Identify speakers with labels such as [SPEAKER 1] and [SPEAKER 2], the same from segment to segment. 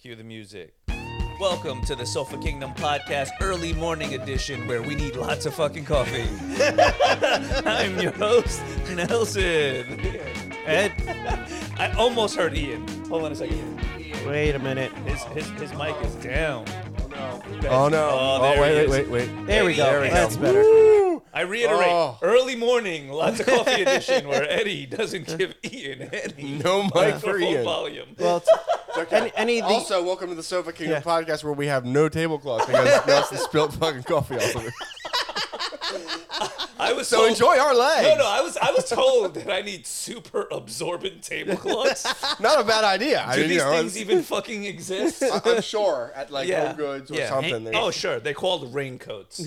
[SPEAKER 1] Cue the music. Welcome to the Sofa Kingdom Podcast Early Morning Edition, where we need lots of fucking coffee. I'm your host, Nelson. Ed? I almost heard Ian. Hold on a second. Ian.
[SPEAKER 2] Wait a minute.
[SPEAKER 1] His, his, his mic is down.
[SPEAKER 3] Oh no!
[SPEAKER 1] Oh,
[SPEAKER 3] Oh,
[SPEAKER 1] there he
[SPEAKER 3] wait,
[SPEAKER 1] is.
[SPEAKER 3] wait, wait, wait.
[SPEAKER 2] There we go.
[SPEAKER 1] There we go.
[SPEAKER 2] That's better.
[SPEAKER 3] Woo!
[SPEAKER 1] I reiterate,
[SPEAKER 3] Oh.
[SPEAKER 1] early morning, lots of coffee edition, where Eddie doesn't give Ian any
[SPEAKER 3] No mic for
[SPEAKER 1] microphone
[SPEAKER 3] Ian.
[SPEAKER 1] volume.
[SPEAKER 2] Well,
[SPEAKER 3] It's okay.
[SPEAKER 2] Any- any of the-
[SPEAKER 3] also, welcome to the Sofa Kingdom
[SPEAKER 2] Yeah.
[SPEAKER 3] podcast where we have no tablecloth because Nelson spilled fucking coffee all over.
[SPEAKER 1] I was
[SPEAKER 3] So
[SPEAKER 1] told-
[SPEAKER 3] enjoy our legs.
[SPEAKER 1] No, no, I was I was told that I need super absorbent tablecloths.
[SPEAKER 3] Not a bad idea. I
[SPEAKER 1] Do
[SPEAKER 3] mean,
[SPEAKER 1] these
[SPEAKER 3] you know,
[SPEAKER 1] things
[SPEAKER 3] it's-
[SPEAKER 1] even fucking exist?
[SPEAKER 3] I- I'm sure at like
[SPEAKER 1] Yeah.
[SPEAKER 3] Home Goods or
[SPEAKER 1] Yeah.
[SPEAKER 3] something. There's,
[SPEAKER 1] Oh, sure. They called raincoats.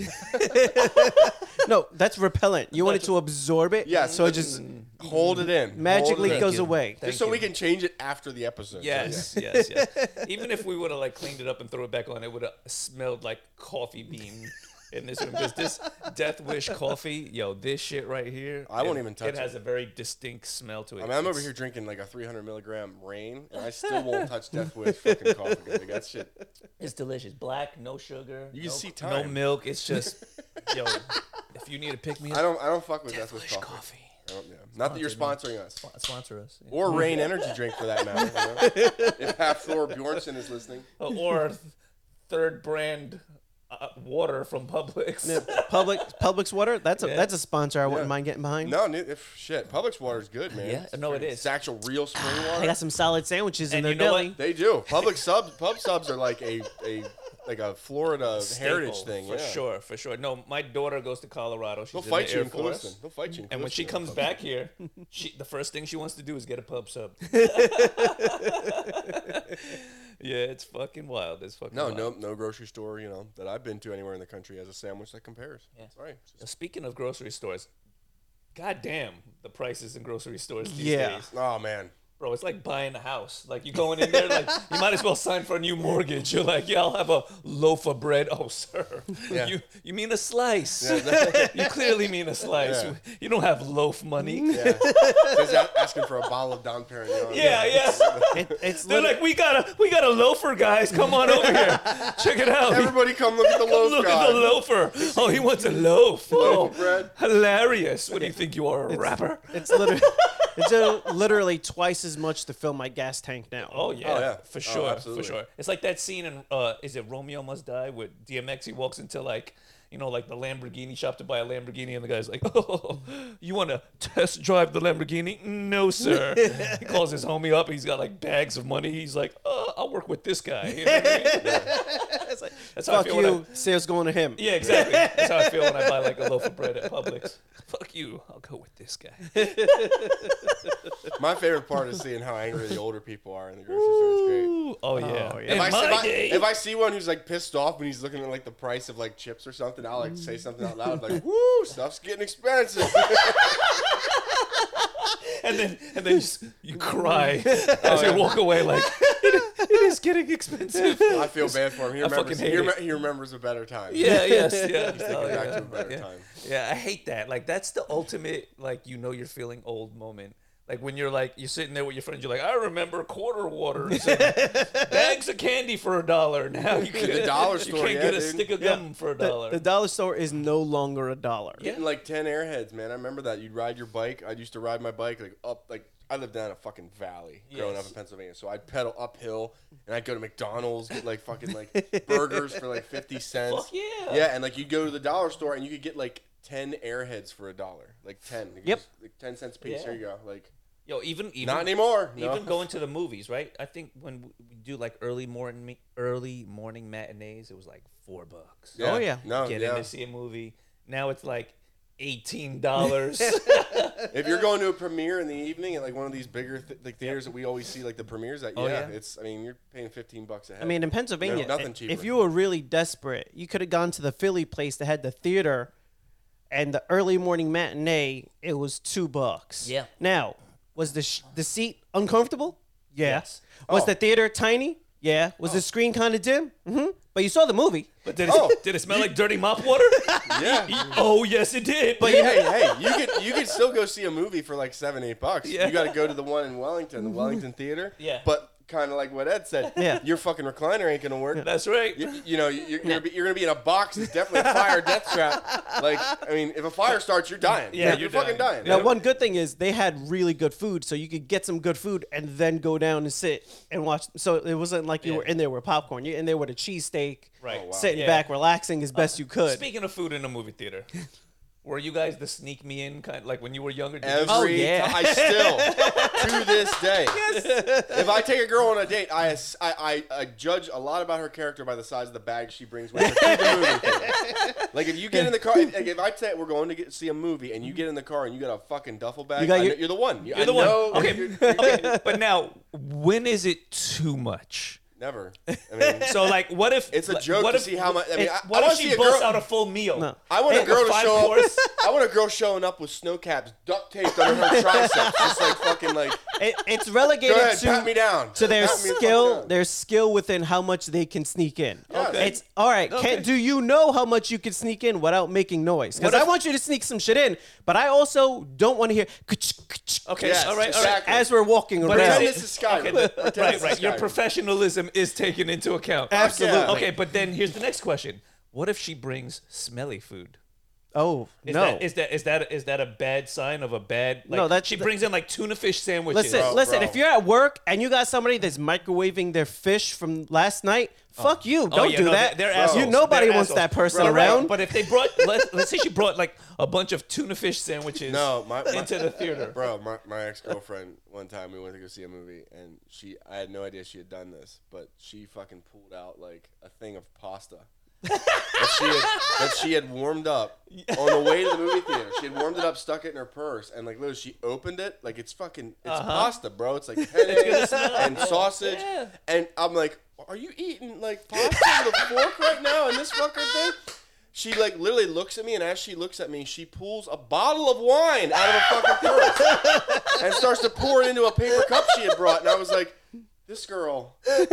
[SPEAKER 2] no, that's repellent. You want it to absorb it.
[SPEAKER 3] Yes,
[SPEAKER 2] So it
[SPEAKER 3] but-
[SPEAKER 2] just
[SPEAKER 3] hold it in.
[SPEAKER 2] magically
[SPEAKER 3] Hold it in.
[SPEAKER 2] goes
[SPEAKER 1] you.
[SPEAKER 2] away.
[SPEAKER 1] Thank
[SPEAKER 3] Just so
[SPEAKER 1] you.
[SPEAKER 3] we can change it after the episode.
[SPEAKER 1] yes, yes, yes. Even if we would have like cleaned it up and threw it back on, it would have smelled like coffee bean in this room because this Death Wish coffee, yo, this shit right here.
[SPEAKER 3] I won't
[SPEAKER 1] it-
[SPEAKER 3] even touch
[SPEAKER 1] It has a very distinct smell to it.
[SPEAKER 3] I mean, I'm over
[SPEAKER 1] It's-
[SPEAKER 3] here drinking like a 300 milligram rain, and I still won't touch Death Wish fucking coffee. Like, that shit.
[SPEAKER 1] It's delicious. Black, no sugar.
[SPEAKER 3] You can
[SPEAKER 1] no,
[SPEAKER 3] see
[SPEAKER 1] No
[SPEAKER 3] time.
[SPEAKER 1] milk. It's just, yo. If you need to pick me up,
[SPEAKER 3] I don't. I don't fuck with Death Wish
[SPEAKER 1] Wish
[SPEAKER 3] coffee.
[SPEAKER 1] coffee.
[SPEAKER 3] I don't, Oh, yeah. Not that you're sponsoring us.
[SPEAKER 1] Sponsor us. Yeah.
[SPEAKER 3] or Rain Energy Drink for that matter. you know? if Half Thor Bjornson is listening,
[SPEAKER 1] Uh, or th- third brand uh, water from Publix.
[SPEAKER 2] Public Public's water. That's a that's a sponsor I wouldn't
[SPEAKER 3] Yeah.
[SPEAKER 2] mind getting behind.
[SPEAKER 3] no, ni- if shit, Publix water is good, man.
[SPEAKER 1] Yeah, no, it
[SPEAKER 3] It's
[SPEAKER 1] is.
[SPEAKER 3] actual real spring
[SPEAKER 2] I
[SPEAKER 3] water.
[SPEAKER 2] got some solid sandwiches in
[SPEAKER 1] And
[SPEAKER 2] their
[SPEAKER 1] you know
[SPEAKER 2] deli.
[SPEAKER 1] what?
[SPEAKER 3] They do. Public subs, pub subs are like a a like a Florida heritage
[SPEAKER 1] Staple,
[SPEAKER 3] thing.
[SPEAKER 1] for
[SPEAKER 3] yeah.
[SPEAKER 1] sure, for sure. No, my daughter goes to Colorado. She's
[SPEAKER 3] They'll
[SPEAKER 1] in
[SPEAKER 3] fight
[SPEAKER 1] the
[SPEAKER 3] you
[SPEAKER 1] Air
[SPEAKER 3] in
[SPEAKER 1] Force.
[SPEAKER 3] Clewiston. They'll fight you. In
[SPEAKER 1] And when she
[SPEAKER 3] Clewiston.
[SPEAKER 1] comes back here, she the first thing she wants to do is get a pub sub. yeah, it's fucking wild. It's fucking
[SPEAKER 3] No,
[SPEAKER 1] wild.
[SPEAKER 3] no, no grocery store, you know, that I've been to anywhere in the country has a sandwich that compares.
[SPEAKER 1] Yeah.
[SPEAKER 3] Sorry.
[SPEAKER 1] Speaking of grocery stores, goddamn the prices in grocery stores these
[SPEAKER 2] Yeah.
[SPEAKER 1] days.
[SPEAKER 3] Oh man,
[SPEAKER 1] Bro, it's like buying a house. Like you going in there, like you might as well sign for a new mortgage. You're like, yeah, I'll have a loaf of bread. Oh, sir,
[SPEAKER 3] Yeah.
[SPEAKER 1] you you mean a slice?
[SPEAKER 3] Yeah.
[SPEAKER 1] you clearly mean a slice.
[SPEAKER 3] Yeah.
[SPEAKER 1] You don't have loaf money. Yeah,
[SPEAKER 3] yeah. Just a- asking for a bottle of Don Perignon.
[SPEAKER 1] yeah.
[SPEAKER 2] It- it's
[SPEAKER 1] They're
[SPEAKER 2] lit-
[SPEAKER 1] like, we got a we got a loafer, guys. Come on over here. Check it out. Oh,
[SPEAKER 3] Everybody come look at the loaf
[SPEAKER 1] Look
[SPEAKER 3] guy.
[SPEAKER 1] at the loafer. Oh, he wants a loaf. Oh,
[SPEAKER 3] of bread.
[SPEAKER 1] hilarious. What do you think you are, a rapper?
[SPEAKER 2] it's literally it's uh, literally twice as much to fill my gas tank now.
[SPEAKER 1] Oh yeah,
[SPEAKER 3] yeah.
[SPEAKER 1] for
[SPEAKER 3] Oh,
[SPEAKER 1] sure, for
[SPEAKER 3] absolutely.
[SPEAKER 1] sure. It's like that scene in uh, is it Romeo Must Die with DMX? He walks into like you know like the Lamborghini shop to buy a Lamborghini, and the guy's like, "Oh, you want to test drive the Lamborghini? No, sir." he calls his homie up. He's got like bags of money. He's like, "Uh, I'll work with this guy." You know what I mean?
[SPEAKER 2] It's like,
[SPEAKER 1] That's how I
[SPEAKER 2] fuck
[SPEAKER 1] feel. When I,
[SPEAKER 2] you. Sales going to him.
[SPEAKER 1] yeah, exactly. That's how I feel when I buy like a loaf of bread at Publix. Fuck you. I'll go with this guy.
[SPEAKER 3] My favorite part is seeing how angry the older people are in the grocery store. It's great.
[SPEAKER 1] Ooh, oh yeah.
[SPEAKER 2] Oh, yeah.
[SPEAKER 1] In
[SPEAKER 3] If I,
[SPEAKER 1] my
[SPEAKER 3] if, I,
[SPEAKER 1] day-
[SPEAKER 3] if I see one who's like pissed off when he's looking at like the price of like chips or something, I'll like say something out loud like, "Woo, stuff's getting expensive."
[SPEAKER 1] and then and then you, s- you cry as you walk away like it, it is getting expensive.
[SPEAKER 3] I feel bad for him. He
[SPEAKER 1] I fucking
[SPEAKER 3] remembers. He,
[SPEAKER 1] hate
[SPEAKER 3] rem-
[SPEAKER 1] it.
[SPEAKER 3] he remembers a better time.
[SPEAKER 1] Yeah, yes, yeah.
[SPEAKER 3] Take
[SPEAKER 1] Oh,
[SPEAKER 3] it back
[SPEAKER 1] yeah.
[SPEAKER 3] to a better
[SPEAKER 1] yeah.
[SPEAKER 3] time.
[SPEAKER 1] Yeah, I hate that. Like that's the ultimate like you know you're feeling old moment. Like when you're like you're sitting there with your friends, you're like, I remember quarter waters, and bags of candy for a dollar. Now you can
[SPEAKER 3] The dollar
[SPEAKER 1] you
[SPEAKER 3] store,
[SPEAKER 1] can't
[SPEAKER 3] yeah,
[SPEAKER 1] get a
[SPEAKER 3] dude.
[SPEAKER 1] stick of
[SPEAKER 2] Yeah.
[SPEAKER 1] gum for a
[SPEAKER 2] The,
[SPEAKER 1] dollar.
[SPEAKER 2] the dollar store is no longer a dollar.
[SPEAKER 1] Yeah.
[SPEAKER 3] Getting like ten airheads, man. I remember that. You'd ride your bike. I used to ride my bike like up like. I lived down a fucking valley growing up
[SPEAKER 1] Yes.
[SPEAKER 3] in Pennsylvania, so I'd pedal uphill and I'd go to McDonald's get like fucking like burgers for like fifty cents.
[SPEAKER 1] Fuck yeah.
[SPEAKER 3] Yeah, and like you go to the dollar store and you could get like ten airheads for a dollar, like ten. You could
[SPEAKER 2] Yep.
[SPEAKER 3] just- like, ten cents a piece.
[SPEAKER 1] Yeah.
[SPEAKER 3] There you go. Like
[SPEAKER 1] Yo, even even
[SPEAKER 3] not anymore. No.
[SPEAKER 1] even going to the movies, right? I think when we- we do like early morning early morning matinees, it was like four bucks.
[SPEAKER 2] Oh, yeah.
[SPEAKER 3] No.
[SPEAKER 1] get
[SPEAKER 3] yeah.
[SPEAKER 1] in to see a movie. Now it's like eighteen dollars.
[SPEAKER 3] If you're going to a premiere in the evening at like one of these bigger th- like theaters that we always see like the premieres at, yeah,
[SPEAKER 1] Oh, yeah.
[SPEAKER 3] it's. I mean, you're paying fifteen bucks a head.
[SPEAKER 2] I mean, in Pennsylvania,
[SPEAKER 3] No, nothing
[SPEAKER 2] i-
[SPEAKER 3] cheaper.
[SPEAKER 2] if you were really desperate, you could have gone to the Philly place that had the theater and the early morning matinee. It was two bucks.
[SPEAKER 1] Yeah.
[SPEAKER 2] Now, was the sh- the seat uncomfortable? Yeah.
[SPEAKER 1] Yes. Oh.
[SPEAKER 2] Was
[SPEAKER 3] Oh.
[SPEAKER 2] the theater tiny? Yeah. Was the screen kind of dim? Mm-hmm. But you saw the movie.
[SPEAKER 1] but did it,
[SPEAKER 3] Oh.
[SPEAKER 1] did it smell like dirty mop water?
[SPEAKER 3] yeah.
[SPEAKER 1] oh yes, it did. But
[SPEAKER 3] Hey, hey, you could you could still go see a movie for like seven, eight bucks.
[SPEAKER 1] Yeah.
[SPEAKER 3] You got to go to the one in Wellington, the Wellington Theater.
[SPEAKER 1] Yeah.
[SPEAKER 3] But kind of like what Ed said.
[SPEAKER 2] Yeah.
[SPEAKER 3] Your fucking recliner ain't gonna work.
[SPEAKER 1] That's right.
[SPEAKER 3] You, you know, you're, you're, you're gonna be in a box. It's definitely a fire death trap. Like, I mean, if a fire starts, you're dying.
[SPEAKER 1] Yeah, you're
[SPEAKER 3] fucking
[SPEAKER 1] dying.
[SPEAKER 3] dying.
[SPEAKER 1] Yeah.
[SPEAKER 2] Now, one good thing is they had really good food, so you could get some good food and then go down and sit and watch. So it wasn't like you
[SPEAKER 1] Yeah.
[SPEAKER 2] were in there with popcorn. You're in there with a cheesesteak,
[SPEAKER 1] Right. Oh, wow.
[SPEAKER 2] sitting
[SPEAKER 1] Yeah. Uh,
[SPEAKER 2] back, relaxing as best you could.
[SPEAKER 1] Speaking of food in a movie theater, were you guys the sneak me in kind? Like when you were younger? did you-
[SPEAKER 3] Every
[SPEAKER 2] Oh, yeah.
[SPEAKER 3] ti- I still to this day. If I take a girl on a date, I, ass- I I I judge a lot about her character by the size of the bag she brings with her to the movie. theater. Like if you get in the car, if, like, if I say we're going to get, see a movie and you get in the car and you got a fucking duffel bag,
[SPEAKER 2] You got
[SPEAKER 3] I
[SPEAKER 2] your-
[SPEAKER 3] know- you're the one.
[SPEAKER 1] You're the one. Okay.
[SPEAKER 3] You're,
[SPEAKER 1] okay. But now, when is it too much?
[SPEAKER 3] never. I mean,
[SPEAKER 1] So like, what if
[SPEAKER 3] it's a
[SPEAKER 1] like,
[SPEAKER 3] joke
[SPEAKER 1] What
[SPEAKER 3] to
[SPEAKER 1] if,
[SPEAKER 3] see how much. I mean, I,
[SPEAKER 1] What
[SPEAKER 3] I
[SPEAKER 1] if
[SPEAKER 3] want to see
[SPEAKER 1] she
[SPEAKER 3] a
[SPEAKER 1] busts
[SPEAKER 3] girl.
[SPEAKER 1] out a full meal?
[SPEAKER 2] No.
[SPEAKER 3] I want a
[SPEAKER 1] Like
[SPEAKER 3] girl to
[SPEAKER 1] five
[SPEAKER 3] show
[SPEAKER 1] course?
[SPEAKER 3] up. I want a girl showing up with snow caps duct taped under her triceps, just like fucking like.
[SPEAKER 2] It, it's
[SPEAKER 3] Go
[SPEAKER 2] relegated
[SPEAKER 3] ahead,
[SPEAKER 2] to
[SPEAKER 3] pat me down.
[SPEAKER 2] to their
[SPEAKER 3] Pat me the fuck
[SPEAKER 2] skill,
[SPEAKER 3] down.
[SPEAKER 2] their skill within how much they can sneak in.
[SPEAKER 3] Okay.
[SPEAKER 2] It's all right.
[SPEAKER 1] Okay.
[SPEAKER 2] Can, do you know how much you can sneak in without making noise? Because
[SPEAKER 1] What
[SPEAKER 2] I
[SPEAKER 1] if-
[SPEAKER 2] want you to sneak some shit in, but I also don't want to hear. "Ka-ch, ka-ch,"
[SPEAKER 1] Okay.
[SPEAKER 3] Yes,
[SPEAKER 1] all right. All right.
[SPEAKER 3] exactly.
[SPEAKER 2] As we're walking
[SPEAKER 1] But
[SPEAKER 2] around,
[SPEAKER 3] Pretend this is Skyrim. Pretend this
[SPEAKER 1] right,
[SPEAKER 3] is
[SPEAKER 1] right. Your
[SPEAKER 3] Skyrim.
[SPEAKER 1] professionalism is taken into account.
[SPEAKER 2] Absolutely.
[SPEAKER 3] Oh, yeah.
[SPEAKER 1] Okay, but then here's the next question: What if she brings smelly food?
[SPEAKER 2] oh
[SPEAKER 1] Is
[SPEAKER 2] no!
[SPEAKER 1] that, is that is that is that a bad sign of a bad? Like,
[SPEAKER 2] No, that's-
[SPEAKER 1] she brings in like tuna fish sandwiches.
[SPEAKER 2] Listen,
[SPEAKER 3] Bro,
[SPEAKER 2] listen.
[SPEAKER 3] bro.
[SPEAKER 2] If you're at work and you got somebody that's microwaving their fish from last night, fuck you. Don't
[SPEAKER 1] Oh. yeah,
[SPEAKER 2] do
[SPEAKER 1] no,
[SPEAKER 2] that.
[SPEAKER 1] They're, they're
[SPEAKER 2] You-
[SPEAKER 1] assholes.
[SPEAKER 2] nobody
[SPEAKER 1] They're
[SPEAKER 2] wants
[SPEAKER 1] assholes.
[SPEAKER 2] that person
[SPEAKER 1] Right, right.
[SPEAKER 2] around.
[SPEAKER 1] But if they brought, let's, let's say she brought like a bunch of tuna fish sandwiches
[SPEAKER 3] No, my- my-
[SPEAKER 1] into the theater.
[SPEAKER 3] Bro, my, my ex girlfriend, one time we went to go see a movie, and she, I had no idea she had done this, but she fucking pulled out like a thing of pasta that, she had, that she had warmed up on the way to the movie theater. She had warmed it up, stuck it in her purse, and like literally she opened it, like it's fucking, it's pasta, bro. Uh-huh. It's like penne and sausage, and I'm like, are you eating like pasta with a fork right now in this fucking thing? She like literally looks at me, and as she looks at me, she pulls a bottle of wine out of a fucking purse and starts to pour it into a paper cup she had brought. And I was like, "This girl,
[SPEAKER 1] She's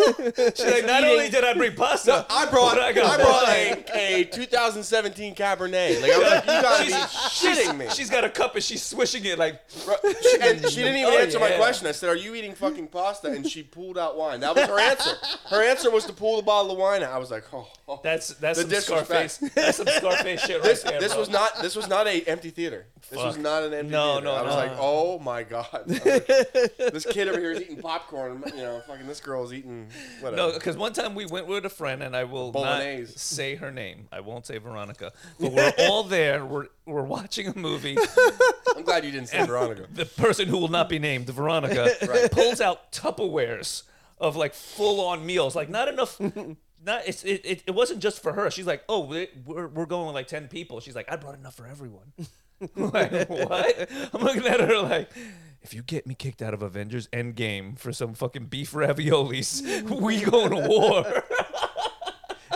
[SPEAKER 1] like, not only did I bring pasta,
[SPEAKER 3] I brought,
[SPEAKER 1] but
[SPEAKER 3] I,
[SPEAKER 1] got
[SPEAKER 3] brought
[SPEAKER 1] wine."
[SPEAKER 3] a, a 2017 Cabernet." Like I was like, "You gotta be shitting me."
[SPEAKER 1] She's got a cup and she's swishing it like.
[SPEAKER 3] Bro, she- and she didn't even
[SPEAKER 1] Oh,
[SPEAKER 3] answer my
[SPEAKER 1] yeah.
[SPEAKER 3] question. I said, "Are you eating fucking pasta?" And she pulled out wine. That was her answer. Her answer was to pull the bottle of wine out. I was like, "Oh, oh."
[SPEAKER 1] That's that's
[SPEAKER 3] The
[SPEAKER 1] some
[SPEAKER 3] disrespect.
[SPEAKER 1] Scarface. That's some Scarface shit right
[SPEAKER 3] This,
[SPEAKER 1] there.
[SPEAKER 3] this
[SPEAKER 1] bro.
[SPEAKER 3] was not this was not a empty theater. This was
[SPEAKER 1] Fuck.
[SPEAKER 3] not an empty
[SPEAKER 1] No,
[SPEAKER 3] theater.
[SPEAKER 1] no,
[SPEAKER 3] I was
[SPEAKER 1] no.
[SPEAKER 3] like, oh my god, I was like, this kid over here is eating popcorn. You know, fucking this girl's eating whatever.
[SPEAKER 1] No, because one time we went with a friend, and I will
[SPEAKER 3] Bolognese.
[SPEAKER 1] not say her name. I won't say Veronica. But we're all there. We're we're watching a movie.
[SPEAKER 3] I'm glad you didn't say Veronica.
[SPEAKER 1] the person who will not be named, Veronica, pulls out Tupperwares of like full on meals. Like not enough. Not it's, it, it. It wasn't just for her. She's like, oh, we- we're we're going with like ten people. She's like, I brought enough for everyone. like what? I'm looking at her like. If you get me kicked out of Avengers Endgame for some fucking beef raviolis, we going to war.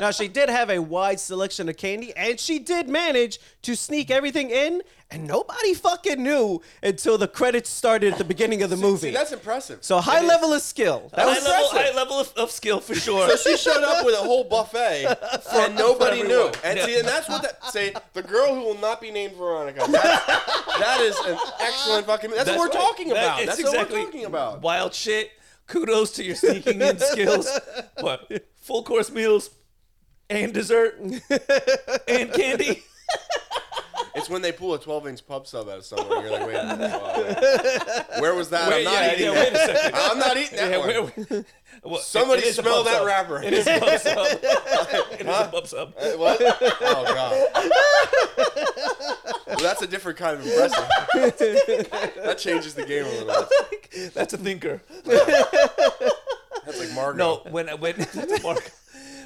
[SPEAKER 2] Now she did have a wide selection of candy, and she did manage to sneak everything in, and nobody fucking knew until the credits started at the beginning of the movie.
[SPEAKER 3] See, that's impressive.
[SPEAKER 2] so high
[SPEAKER 3] It is.
[SPEAKER 2] level of skill. That
[SPEAKER 1] high
[SPEAKER 2] was
[SPEAKER 1] level,
[SPEAKER 3] impressive.
[SPEAKER 1] high level of, of skill for sure.
[SPEAKER 3] So she showed up with a whole buffet and nobody knew.
[SPEAKER 1] everyone.
[SPEAKER 3] And
[SPEAKER 1] Yeah.
[SPEAKER 3] see, and that's what that say. The girl who will not be named Veronica. That's, that is an excellent fucking. That's, what we're
[SPEAKER 1] right.
[SPEAKER 3] talking
[SPEAKER 1] That-
[SPEAKER 3] about.
[SPEAKER 1] it's
[SPEAKER 3] that's what we're talking about.
[SPEAKER 1] Wild shit. Kudos to your sneaking in skills. But full course meals and dessert and candy.
[SPEAKER 3] It's when they pull a 12 inch pub sub out of somewhere. You're like, wait, a minute, whoa. where was that?
[SPEAKER 1] Wait,
[SPEAKER 3] I'm not
[SPEAKER 1] yeah,
[SPEAKER 3] eating
[SPEAKER 1] yeah, wait
[SPEAKER 3] that.
[SPEAKER 1] a second.
[SPEAKER 3] I'm not eating that
[SPEAKER 1] Yeah,
[SPEAKER 3] one.
[SPEAKER 1] where- where- well, it-
[SPEAKER 3] Somebody
[SPEAKER 1] it is a
[SPEAKER 3] smell
[SPEAKER 1] pub
[SPEAKER 3] that
[SPEAKER 1] sub.
[SPEAKER 3] wrapper.
[SPEAKER 1] It is a pub sub. It is a pub sub.
[SPEAKER 3] What? Oh god. Well, that's a different kind of impressive. that changes the game a little. bit.
[SPEAKER 1] That's a thinker.
[SPEAKER 3] That's like Margot.
[SPEAKER 1] No, when when Mark,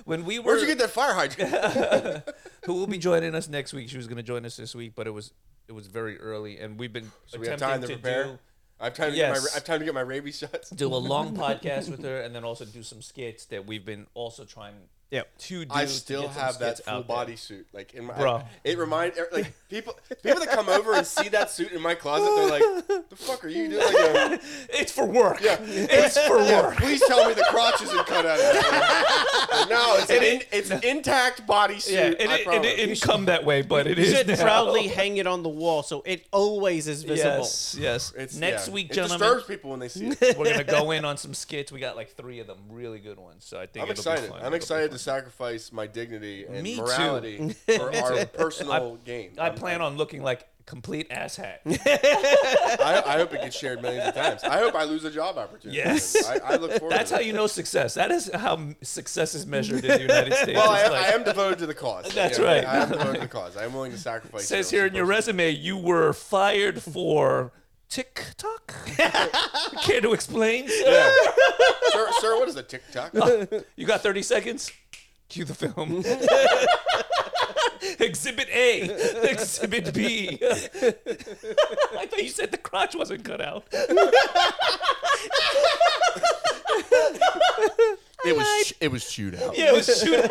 [SPEAKER 1] when we were
[SPEAKER 3] Where'd you get that fire hydrant?
[SPEAKER 1] who will be joining us next week. She was going to join us this week, but it was it was very early, and we've been
[SPEAKER 3] we have
[SPEAKER 1] attempting
[SPEAKER 3] time to prepare.
[SPEAKER 1] do
[SPEAKER 3] I've time to get my
[SPEAKER 1] Yes.
[SPEAKER 3] I've time to get my rabies shots.
[SPEAKER 1] do a long podcast with her, and then also do some skits that we've been also trying
[SPEAKER 2] Yep.
[SPEAKER 1] to do.
[SPEAKER 3] I
[SPEAKER 1] to
[SPEAKER 3] still
[SPEAKER 1] get some
[SPEAKER 3] have that
[SPEAKER 1] skits
[SPEAKER 3] full
[SPEAKER 1] out there.
[SPEAKER 3] body suit. Like in my
[SPEAKER 1] Bro.
[SPEAKER 3] it reminds like people people that come over and see that suit in my closet, they're like, the fuck are you doing? Like, uh,
[SPEAKER 1] It's for work.
[SPEAKER 3] Yeah.
[SPEAKER 1] it's for
[SPEAKER 3] yeah,
[SPEAKER 1] work.
[SPEAKER 3] please tell me the crotch isn't cut out of it. Like, No, it's an in, it's intact bodysuit.
[SPEAKER 1] Yeah, it, it,
[SPEAKER 3] I
[SPEAKER 1] it,
[SPEAKER 3] promise.
[SPEAKER 1] didn't come that way, but it
[SPEAKER 2] You
[SPEAKER 1] is
[SPEAKER 2] should
[SPEAKER 1] now.
[SPEAKER 2] proudly hang it on the wall so it always is visible.
[SPEAKER 1] Yes, yes.
[SPEAKER 3] It's-
[SPEAKER 1] Next
[SPEAKER 3] yeah.
[SPEAKER 1] week,
[SPEAKER 3] it
[SPEAKER 1] gentlemen,
[SPEAKER 3] disturbs people when they see it.
[SPEAKER 1] we're gonna go in on some skits. We got like three of them, really good ones. So I think
[SPEAKER 3] I'm
[SPEAKER 1] it'll Be
[SPEAKER 3] excited.
[SPEAKER 1] fun.
[SPEAKER 3] I'm
[SPEAKER 1] It'll be
[SPEAKER 3] excited
[SPEAKER 1] fun.
[SPEAKER 3] to sacrifice my dignity and
[SPEAKER 1] Me too.
[SPEAKER 3] morality for our personal gain.
[SPEAKER 1] I
[SPEAKER 3] I'm-
[SPEAKER 1] plan on looking like complete asshat.
[SPEAKER 3] I, I hope it gets shared millions of times. I hope I lose a job opportunity.
[SPEAKER 1] Yes.
[SPEAKER 3] I, I look forward.
[SPEAKER 1] That's
[SPEAKER 3] to
[SPEAKER 1] how
[SPEAKER 3] it.
[SPEAKER 1] you know success. That is how m- success is measured in the United States.
[SPEAKER 3] Well,
[SPEAKER 1] It's
[SPEAKER 3] I,
[SPEAKER 1] like-
[SPEAKER 3] I am devoted to the cause.
[SPEAKER 1] That's
[SPEAKER 3] Yeah,
[SPEAKER 1] right.
[SPEAKER 3] I am devoted to the cause. I'm willing to sacrifice.
[SPEAKER 1] It says
[SPEAKER 3] you know,
[SPEAKER 1] here in your
[SPEAKER 3] some
[SPEAKER 1] resume you were fired for TikTok. Care to explain?
[SPEAKER 3] personal- Yeah. sir, sir, what is a TikTok?
[SPEAKER 1] You got 30 seconds? Cue the film. Exhibit A, Exhibit B. I thought you said the crotch wasn't cut out.
[SPEAKER 3] It was it was chewed out.
[SPEAKER 1] Yeah, it was shoot.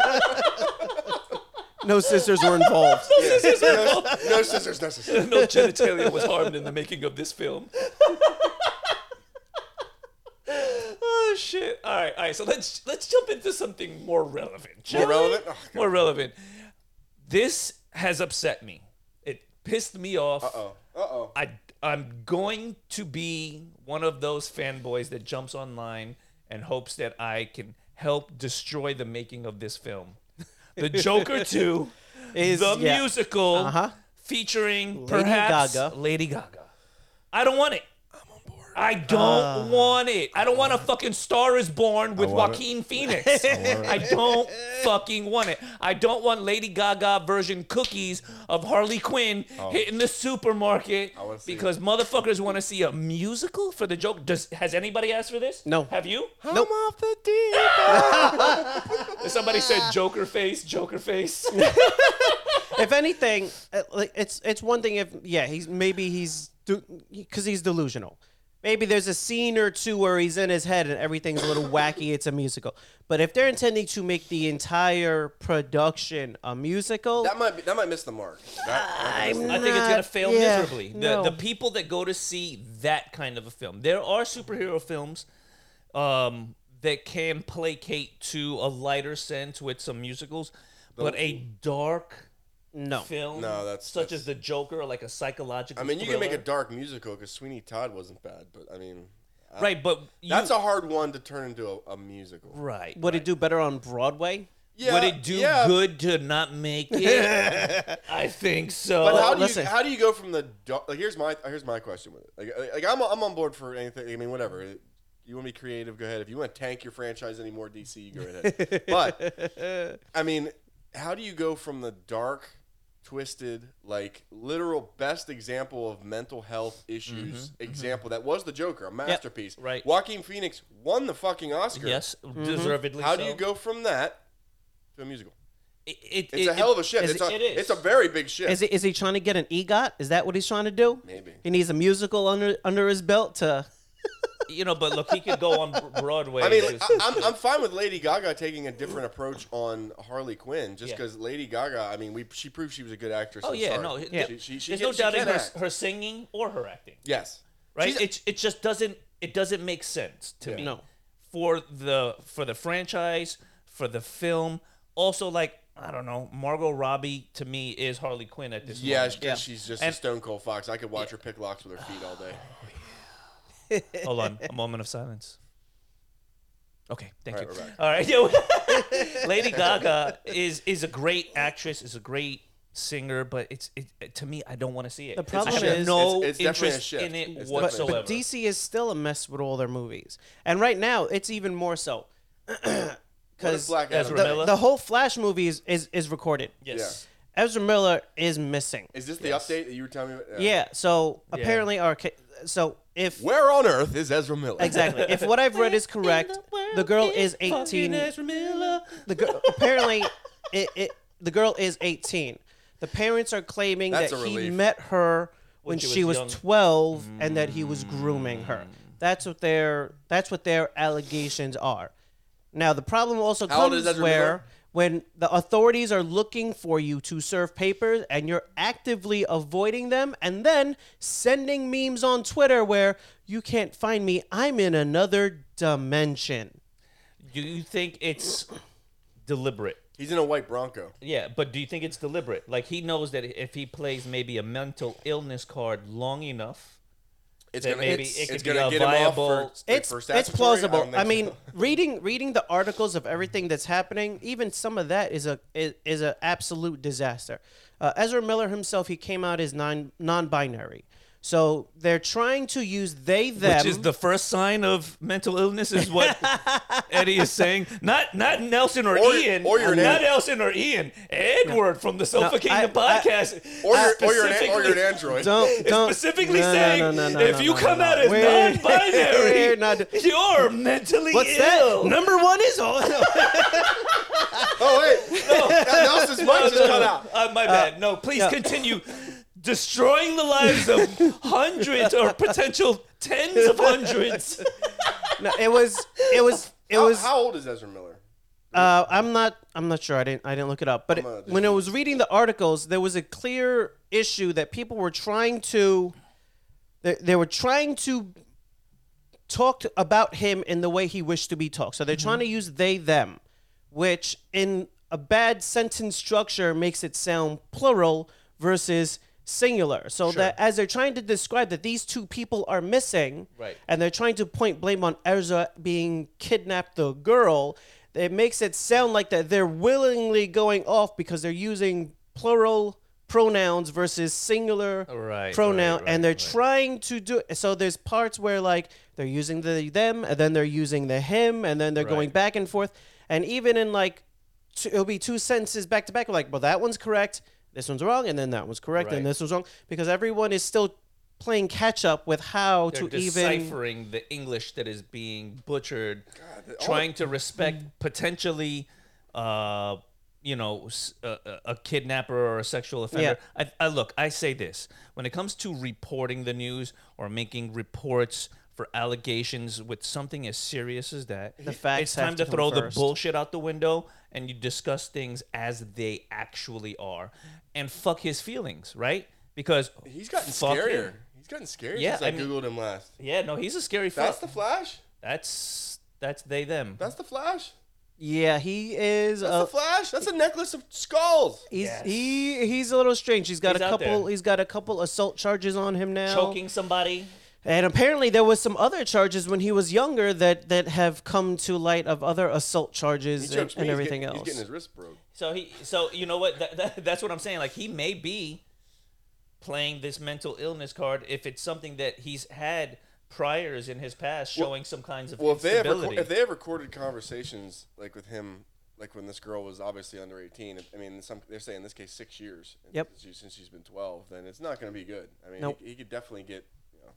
[SPEAKER 2] No sisters were involved.
[SPEAKER 1] scissors were involved.
[SPEAKER 3] No scissors necessary.
[SPEAKER 1] No genitalia was harmed in the making of this film. oh shit! All right, all right. So let's let's jump into something more relevant. shall
[SPEAKER 3] More
[SPEAKER 1] we?
[SPEAKER 3] relevant. Oh, God.
[SPEAKER 1] More relevant. This has upset me. It pissed me off.
[SPEAKER 3] Uh-oh. Uh-oh.
[SPEAKER 1] I I'm going to be one of those fanboys that jumps online and hopes that I can help destroy the making of this film. The Joker 2
[SPEAKER 2] Is-
[SPEAKER 1] the
[SPEAKER 2] yeah.
[SPEAKER 1] musical
[SPEAKER 2] Uh-huh.
[SPEAKER 1] featuring
[SPEAKER 2] Lady
[SPEAKER 1] perhaps
[SPEAKER 2] Gaga.
[SPEAKER 1] Lady Gaga. I don't want it. I don't want it. I don't want a fucking Star is Born with
[SPEAKER 3] want it.
[SPEAKER 1] Joaquin Phoenix. I don't fucking want it. I don't want Lady Gaga version cookies of Harley Quinn hitting the supermarket
[SPEAKER 3] Oh. wanna see
[SPEAKER 1] because motherfuckers want to see a musical for the joke. Does has anybody asked for this?
[SPEAKER 2] No.
[SPEAKER 1] Have you?
[SPEAKER 3] I'm off the deep.
[SPEAKER 1] Somebody said Joker face, Joker face.
[SPEAKER 2] if anything, uh, like it's it's one thing if yeah he's maybe he's because he's delusional. Maybe there's a scene or two where he's in his head and everything's a little wacky. It's a musical, but if they're intending to make the entire production a musical,
[SPEAKER 3] That might be, that might miss the mark. That- that might miss the
[SPEAKER 1] I think it's gonna
[SPEAKER 2] Not-
[SPEAKER 1] fail
[SPEAKER 2] yeah,
[SPEAKER 1] miserably. The,
[SPEAKER 2] no.
[SPEAKER 1] the people that go to see that kind of a film, there are superhero films um, that can placate to a lighter sense with some musicals, but a dark
[SPEAKER 2] no,
[SPEAKER 1] film,
[SPEAKER 3] No, that's-
[SPEAKER 1] such
[SPEAKER 3] that's-
[SPEAKER 1] as The Joker, or like a psychological.
[SPEAKER 3] I mean, you can make a
[SPEAKER 1] thriller.
[SPEAKER 3] dark musical because Sweeney Todd wasn't bad, but I mean, I-
[SPEAKER 1] right, but you,
[SPEAKER 3] that's a hard one to turn into a, a musical.
[SPEAKER 1] right.
[SPEAKER 2] would it do better on Broadway?
[SPEAKER 3] Yeah,
[SPEAKER 1] Would it do
[SPEAKER 3] yeah,
[SPEAKER 1] good to not make it? I think so.
[SPEAKER 3] But how do
[SPEAKER 2] listen.
[SPEAKER 3] you how do you go from the dark? Like, here's my here's my question with it. Like, uh, like, like I'm I'm on board for anything. I mean, whatever. You want to be creative? Go ahead. If you want to tank your franchise anymore, DC, you go right ahead. but I mean, how do you go from the dark, twisted, like literal best example of mental health issues example that was the Joker, a masterpiece.
[SPEAKER 1] Mm-hmm, right.
[SPEAKER 3] Joaquin Phoenix won the fucking Oscar.
[SPEAKER 1] yes,
[SPEAKER 2] Mm-hmm.
[SPEAKER 1] deservedly.
[SPEAKER 3] How
[SPEAKER 1] so.
[SPEAKER 3] do you go from that to a musical?
[SPEAKER 1] It, it-
[SPEAKER 3] It's
[SPEAKER 1] it-
[SPEAKER 3] a hell of a shift.
[SPEAKER 1] is-
[SPEAKER 3] It's a,
[SPEAKER 1] it is.
[SPEAKER 3] it's a very big shift.
[SPEAKER 2] Is he, is he trying to get an EGOT? Is that what he's trying to do?
[SPEAKER 3] Maybe.
[SPEAKER 2] he needs a musical under under his belt to.
[SPEAKER 1] you know, but look, he could go on Broadway.
[SPEAKER 3] I mean,
[SPEAKER 1] It's-
[SPEAKER 3] I, I'm, I'm fine with Lady Gaga taking a different approach on Harley Quinn, just
[SPEAKER 1] Yeah.
[SPEAKER 3] because Lady Gaga. I mean, we she proved she was a good actress.
[SPEAKER 1] Oh
[SPEAKER 3] in
[SPEAKER 1] yeah,
[SPEAKER 3] Star.
[SPEAKER 1] no,
[SPEAKER 3] she,
[SPEAKER 1] yeah.
[SPEAKER 3] she, she,
[SPEAKER 1] there's
[SPEAKER 3] can-
[SPEAKER 1] no
[SPEAKER 3] she
[SPEAKER 1] doubting
[SPEAKER 3] can
[SPEAKER 1] her,
[SPEAKER 3] act.
[SPEAKER 1] her singing or her acting,
[SPEAKER 3] Yes,
[SPEAKER 1] right?
[SPEAKER 3] She's-
[SPEAKER 1] It it just doesn't it doesn't make sense to me.
[SPEAKER 2] No.
[SPEAKER 1] for the for the franchise, for the film, also like I don't know, Margot Robbie to me is Harley Quinn at this.
[SPEAKER 3] yeah,
[SPEAKER 1] moment.
[SPEAKER 3] because she's just a
[SPEAKER 1] And-
[SPEAKER 3] stone cold fox. I could watch her pick locks with her feet all day.
[SPEAKER 1] Hold on, a moment of silence. Okay, thank
[SPEAKER 3] All
[SPEAKER 1] you.
[SPEAKER 3] right, we're back.
[SPEAKER 1] All right, yo, Lady Gaga is is a great actress, is a great singer, but it's it, to me I don't want to see it. The
[SPEAKER 2] problem
[SPEAKER 1] I have
[SPEAKER 2] is-
[SPEAKER 1] no
[SPEAKER 3] It's- it's definitely a
[SPEAKER 1] interest
[SPEAKER 3] shift.
[SPEAKER 1] in it
[SPEAKER 3] It's
[SPEAKER 2] But,
[SPEAKER 3] definitely a
[SPEAKER 1] whatsoever.
[SPEAKER 2] but DC is still a mess with all their movies, and right now it's even more so.
[SPEAKER 3] What if
[SPEAKER 2] Because
[SPEAKER 3] Black
[SPEAKER 1] Ezra
[SPEAKER 3] Adam?
[SPEAKER 1] Miller-
[SPEAKER 3] does?
[SPEAKER 2] the, the whole Flash movie is, is, is recorded.
[SPEAKER 1] yes.
[SPEAKER 2] Ezra Miller is missing.
[SPEAKER 3] Is this the update that you were telling me? Uh, About?
[SPEAKER 2] yeah. So apparently, our ca- so if
[SPEAKER 3] Where on earth is Ezra Miller?
[SPEAKER 2] exactly if what I've read is correct, the girl is eighteen. The girl apparently, it, it the girl is eighteen. The parents are claiming
[SPEAKER 3] That's
[SPEAKER 2] that
[SPEAKER 3] a
[SPEAKER 2] he
[SPEAKER 3] relief.
[SPEAKER 2] met her when,
[SPEAKER 1] she
[SPEAKER 2] she
[SPEAKER 1] was
[SPEAKER 2] was,
[SPEAKER 1] young.
[SPEAKER 2] twelve and that he
[SPEAKER 3] Mm.
[SPEAKER 2] was grooming her. That's what their that's what their allegations are. Now the problem also
[SPEAKER 3] How old is
[SPEAKER 2] comes
[SPEAKER 3] Ezra
[SPEAKER 2] where
[SPEAKER 3] Miller?
[SPEAKER 2] when the authorities are looking for you to serve papers and you're actively avoiding them and then sending memes on Twitter where you can't find me, I'm in another dimension.
[SPEAKER 1] Do you think it's deliberate?
[SPEAKER 3] He's in a white Bronco.
[SPEAKER 1] Yeah, but do you think it's deliberate? Like he knows that if he plays maybe a mental illness card long enough,
[SPEAKER 3] It's
[SPEAKER 1] That
[SPEAKER 3] gonna
[SPEAKER 1] maybe
[SPEAKER 3] it's,
[SPEAKER 1] it could
[SPEAKER 3] it's
[SPEAKER 1] be
[SPEAKER 3] gonna
[SPEAKER 1] a
[SPEAKER 3] get him off
[SPEAKER 1] viable-
[SPEAKER 3] for,
[SPEAKER 2] It's
[SPEAKER 3] for
[SPEAKER 2] it's
[SPEAKER 3] statutory?
[SPEAKER 2] plausible.
[SPEAKER 3] don't
[SPEAKER 2] I,
[SPEAKER 3] think
[SPEAKER 2] mean,
[SPEAKER 3] so.
[SPEAKER 2] reading reading the articles of everything that's happening, even some of that is a is, is an absolute disaster. Uh, Ezra Miller himself, he came out as non non-binary, so they're trying to use they them.
[SPEAKER 1] which is the first sign of mental illness, is what Eddie is saying. Not not Nelson or,
[SPEAKER 3] Or-
[SPEAKER 1] Ian,
[SPEAKER 3] or you're an
[SPEAKER 1] not
[SPEAKER 3] an-
[SPEAKER 1] Nelson or Ian. Edward from the Sofa
[SPEAKER 2] No,
[SPEAKER 1] Kingdom
[SPEAKER 2] I- I-
[SPEAKER 1] podcast.
[SPEAKER 3] or you're, or you're an, or
[SPEAKER 1] specifically-
[SPEAKER 3] you're an android.
[SPEAKER 2] don't
[SPEAKER 1] is
[SPEAKER 2] don't
[SPEAKER 1] specifically
[SPEAKER 2] no, no,
[SPEAKER 1] saying
[SPEAKER 2] no, no, no,
[SPEAKER 1] if
[SPEAKER 2] no,
[SPEAKER 1] you
[SPEAKER 2] no,
[SPEAKER 1] come
[SPEAKER 2] no.
[SPEAKER 1] out as
[SPEAKER 2] We're- we're
[SPEAKER 1] non-binary,
[SPEAKER 2] not do-
[SPEAKER 1] you're mentally
[SPEAKER 2] What's
[SPEAKER 1] ill.
[SPEAKER 2] that? Number one is all.
[SPEAKER 3] Oh wait, no, Nelson's mic just cut out.
[SPEAKER 1] Uh, my bad. No, please continue destroying the lives of hundreds or potential tens of hundreds.
[SPEAKER 2] no, it was it was it
[SPEAKER 3] How,
[SPEAKER 2] was.
[SPEAKER 3] how old is Ezra Miller?
[SPEAKER 2] Uh, I'm not. I'm not sure. I didn't. I didn't look it up. But it-
[SPEAKER 3] not-
[SPEAKER 2] when I was reading the articles, there was a clear issue that people were trying to. They, they were trying to talk to, about him in the way he wished to be talked. So they're
[SPEAKER 1] Mm-hmm.
[SPEAKER 2] trying to use they them, which in a bad sentence structure makes it sound plural versus singular. So that as they're trying to describe that these two people are missing,
[SPEAKER 1] Right.
[SPEAKER 2] and they're trying to point blame on Ezra being kidnapped the girl, it makes it sound like that they're willingly going off because they're using plural pronouns versus singular
[SPEAKER 1] Right, right,
[SPEAKER 2] pronoun and
[SPEAKER 1] right,
[SPEAKER 2] they're
[SPEAKER 1] right.
[SPEAKER 2] trying to do so there's parts where like they're using the them and then they're using the him and then they're going
[SPEAKER 1] Right.
[SPEAKER 2] back and forth and even in like two, it'll be two sentences back to back like well that one's correct this one's wrong and then that one's correct
[SPEAKER 1] Right.
[SPEAKER 2] and this was wrong because everyone is still playing catch up with how
[SPEAKER 1] They're
[SPEAKER 2] to even
[SPEAKER 1] deciphering the English that is being butchered, trying to respect
[SPEAKER 2] Mm.
[SPEAKER 1] potentially, uh, you know, s- a, a- a kidnapper or a sexual offender. I, I look, I say this when it comes to reporting the news or making reports for allegations with something as serious as that,
[SPEAKER 2] The facts
[SPEAKER 1] it's
[SPEAKER 2] have
[SPEAKER 1] time
[SPEAKER 2] to
[SPEAKER 1] to,
[SPEAKER 2] come
[SPEAKER 1] throw
[SPEAKER 2] first.
[SPEAKER 1] the bullshit out the window and you discuss things as they actually are, and fuck his feelings, right? Because
[SPEAKER 3] He's gotten
[SPEAKER 1] fuck him.
[SPEAKER 3] scarier. He's gotten scarier
[SPEAKER 1] Yeah,
[SPEAKER 3] since I,
[SPEAKER 1] I mean-
[SPEAKER 3] googled him last.
[SPEAKER 1] Yeah, no, he's a scary.
[SPEAKER 3] That's
[SPEAKER 1] fuck.
[SPEAKER 3] the Flash.
[SPEAKER 1] That's that's they them.
[SPEAKER 3] That's the Flash.
[SPEAKER 2] yeah he is
[SPEAKER 3] That's
[SPEAKER 2] a,
[SPEAKER 3] the Flash. That's a necklace of skulls.
[SPEAKER 2] he's
[SPEAKER 1] Yes.
[SPEAKER 2] he he's a little strange he's got
[SPEAKER 1] He's
[SPEAKER 2] a
[SPEAKER 1] out
[SPEAKER 2] couple
[SPEAKER 1] there.
[SPEAKER 2] he's got a couple assault charges on him now
[SPEAKER 1] Choking somebody.
[SPEAKER 2] And apparently there was some other charges when he was younger that that have come to light of other assault
[SPEAKER 3] He
[SPEAKER 2] charges and,
[SPEAKER 3] jokes me,
[SPEAKER 2] and
[SPEAKER 3] he's
[SPEAKER 2] everything
[SPEAKER 3] getting-
[SPEAKER 2] else.
[SPEAKER 3] He's getting his wrist broke.
[SPEAKER 1] So he so you know what that, that, that's what I'm saying like he may be playing this mental illness card if it's something that he's had priors in his past showing some kinds of
[SPEAKER 3] Well, if they have
[SPEAKER 1] instability.
[SPEAKER 3] reco- if they have recorded conversations like with him, like when this girl was obviously under eighteen. I mean, in some they're saying in this case six years. and
[SPEAKER 2] Yep.
[SPEAKER 3] Since, she, since she's been twelve, then it's not going to be good. I mean,
[SPEAKER 2] Nope.
[SPEAKER 3] he, he could definitely get. You know,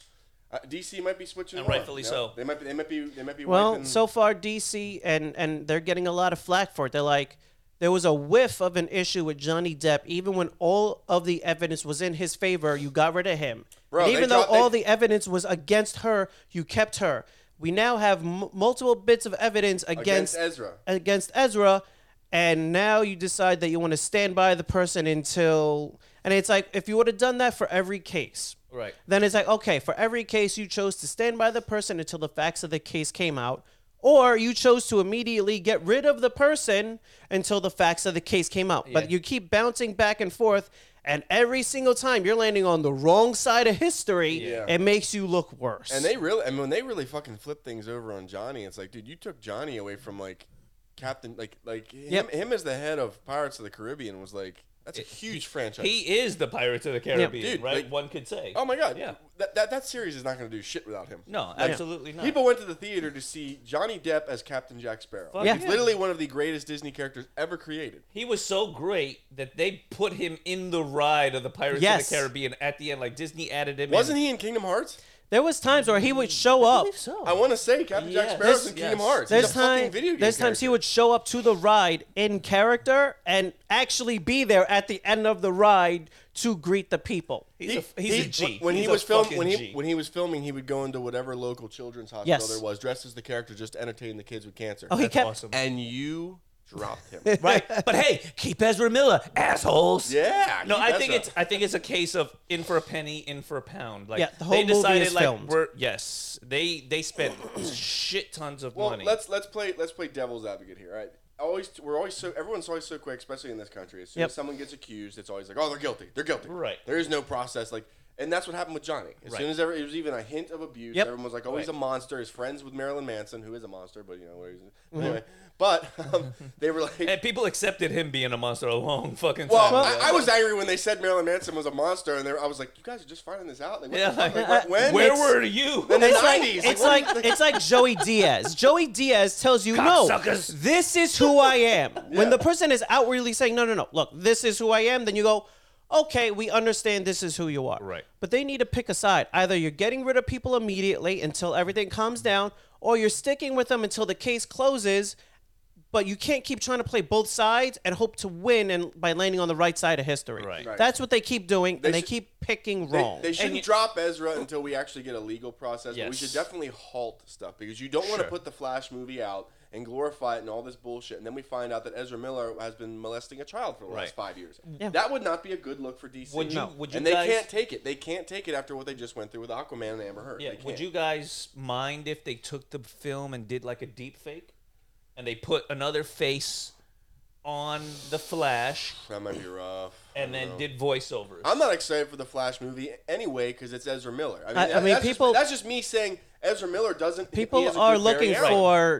[SPEAKER 3] uh, DC might be switching,
[SPEAKER 1] And
[SPEAKER 3] on,
[SPEAKER 1] rightfully
[SPEAKER 3] you
[SPEAKER 1] so.
[SPEAKER 3] They might be. They might be. They might be.
[SPEAKER 2] well,
[SPEAKER 3] wiping-
[SPEAKER 2] so far DC and and they're getting a lot of flack for it. They're like there was a whiff of an issue with Johnny Depp even when all of the evidence was in his favor, you got rid of him.
[SPEAKER 3] Bro,
[SPEAKER 2] And
[SPEAKER 3] they
[SPEAKER 2] even though
[SPEAKER 3] dropped- they-
[SPEAKER 2] all the evidence was against her, you kept her. We now have m- multiple bits of evidence
[SPEAKER 3] against
[SPEAKER 2] against
[SPEAKER 3] Ezra.
[SPEAKER 2] against Ezra, and now you decide that you want to stand by the person until. And it's like if you would have done that for every case,
[SPEAKER 1] Right.
[SPEAKER 2] Then it's like okay, for every case you chose to stand by the person until the facts of the case came out, or you chose to immediately get rid of the person until the facts of the case came out. But
[SPEAKER 1] Yeah.
[SPEAKER 2] you keep bouncing back and forth. And every single time you're landing on the wrong side of history,
[SPEAKER 3] Yeah.
[SPEAKER 2] it makes you look worse.
[SPEAKER 3] And they really, I mean, when they really fucking flip things over on Johnny, it's like, dude, you took Johnny away from like Captain, like like him,
[SPEAKER 2] Yep.
[SPEAKER 3] him as the head of Pirates of the Caribbean was like, that's a huge franchise.
[SPEAKER 1] he is the Pirates of the Caribbean,
[SPEAKER 3] Dude,
[SPEAKER 1] right?
[SPEAKER 3] like-
[SPEAKER 1] One could say.
[SPEAKER 3] oh my god,
[SPEAKER 1] Yeah.
[SPEAKER 3] that, that that series is not going to do shit without him.
[SPEAKER 1] No, absolutely not.
[SPEAKER 3] People went to the theater to see Johnny Depp as Captain Jack Sparrow.
[SPEAKER 1] Fuck
[SPEAKER 2] Yeah.
[SPEAKER 3] He's literally one of the greatest Disney characters ever created.
[SPEAKER 1] he was so great that they put him in the ride of the Pirates
[SPEAKER 2] Yes.
[SPEAKER 1] of the Caribbean at the end. Like Disney added him.
[SPEAKER 3] Wasn't he in Kingdom Hearts?
[SPEAKER 2] there was times where he would show
[SPEAKER 1] I
[SPEAKER 2] up
[SPEAKER 1] believe so.
[SPEAKER 3] I want to say Captain
[SPEAKER 1] Yes.
[SPEAKER 3] Jack Sparrow's
[SPEAKER 1] There's-
[SPEAKER 3] in Kingdom
[SPEAKER 1] yes.
[SPEAKER 3] Hearts. He's
[SPEAKER 2] There's,
[SPEAKER 3] a fucking
[SPEAKER 2] time,
[SPEAKER 3] video game
[SPEAKER 2] there's times he
[SPEAKER 3] character.
[SPEAKER 2] would show up to the ride in character and actually be there at the end of the ride to greet the people.
[SPEAKER 1] He's, a, he's a G.
[SPEAKER 3] When
[SPEAKER 1] He's
[SPEAKER 3] he
[SPEAKER 1] a
[SPEAKER 3] was filming,
[SPEAKER 1] fucking
[SPEAKER 3] when
[SPEAKER 1] G.
[SPEAKER 3] he when he was filming, he would go into whatever local children's hospital
[SPEAKER 2] Yes.
[SPEAKER 3] there was, dressed as the character, just to entertain the kids with cancer.
[SPEAKER 2] Oh, he kept
[SPEAKER 1] awesome.
[SPEAKER 3] and you dropped him.
[SPEAKER 1] right? But hey, keep Ezra Miller, assholes.
[SPEAKER 3] yeah.
[SPEAKER 1] No,
[SPEAKER 3] keep
[SPEAKER 1] I
[SPEAKER 3] Ezra.
[SPEAKER 1] think it's I think it's a case of in for a penny, in for a pound. Like
[SPEAKER 2] Yeah, the whole
[SPEAKER 1] they
[SPEAKER 2] movie
[SPEAKER 1] decided
[SPEAKER 2] is
[SPEAKER 1] like
[SPEAKER 2] filmed.
[SPEAKER 1] we're yes, they they spent shit tons of
[SPEAKER 3] Well,
[SPEAKER 1] money.
[SPEAKER 3] let's let's play let's play devil's advocate here. All right, always we're always so everyone's always so quick, especially in this country. As soon
[SPEAKER 2] Yep.
[SPEAKER 3] as someone gets accused, it's always like, oh, they're guilty, they're guilty.
[SPEAKER 1] Right.
[SPEAKER 3] There is no process. Like, and that's what happened with Johnny. As
[SPEAKER 1] Right.
[SPEAKER 3] soon as there it was even a hint of abuse,
[SPEAKER 2] Yep.
[SPEAKER 3] everyone was like, oh, he's a
[SPEAKER 1] Right.
[SPEAKER 3] monster. He's friends with Marilyn Manson, who is a monster, but you know, where he's,
[SPEAKER 2] Mm-hmm.
[SPEAKER 3] anyway. But um, they were like,
[SPEAKER 1] And people accepted him being a monster a long fucking time.
[SPEAKER 3] Well,
[SPEAKER 1] ago.
[SPEAKER 3] I, I was angry when they said Marilyn Manson was a monster, and they were, I was like, "You guys are just finding this out." Like, what
[SPEAKER 1] Yeah,
[SPEAKER 3] the fuck?
[SPEAKER 1] like,
[SPEAKER 3] Like, when?
[SPEAKER 1] Where
[SPEAKER 2] it's-
[SPEAKER 1] were you?
[SPEAKER 3] in the
[SPEAKER 2] It's like,
[SPEAKER 3] 90s.
[SPEAKER 2] it's
[SPEAKER 3] what are
[SPEAKER 2] like
[SPEAKER 3] you-
[SPEAKER 2] it's like Joey Diaz. Joey Diaz tells you, no,
[SPEAKER 1] Cocksuckers.
[SPEAKER 2] this is who I am. When
[SPEAKER 3] Yeah.
[SPEAKER 2] the person is outwardly saying, no, no, no, look, this is who I am, then you go, okay, we understand this is who you are.
[SPEAKER 1] Right.
[SPEAKER 2] But they need to pick a side. Either you're getting rid of people immediately until everything calms down, or you're sticking with them until the case closes. But you can't keep trying to play both sides and hope to win and by landing on the right side of history.
[SPEAKER 1] Right. Right.
[SPEAKER 2] That's what they keep doing, and they
[SPEAKER 3] should-
[SPEAKER 2] keep picking
[SPEAKER 3] They-
[SPEAKER 2] wrong.
[SPEAKER 3] They, shouldn't
[SPEAKER 1] you-
[SPEAKER 3] drop Ezra until we actually get a legal process. But we
[SPEAKER 1] Yes.
[SPEAKER 3] should definitely halt stuff because you don't want to
[SPEAKER 1] Sure.
[SPEAKER 3] put the Flash movie out and glorify it and all this bullshit, and then we find out that Ezra Miller has been molesting a child for the last
[SPEAKER 1] Right.
[SPEAKER 3] five years.
[SPEAKER 2] Yeah.
[SPEAKER 3] That would not be a good look for DC.
[SPEAKER 1] Would you- No. would you
[SPEAKER 3] and they
[SPEAKER 1] guys-
[SPEAKER 3] can't take it. They can't take it after what they just went through with Aquaman and Amber Heard.
[SPEAKER 1] Yeah,
[SPEAKER 3] They
[SPEAKER 1] would
[SPEAKER 3] can't.
[SPEAKER 1] you guys mind if they took the film and did like a deep fake? And they put another face on the Flash
[SPEAKER 3] That might be rough. I don't
[SPEAKER 1] and then
[SPEAKER 3] know.
[SPEAKER 1] did voiceovers.
[SPEAKER 3] I'm not excited for the Flash movie anyway because it's Ezra Miller. I mean,
[SPEAKER 2] I- I mean,
[SPEAKER 3] that's just-
[SPEAKER 2] people-
[SPEAKER 3] that's just me saying Ezra Miller doesn't. he
[SPEAKER 2] People
[SPEAKER 3] has a
[SPEAKER 2] are
[SPEAKER 3] good
[SPEAKER 2] looking
[SPEAKER 3] Barry Allen.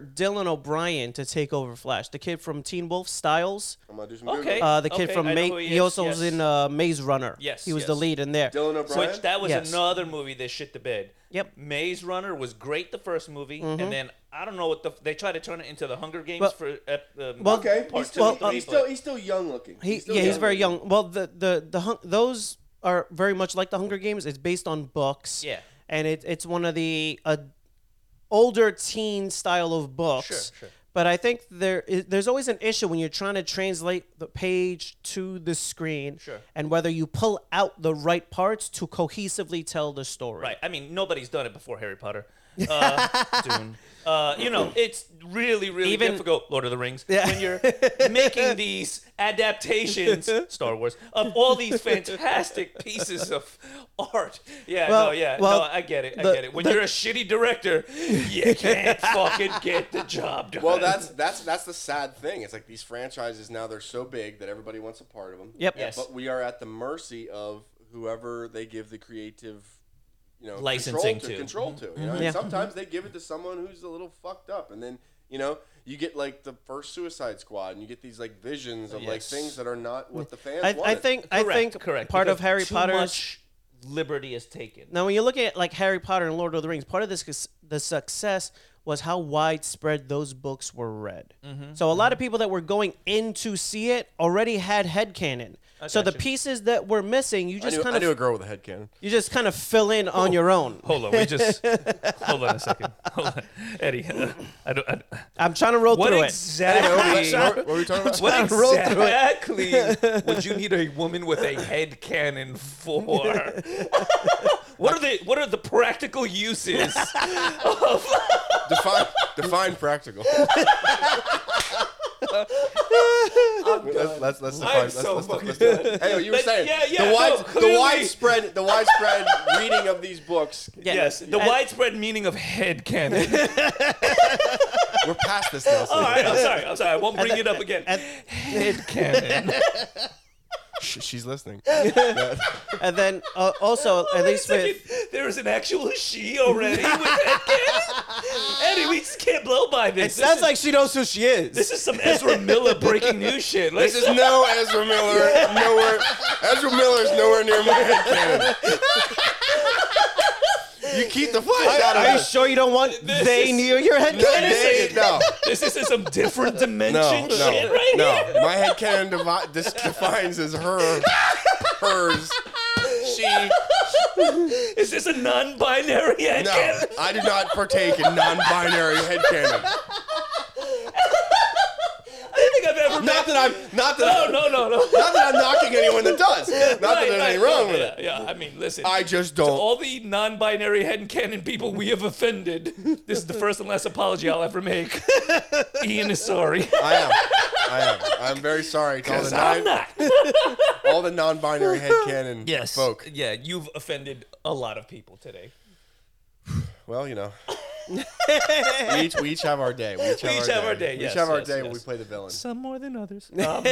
[SPEAKER 2] for Dylan O'Brien to take over Flash, the kid from Teen Wolf, Styles,
[SPEAKER 3] I'm gonna do some Googling.
[SPEAKER 1] Okay.
[SPEAKER 2] uh, the kid
[SPEAKER 1] Okay,
[SPEAKER 2] from
[SPEAKER 1] I know
[SPEAKER 2] Ma-
[SPEAKER 1] who he
[SPEAKER 2] he,
[SPEAKER 1] is,
[SPEAKER 2] also was
[SPEAKER 1] yes.
[SPEAKER 2] in uh, Maze Runner.
[SPEAKER 1] Yes,
[SPEAKER 2] he was the
[SPEAKER 1] yes.
[SPEAKER 2] lead in there.
[SPEAKER 3] Dylan O'Brien.
[SPEAKER 1] Which that was
[SPEAKER 2] Yes.
[SPEAKER 1] another movie that shit the bed.
[SPEAKER 2] Yep. Mm-hmm.
[SPEAKER 1] Maze Runner was great the first movie, and then I don't know what the they tried to turn it into the Hunger Games
[SPEAKER 2] Well-
[SPEAKER 1] for ep, um,
[SPEAKER 2] well, uh,
[SPEAKER 3] okay.
[SPEAKER 1] part two.
[SPEAKER 3] he's still,
[SPEAKER 1] and three,
[SPEAKER 3] he's still
[SPEAKER 1] but-
[SPEAKER 3] he's still young looking.
[SPEAKER 2] He,
[SPEAKER 3] still
[SPEAKER 2] yeah, he's very
[SPEAKER 3] looking.
[SPEAKER 2] young. Well, the the the hung- those are very much like the Hunger Games. It's based on books.
[SPEAKER 1] Yeah.
[SPEAKER 2] and it, it's one of the uh, older teen style of books.
[SPEAKER 1] sure.
[SPEAKER 2] But I think there is, there's always an issue when you're trying to translate the page to the screen,
[SPEAKER 1] Sure.
[SPEAKER 2] and whether you pull out the right parts to cohesively tell the story.
[SPEAKER 1] Right. I mean, nobody's done it before Harry Potter. Uh, Dune. Uh, you know, it's really, really
[SPEAKER 2] Even-
[SPEAKER 1] difficult. Lord of the Rings.
[SPEAKER 2] Yeah.
[SPEAKER 1] When you're making these adaptations, Star Wars, of all these fantastic pieces of art. Yeah,
[SPEAKER 2] Well-
[SPEAKER 1] no, yeah,
[SPEAKER 2] well,
[SPEAKER 1] no, I get it. I
[SPEAKER 2] the-
[SPEAKER 1] get it. When
[SPEAKER 2] the-
[SPEAKER 1] you're a shitty director, you can't fucking get the job done.
[SPEAKER 3] Well, that's that's that's the sad thing. It's like these franchises now they're so big that everybody wants a part of them.
[SPEAKER 2] Yep.
[SPEAKER 1] Yes.
[SPEAKER 3] But we are at the mercy of whoever they give the creative, you know,
[SPEAKER 1] Licensing
[SPEAKER 3] control to.
[SPEAKER 1] to.
[SPEAKER 3] Control to. You know, and
[SPEAKER 2] Mm-hmm. Yeah.
[SPEAKER 3] sometimes they give it to someone who's a little fucked up, and then you know you get like the first Suicide Squad, and you get these like visions of like
[SPEAKER 1] Yes.
[SPEAKER 3] things that are not what the
[SPEAKER 2] Mm.
[SPEAKER 3] fans.
[SPEAKER 2] I, I
[SPEAKER 3] wanted.
[SPEAKER 2] think I
[SPEAKER 1] Correct,
[SPEAKER 2] think
[SPEAKER 1] correct.
[SPEAKER 2] part of
[SPEAKER 1] because
[SPEAKER 2] Harry
[SPEAKER 1] too
[SPEAKER 2] Potter's
[SPEAKER 1] much liberty is taken.
[SPEAKER 2] now when you look at like Harry Potter and Lord of the Rings, part of this the success was how widespread those books were read.
[SPEAKER 1] Mm-hmm.
[SPEAKER 2] So a lot of people that were going in to see it already had headcanon. So the
[SPEAKER 1] gotcha.
[SPEAKER 2] pieces that were missing, you
[SPEAKER 3] I
[SPEAKER 2] just
[SPEAKER 3] knew,
[SPEAKER 2] kind
[SPEAKER 3] I knew a
[SPEAKER 2] of
[SPEAKER 3] girl with a head cannon.
[SPEAKER 2] you just kind of fill in on
[SPEAKER 1] Oh.
[SPEAKER 2] your own.
[SPEAKER 1] Hold on, we just hold on a second. Hold on, Eddie. I don't. I,
[SPEAKER 2] I'm trying to roll
[SPEAKER 1] what
[SPEAKER 2] through
[SPEAKER 1] exactly?
[SPEAKER 3] What were we talking about?
[SPEAKER 1] What
[SPEAKER 2] roll through it.
[SPEAKER 1] exactly would you need a woman with a head cannon for? what are the what are the practical uses?
[SPEAKER 3] define, define practical. let's, let's, let's define.
[SPEAKER 1] I'm
[SPEAKER 3] let's,
[SPEAKER 1] so
[SPEAKER 3] let's,
[SPEAKER 1] fucking
[SPEAKER 3] let's do it. Hey, you were
[SPEAKER 1] But
[SPEAKER 3] saying
[SPEAKER 1] yeah, yeah,
[SPEAKER 3] the, wide,
[SPEAKER 1] no,
[SPEAKER 3] the
[SPEAKER 1] clearly-
[SPEAKER 3] widespread, the widespread reading of these books.
[SPEAKER 2] it. Yeah.
[SPEAKER 1] yes, the
[SPEAKER 2] And-
[SPEAKER 1] widespread meaning of head cannon.
[SPEAKER 3] We're past this now. so-
[SPEAKER 1] All right, I'm sorry, I'm sorry. I won't bring it up again. head cannon.
[SPEAKER 3] Sh- she's listening.
[SPEAKER 2] And then uh, also at least with
[SPEAKER 1] there is an actual she already with head cannon. Eddie, we just can't blow by this. This is-
[SPEAKER 2] she knows who she is.
[SPEAKER 1] this is some Ezra Miller breaking news shit. Like,
[SPEAKER 3] This is no Ezra Miller. Nowhere. Ezra Miller's nowhere near my head cannon. You keep the flash out
[SPEAKER 2] Are you
[SPEAKER 3] of it.
[SPEAKER 2] sure you don't want
[SPEAKER 1] This
[SPEAKER 2] they
[SPEAKER 1] is-
[SPEAKER 2] near your head?
[SPEAKER 3] No, dang it, no.
[SPEAKER 1] this is in some different dimension
[SPEAKER 3] No, no,
[SPEAKER 1] shit right
[SPEAKER 3] no.
[SPEAKER 1] here.
[SPEAKER 3] My head canon devi- dis- defines as her, hers, she.
[SPEAKER 1] Is this a non-binary head
[SPEAKER 3] No,
[SPEAKER 1] cannon?
[SPEAKER 3] I do not partake in non-binary head canon.
[SPEAKER 1] I don't think I've ever
[SPEAKER 3] Not
[SPEAKER 1] met.
[SPEAKER 3] that I'm, not that,
[SPEAKER 1] No,
[SPEAKER 3] I'm,
[SPEAKER 1] no, no, no.
[SPEAKER 3] not that I'm knocking anyone that does. Not that
[SPEAKER 1] Right,
[SPEAKER 3] there's
[SPEAKER 1] right,
[SPEAKER 3] anything wrong
[SPEAKER 1] yeah,
[SPEAKER 3] with
[SPEAKER 1] yeah,
[SPEAKER 3] it.
[SPEAKER 1] Yeah, I mean, listen.
[SPEAKER 3] I just don't.
[SPEAKER 1] all the non-binary head cannon people we have offended. This is the first and last apology I'll ever make. Ian is sorry.
[SPEAKER 3] I am. I am. I'm very sorry to all the,
[SPEAKER 1] I'm
[SPEAKER 3] non,
[SPEAKER 1] not.
[SPEAKER 3] all the non-binary head canon
[SPEAKER 1] Yes.
[SPEAKER 3] folk.
[SPEAKER 1] Yeah, you've offended a lot of people today.
[SPEAKER 3] Well, you know, we each we each have our day. We each have,
[SPEAKER 1] We
[SPEAKER 3] our,
[SPEAKER 1] each
[SPEAKER 3] day.
[SPEAKER 1] have our day,
[SPEAKER 3] we
[SPEAKER 1] yes,
[SPEAKER 3] each have our
[SPEAKER 1] yes,
[SPEAKER 3] day when we
[SPEAKER 1] yes.
[SPEAKER 3] play the villain.
[SPEAKER 1] Some more than others. Um,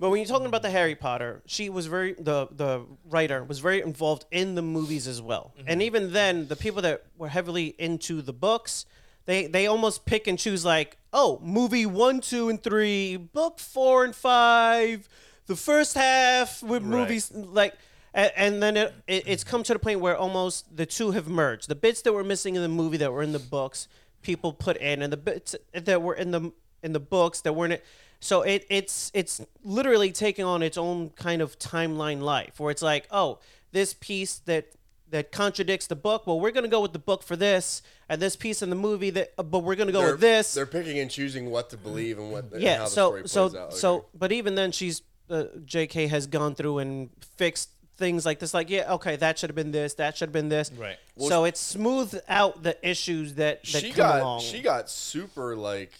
[SPEAKER 2] But when you're talking about the Harry Potter, she was very the the writer was very involved in the movies as well. And even then, the people that were heavily into the books, they they almost pick and choose like, oh, movie one, two, and three, book four and five, the first half with
[SPEAKER 1] Right.
[SPEAKER 2] movies like. And, and then it, it, it's come to the point where almost the two have merged. The bits that were missing in the movie that were in the books, people put in, and the bits that were in the in the books that weren't. So it it's it's literally taking on its own kind of timeline life, where it's like, oh, this piece that that contradicts the book. Well, we're gonna go with the book for this, and this piece in the movie that, uh, but we're gonna go
[SPEAKER 3] They're-
[SPEAKER 2] with this
[SPEAKER 3] They're picking and choosing what to believe and what. and
[SPEAKER 2] yeah
[SPEAKER 3] how
[SPEAKER 2] so
[SPEAKER 3] the story
[SPEAKER 2] so
[SPEAKER 3] plays out.
[SPEAKER 2] so but even then she's uh, jk has gone through and fixed things like this like yeah okay that should have been this that should have been this
[SPEAKER 1] Right.
[SPEAKER 2] so it's smoothed out the issues that that
[SPEAKER 3] she
[SPEAKER 2] come
[SPEAKER 3] got
[SPEAKER 2] along
[SPEAKER 3] she got super like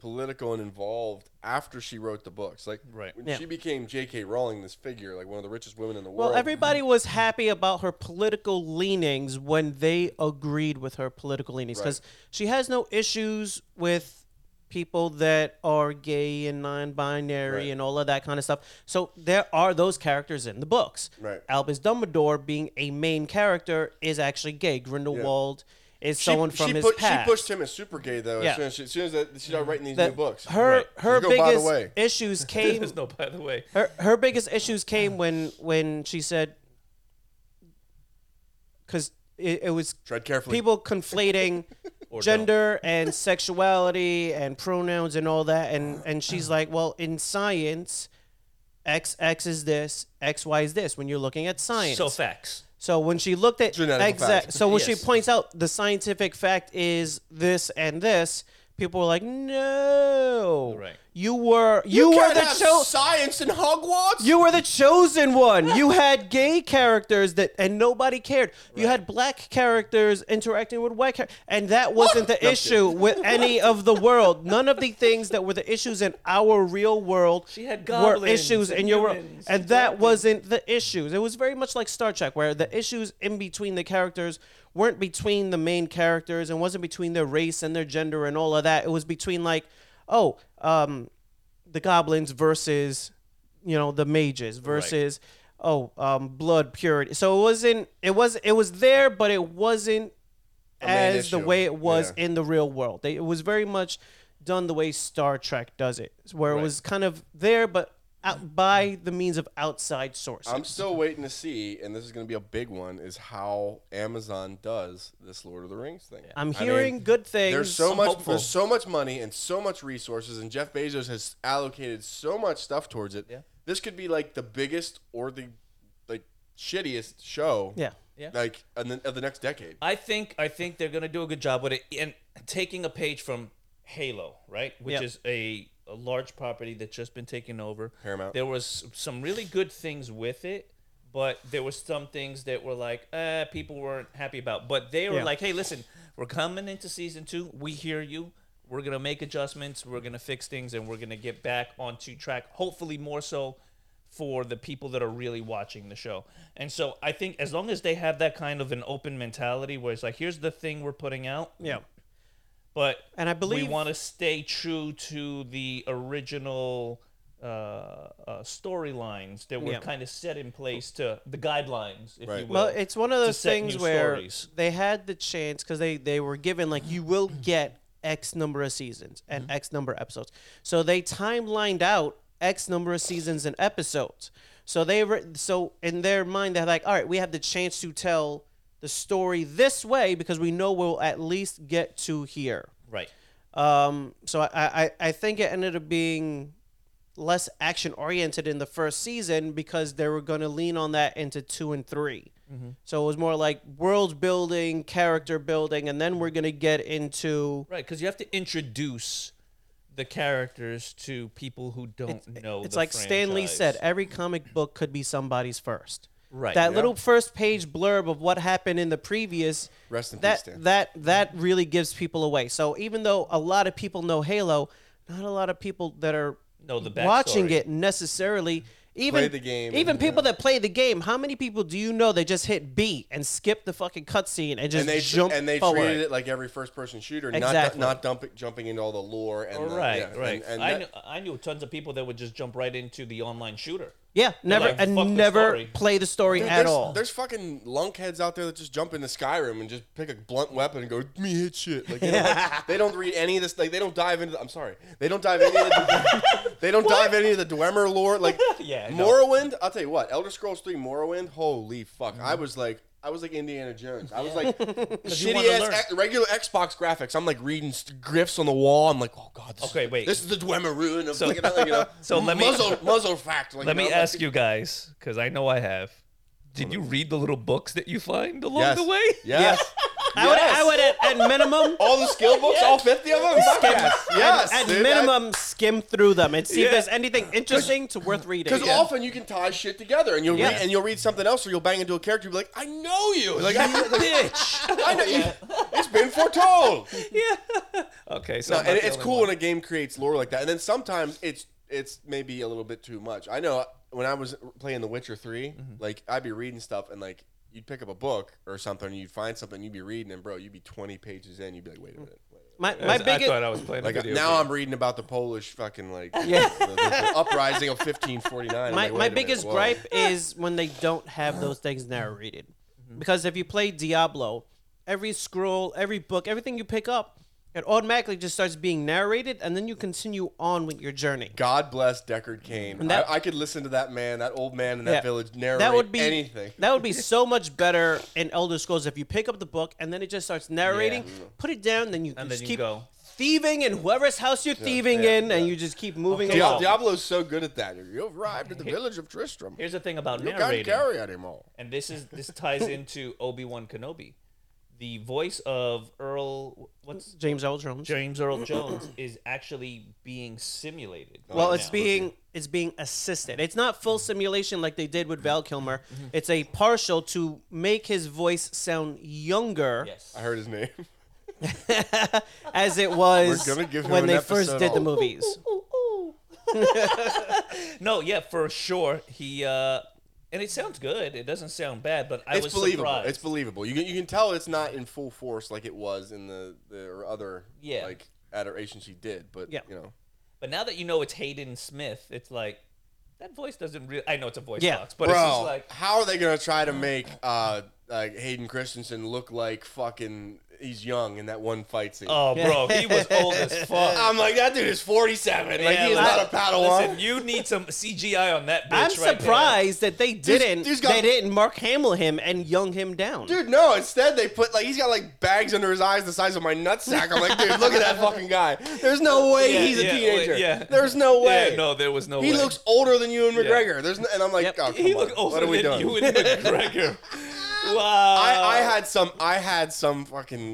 [SPEAKER 3] political and involved after she wrote the books. Like
[SPEAKER 1] Right.
[SPEAKER 3] when
[SPEAKER 2] Yeah.
[SPEAKER 3] she became J.K. Rowling, this figure, like one of the richest women in the
[SPEAKER 2] well
[SPEAKER 3] world.
[SPEAKER 2] everybody was happy about her political leanings when they agreed with her political leanings because she has no issues with people that are gay and non-binary
[SPEAKER 3] Right.
[SPEAKER 2] and all of that kind of stuff so there are those characters in the books
[SPEAKER 3] Right.
[SPEAKER 2] Albus Dumbledore being a main character is actually gay. Grindelwald is
[SPEAKER 3] She-
[SPEAKER 2] someone
[SPEAKER 3] she
[SPEAKER 2] from his
[SPEAKER 3] pu-
[SPEAKER 2] past.
[SPEAKER 3] She pushed him as super gay though.
[SPEAKER 2] Yeah.
[SPEAKER 3] As soon as she, as soon as that, she started writing these
[SPEAKER 2] That-
[SPEAKER 3] new books.
[SPEAKER 2] Her
[SPEAKER 1] Right.
[SPEAKER 2] her
[SPEAKER 3] Just go by the
[SPEAKER 2] biggest
[SPEAKER 3] way.
[SPEAKER 2] issues came.
[SPEAKER 3] Um,
[SPEAKER 1] there's no by the way.
[SPEAKER 2] her her biggest issues came when when she said because it, it was
[SPEAKER 3] Tread carefully.
[SPEAKER 2] people conflating gender and sexuality and pronouns and all that and and she's like well in science xx is this xy is this when you're looking at science
[SPEAKER 1] So facts.
[SPEAKER 2] so when she looked at
[SPEAKER 3] Genetic
[SPEAKER 2] exact,
[SPEAKER 3] fact.
[SPEAKER 2] so when she
[SPEAKER 1] Yes.
[SPEAKER 2] points out the scientific fact is this and this, people were like, "No,
[SPEAKER 1] Right.
[SPEAKER 2] You were you, were
[SPEAKER 3] can't
[SPEAKER 2] the
[SPEAKER 3] have
[SPEAKER 2] cho-
[SPEAKER 3] science in Hogwarts.
[SPEAKER 2] you were the chosen one. you had gay characters that and nobody cared. You had black characters interacting with white characters, and that wasn't the issue with any of the world. None of the things that were the issues in our real world
[SPEAKER 1] She had
[SPEAKER 2] were
[SPEAKER 1] goblins
[SPEAKER 2] issues in
[SPEAKER 1] and
[SPEAKER 2] your world,
[SPEAKER 1] humans
[SPEAKER 2] and that wasn't the issues. It was very much like Star Trek, where the issues in between the characters weren't between the main characters and wasn't between their race and their gender and all of that. It was between like, oh, um, the goblins versus, you know, the mages versus, oh, um, blood purity. So it wasn't. It was. It was there, but it wasn't
[SPEAKER 3] main
[SPEAKER 2] as the
[SPEAKER 3] issue.
[SPEAKER 2] way it was
[SPEAKER 3] Yeah.
[SPEAKER 2] in the real world. They, it was very much done the way Star Trek does it, where it was kind of there, but out, by the means of outside sources.
[SPEAKER 3] I'm still waiting to see, and this is going to be a big one, is how Amazon does this Lord of the Rings thing.
[SPEAKER 2] I'm
[SPEAKER 3] I mean,
[SPEAKER 2] hearing good things.
[SPEAKER 3] There's so
[SPEAKER 1] I'm
[SPEAKER 3] much.
[SPEAKER 1] hopeful.
[SPEAKER 3] There's so much money and so much resources, and Jeff Bezos has allocated so much stuff towards it.
[SPEAKER 1] Yeah.
[SPEAKER 3] This could be like the biggest or the like shittiest show.
[SPEAKER 2] Yeah.
[SPEAKER 1] Yeah.
[SPEAKER 3] Like in the, of the next decade.
[SPEAKER 1] I think I think they're gonna do a good job with it and taking a page from Halo, right? Which
[SPEAKER 2] Yep.
[SPEAKER 1] is a, a large property that's just been taken over.
[SPEAKER 3] Paramount.
[SPEAKER 1] There was some really good things with it, but there was some things that were like, uh, people weren't happy about. But they were
[SPEAKER 2] Yeah.
[SPEAKER 1] like, hey, listen, we're coming into season two. We hear you. We're gonna make adjustments. We're gonna fix things, and we're gonna get back onto track. Hopefully, more so for the people that are really watching the show. And so I think as long as they have that kind of an open mentality where it's like, here's the thing we're putting out,
[SPEAKER 2] yeah.
[SPEAKER 1] but
[SPEAKER 2] And I believe-
[SPEAKER 1] we want to stay true to the original uh, uh, storylines that were
[SPEAKER 2] Yeah.
[SPEAKER 1] kind of set in place to the guidelines, if
[SPEAKER 3] Right.
[SPEAKER 1] you will.
[SPEAKER 2] Well, it's one of
[SPEAKER 1] to
[SPEAKER 2] those
[SPEAKER 1] set
[SPEAKER 2] things
[SPEAKER 1] new
[SPEAKER 2] where
[SPEAKER 1] stories.
[SPEAKER 2] they had the chance because they, they were given, like, you will get X number of seasons and
[SPEAKER 1] Mm-hmm.
[SPEAKER 2] X number of episodes. So they timelined out X number of seasons and episodes. So they were, so in their mind, they're like, all right, we have the chance to tell the story this way because we know we'll at least get to here.
[SPEAKER 1] right.
[SPEAKER 2] Um, so I, I, I think it ended up being less action oriented in the first season because they were going to lean on that into two and 3
[SPEAKER 1] Mm-hmm.
[SPEAKER 2] So it was more like world building, character building, and then we're going to get into.
[SPEAKER 1] Right, because you have to introduce the characters to people who don't know.
[SPEAKER 2] It's
[SPEAKER 1] the
[SPEAKER 2] like Stan Lee said
[SPEAKER 1] franchise.
[SPEAKER 2] every comic book could be somebody's first.
[SPEAKER 1] Right.
[SPEAKER 2] That
[SPEAKER 1] Yeah.
[SPEAKER 2] little first page blurb of what happened in the previous
[SPEAKER 3] Rest in peace,
[SPEAKER 2] that
[SPEAKER 3] Stan.
[SPEAKER 2] that that really gives people away. So even though a lot of people know Halo, not a lot of people that are
[SPEAKER 1] Know the
[SPEAKER 2] watching
[SPEAKER 1] backstory.
[SPEAKER 2] it necessarily. Even
[SPEAKER 3] Play the game
[SPEAKER 2] Even
[SPEAKER 3] and, uh,
[SPEAKER 2] people
[SPEAKER 3] yeah.
[SPEAKER 2] that play the game, how many people do you know they just hit B and skip the fucking cutscene and just
[SPEAKER 3] and they tr-
[SPEAKER 2] jump
[SPEAKER 3] and they
[SPEAKER 2] forward?
[SPEAKER 3] treated it like every first person shooter,
[SPEAKER 2] Exactly.
[SPEAKER 3] not not dump, jumping into all the lore and the,
[SPEAKER 1] right,
[SPEAKER 3] yeah, and-
[SPEAKER 1] right.
[SPEAKER 3] And,
[SPEAKER 1] I,
[SPEAKER 3] that-
[SPEAKER 1] knew, I knew tons of people that would just jump right into the online shooter.
[SPEAKER 2] Yeah, never
[SPEAKER 1] like, fuck the
[SPEAKER 2] and never
[SPEAKER 1] story.
[SPEAKER 2] play the story
[SPEAKER 3] Dude,
[SPEAKER 2] at
[SPEAKER 3] there's,
[SPEAKER 2] all.
[SPEAKER 3] There's fucking lunkheads out there that just jump into Skyrim and just pick a blunt weapon and go, "Let me hit shit. Like they, don't, they don't read any of this. Like they don't dive into. The, I'm sorry, they don't dive into. The, they don't dive into the Dwemer lore. Like
[SPEAKER 1] Yeah, no.
[SPEAKER 3] Morrowind. I'll tell you what, Elder Scrolls Three Morrowind. Holy fuck! I was like. I was like Indiana Jones. I was like shitty
[SPEAKER 1] wanna
[SPEAKER 3] ass
[SPEAKER 1] learn.
[SPEAKER 3] ex- regular Xbox graphics. I'm like reading st- grifts on the wall. I'm like, oh god. This
[SPEAKER 1] Okay,
[SPEAKER 3] is,
[SPEAKER 1] wait.
[SPEAKER 3] This is the Dwemeruin of
[SPEAKER 1] So-
[SPEAKER 3] like, you know, like, you know,
[SPEAKER 1] so let me-
[SPEAKER 3] muzzle muzzle fact. Like,
[SPEAKER 1] Let
[SPEAKER 3] you
[SPEAKER 1] me
[SPEAKER 3] know, I'm
[SPEAKER 1] ask
[SPEAKER 3] like-
[SPEAKER 1] you guys, because I know I have. Did you read the little books that you find along
[SPEAKER 3] Yes.
[SPEAKER 1] the way?
[SPEAKER 3] Yes.
[SPEAKER 2] I would, I would at, at minimum,
[SPEAKER 3] All the skill books, all 50 of them? Fuck yes. Yes.
[SPEAKER 2] at minimum, skim through them and see if
[SPEAKER 1] Yeah.
[SPEAKER 2] there's anything interesting to worth reading.
[SPEAKER 3] Because often you can tie shit together and you'll,
[SPEAKER 2] Yeah.
[SPEAKER 3] read, and you'll read something else or you'll bang into a character and be like, I know you. Like, I,
[SPEAKER 1] Bitch.
[SPEAKER 3] I know you. It's been foretold.
[SPEAKER 1] Okay, so
[SPEAKER 3] No,
[SPEAKER 1] I'm not
[SPEAKER 3] and
[SPEAKER 1] the
[SPEAKER 3] it's
[SPEAKER 1] only
[SPEAKER 3] cool
[SPEAKER 1] one.
[SPEAKER 3] when a game creates lore like that. And then sometimes it's it's maybe a little bit too much. I know when I was playing The Witcher 3, like I'd be reading stuff and like you'd pick up a book or something and you'd find something you'd be reading and bro, you'd be 20 pages in, you'd be like, wait a minute. Wait a minute.
[SPEAKER 2] my
[SPEAKER 1] I
[SPEAKER 2] my biggest
[SPEAKER 1] thought I was playing
[SPEAKER 3] Like
[SPEAKER 1] a video
[SPEAKER 3] now,
[SPEAKER 1] game.
[SPEAKER 3] I'm reading about the Polish fucking like the, the- the uprising of 1549.
[SPEAKER 2] my,
[SPEAKER 3] I'm like,
[SPEAKER 2] my
[SPEAKER 3] wait a minute,
[SPEAKER 2] biggest
[SPEAKER 3] whoa.
[SPEAKER 2] gripe is when they don't have those things narrated.
[SPEAKER 1] Mm-hmm.
[SPEAKER 2] Because if you play Diablo, every scroll, every book, everything you pick up, it automatically just starts being narrated, and then you continue on with your journey.
[SPEAKER 3] God bless Deckard Cain.
[SPEAKER 2] And that-
[SPEAKER 3] I, I could listen to that man, that old man in that
[SPEAKER 2] Yeah.
[SPEAKER 3] village narrate
[SPEAKER 2] that would be
[SPEAKER 3] anything.
[SPEAKER 2] That would be so much better in Elder Scrolls if you pick up the book and then it just starts narrating. Put it down, then you
[SPEAKER 1] Mm-hmm. And
[SPEAKER 2] just
[SPEAKER 1] then you
[SPEAKER 2] keep
[SPEAKER 1] go.
[SPEAKER 2] thieving in whoever's house you're thieving
[SPEAKER 3] yeah,
[SPEAKER 2] in, and you just keep moving
[SPEAKER 3] Dia-
[SPEAKER 2] along.
[SPEAKER 3] Diablo's so good at that. You arrived at the village of Tristram.
[SPEAKER 1] Here's the thing about
[SPEAKER 3] You can't
[SPEAKER 1] narrating.
[SPEAKER 3] carry anymore.
[SPEAKER 1] and this is this ties into Obi Wan Kenobi. The voice of Earl, what's
[SPEAKER 2] James Earl Jones.
[SPEAKER 1] James Earl Jones, is actually being simulated.
[SPEAKER 2] Well,
[SPEAKER 1] right
[SPEAKER 2] it's
[SPEAKER 1] now.
[SPEAKER 2] being it's being assisted. It's not full simulation like they did with Val Kilmer.
[SPEAKER 1] Mm-hmm.
[SPEAKER 2] It's a partial to make his voice sound younger,
[SPEAKER 1] yes.
[SPEAKER 3] I heard his name.
[SPEAKER 2] as it was
[SPEAKER 3] We're gonna give him
[SPEAKER 2] when
[SPEAKER 3] an
[SPEAKER 2] they first
[SPEAKER 3] episode
[SPEAKER 2] did the
[SPEAKER 3] off.
[SPEAKER 2] movies.
[SPEAKER 1] No, yeah, for sure. He uh, and it sounds good. It doesn't sound bad, but I
[SPEAKER 3] it's
[SPEAKER 1] was
[SPEAKER 3] believable.
[SPEAKER 1] surprised.
[SPEAKER 3] It's believable. You can, you can tell it's not in full force like it was in the, the other
[SPEAKER 1] Yeah.
[SPEAKER 3] like adoration she did, but
[SPEAKER 2] Yeah.
[SPEAKER 3] you know.
[SPEAKER 1] but now that you know it's Hayden Smith, it's like that voice doesn't really. I know it's a voice
[SPEAKER 2] Yeah.
[SPEAKER 1] box, but
[SPEAKER 3] Bro,
[SPEAKER 1] it's just like
[SPEAKER 3] how are they gonna try to make uh like Hayden Christensen look like fucking he's young in that one fight scene?
[SPEAKER 1] Oh, bro, he was old as fuck.
[SPEAKER 3] I'm like that dude is 47. Like
[SPEAKER 1] Yeah,
[SPEAKER 3] he's
[SPEAKER 1] like-
[SPEAKER 3] not a Padawan.
[SPEAKER 1] Listen, you need some CGI on that bitch.
[SPEAKER 2] I'm
[SPEAKER 1] right there.
[SPEAKER 2] surprised that they didn't.
[SPEAKER 3] dude's got-
[SPEAKER 2] they didn't Mark Hamill him and young him down.
[SPEAKER 3] Dude, no. Instead, they put like he's got like bags under his eyes the size of my nutsack. I'm like, dude, look at that fucking guy. There's no way
[SPEAKER 1] Yeah,
[SPEAKER 3] he's a
[SPEAKER 1] yeah,
[SPEAKER 3] teenager.
[SPEAKER 1] wait, yeah.
[SPEAKER 3] There's no way.
[SPEAKER 1] Yeah, no, there was no.
[SPEAKER 3] he
[SPEAKER 1] way.
[SPEAKER 3] looks older than you and McGregor. There's no, and I'm like,
[SPEAKER 2] Yep.
[SPEAKER 3] oh, come
[SPEAKER 1] He
[SPEAKER 3] on.
[SPEAKER 1] looked older
[SPEAKER 3] what are we
[SPEAKER 1] than
[SPEAKER 3] doing?
[SPEAKER 1] you and uh, McGregor. wow.
[SPEAKER 3] I, I had some I had some fucking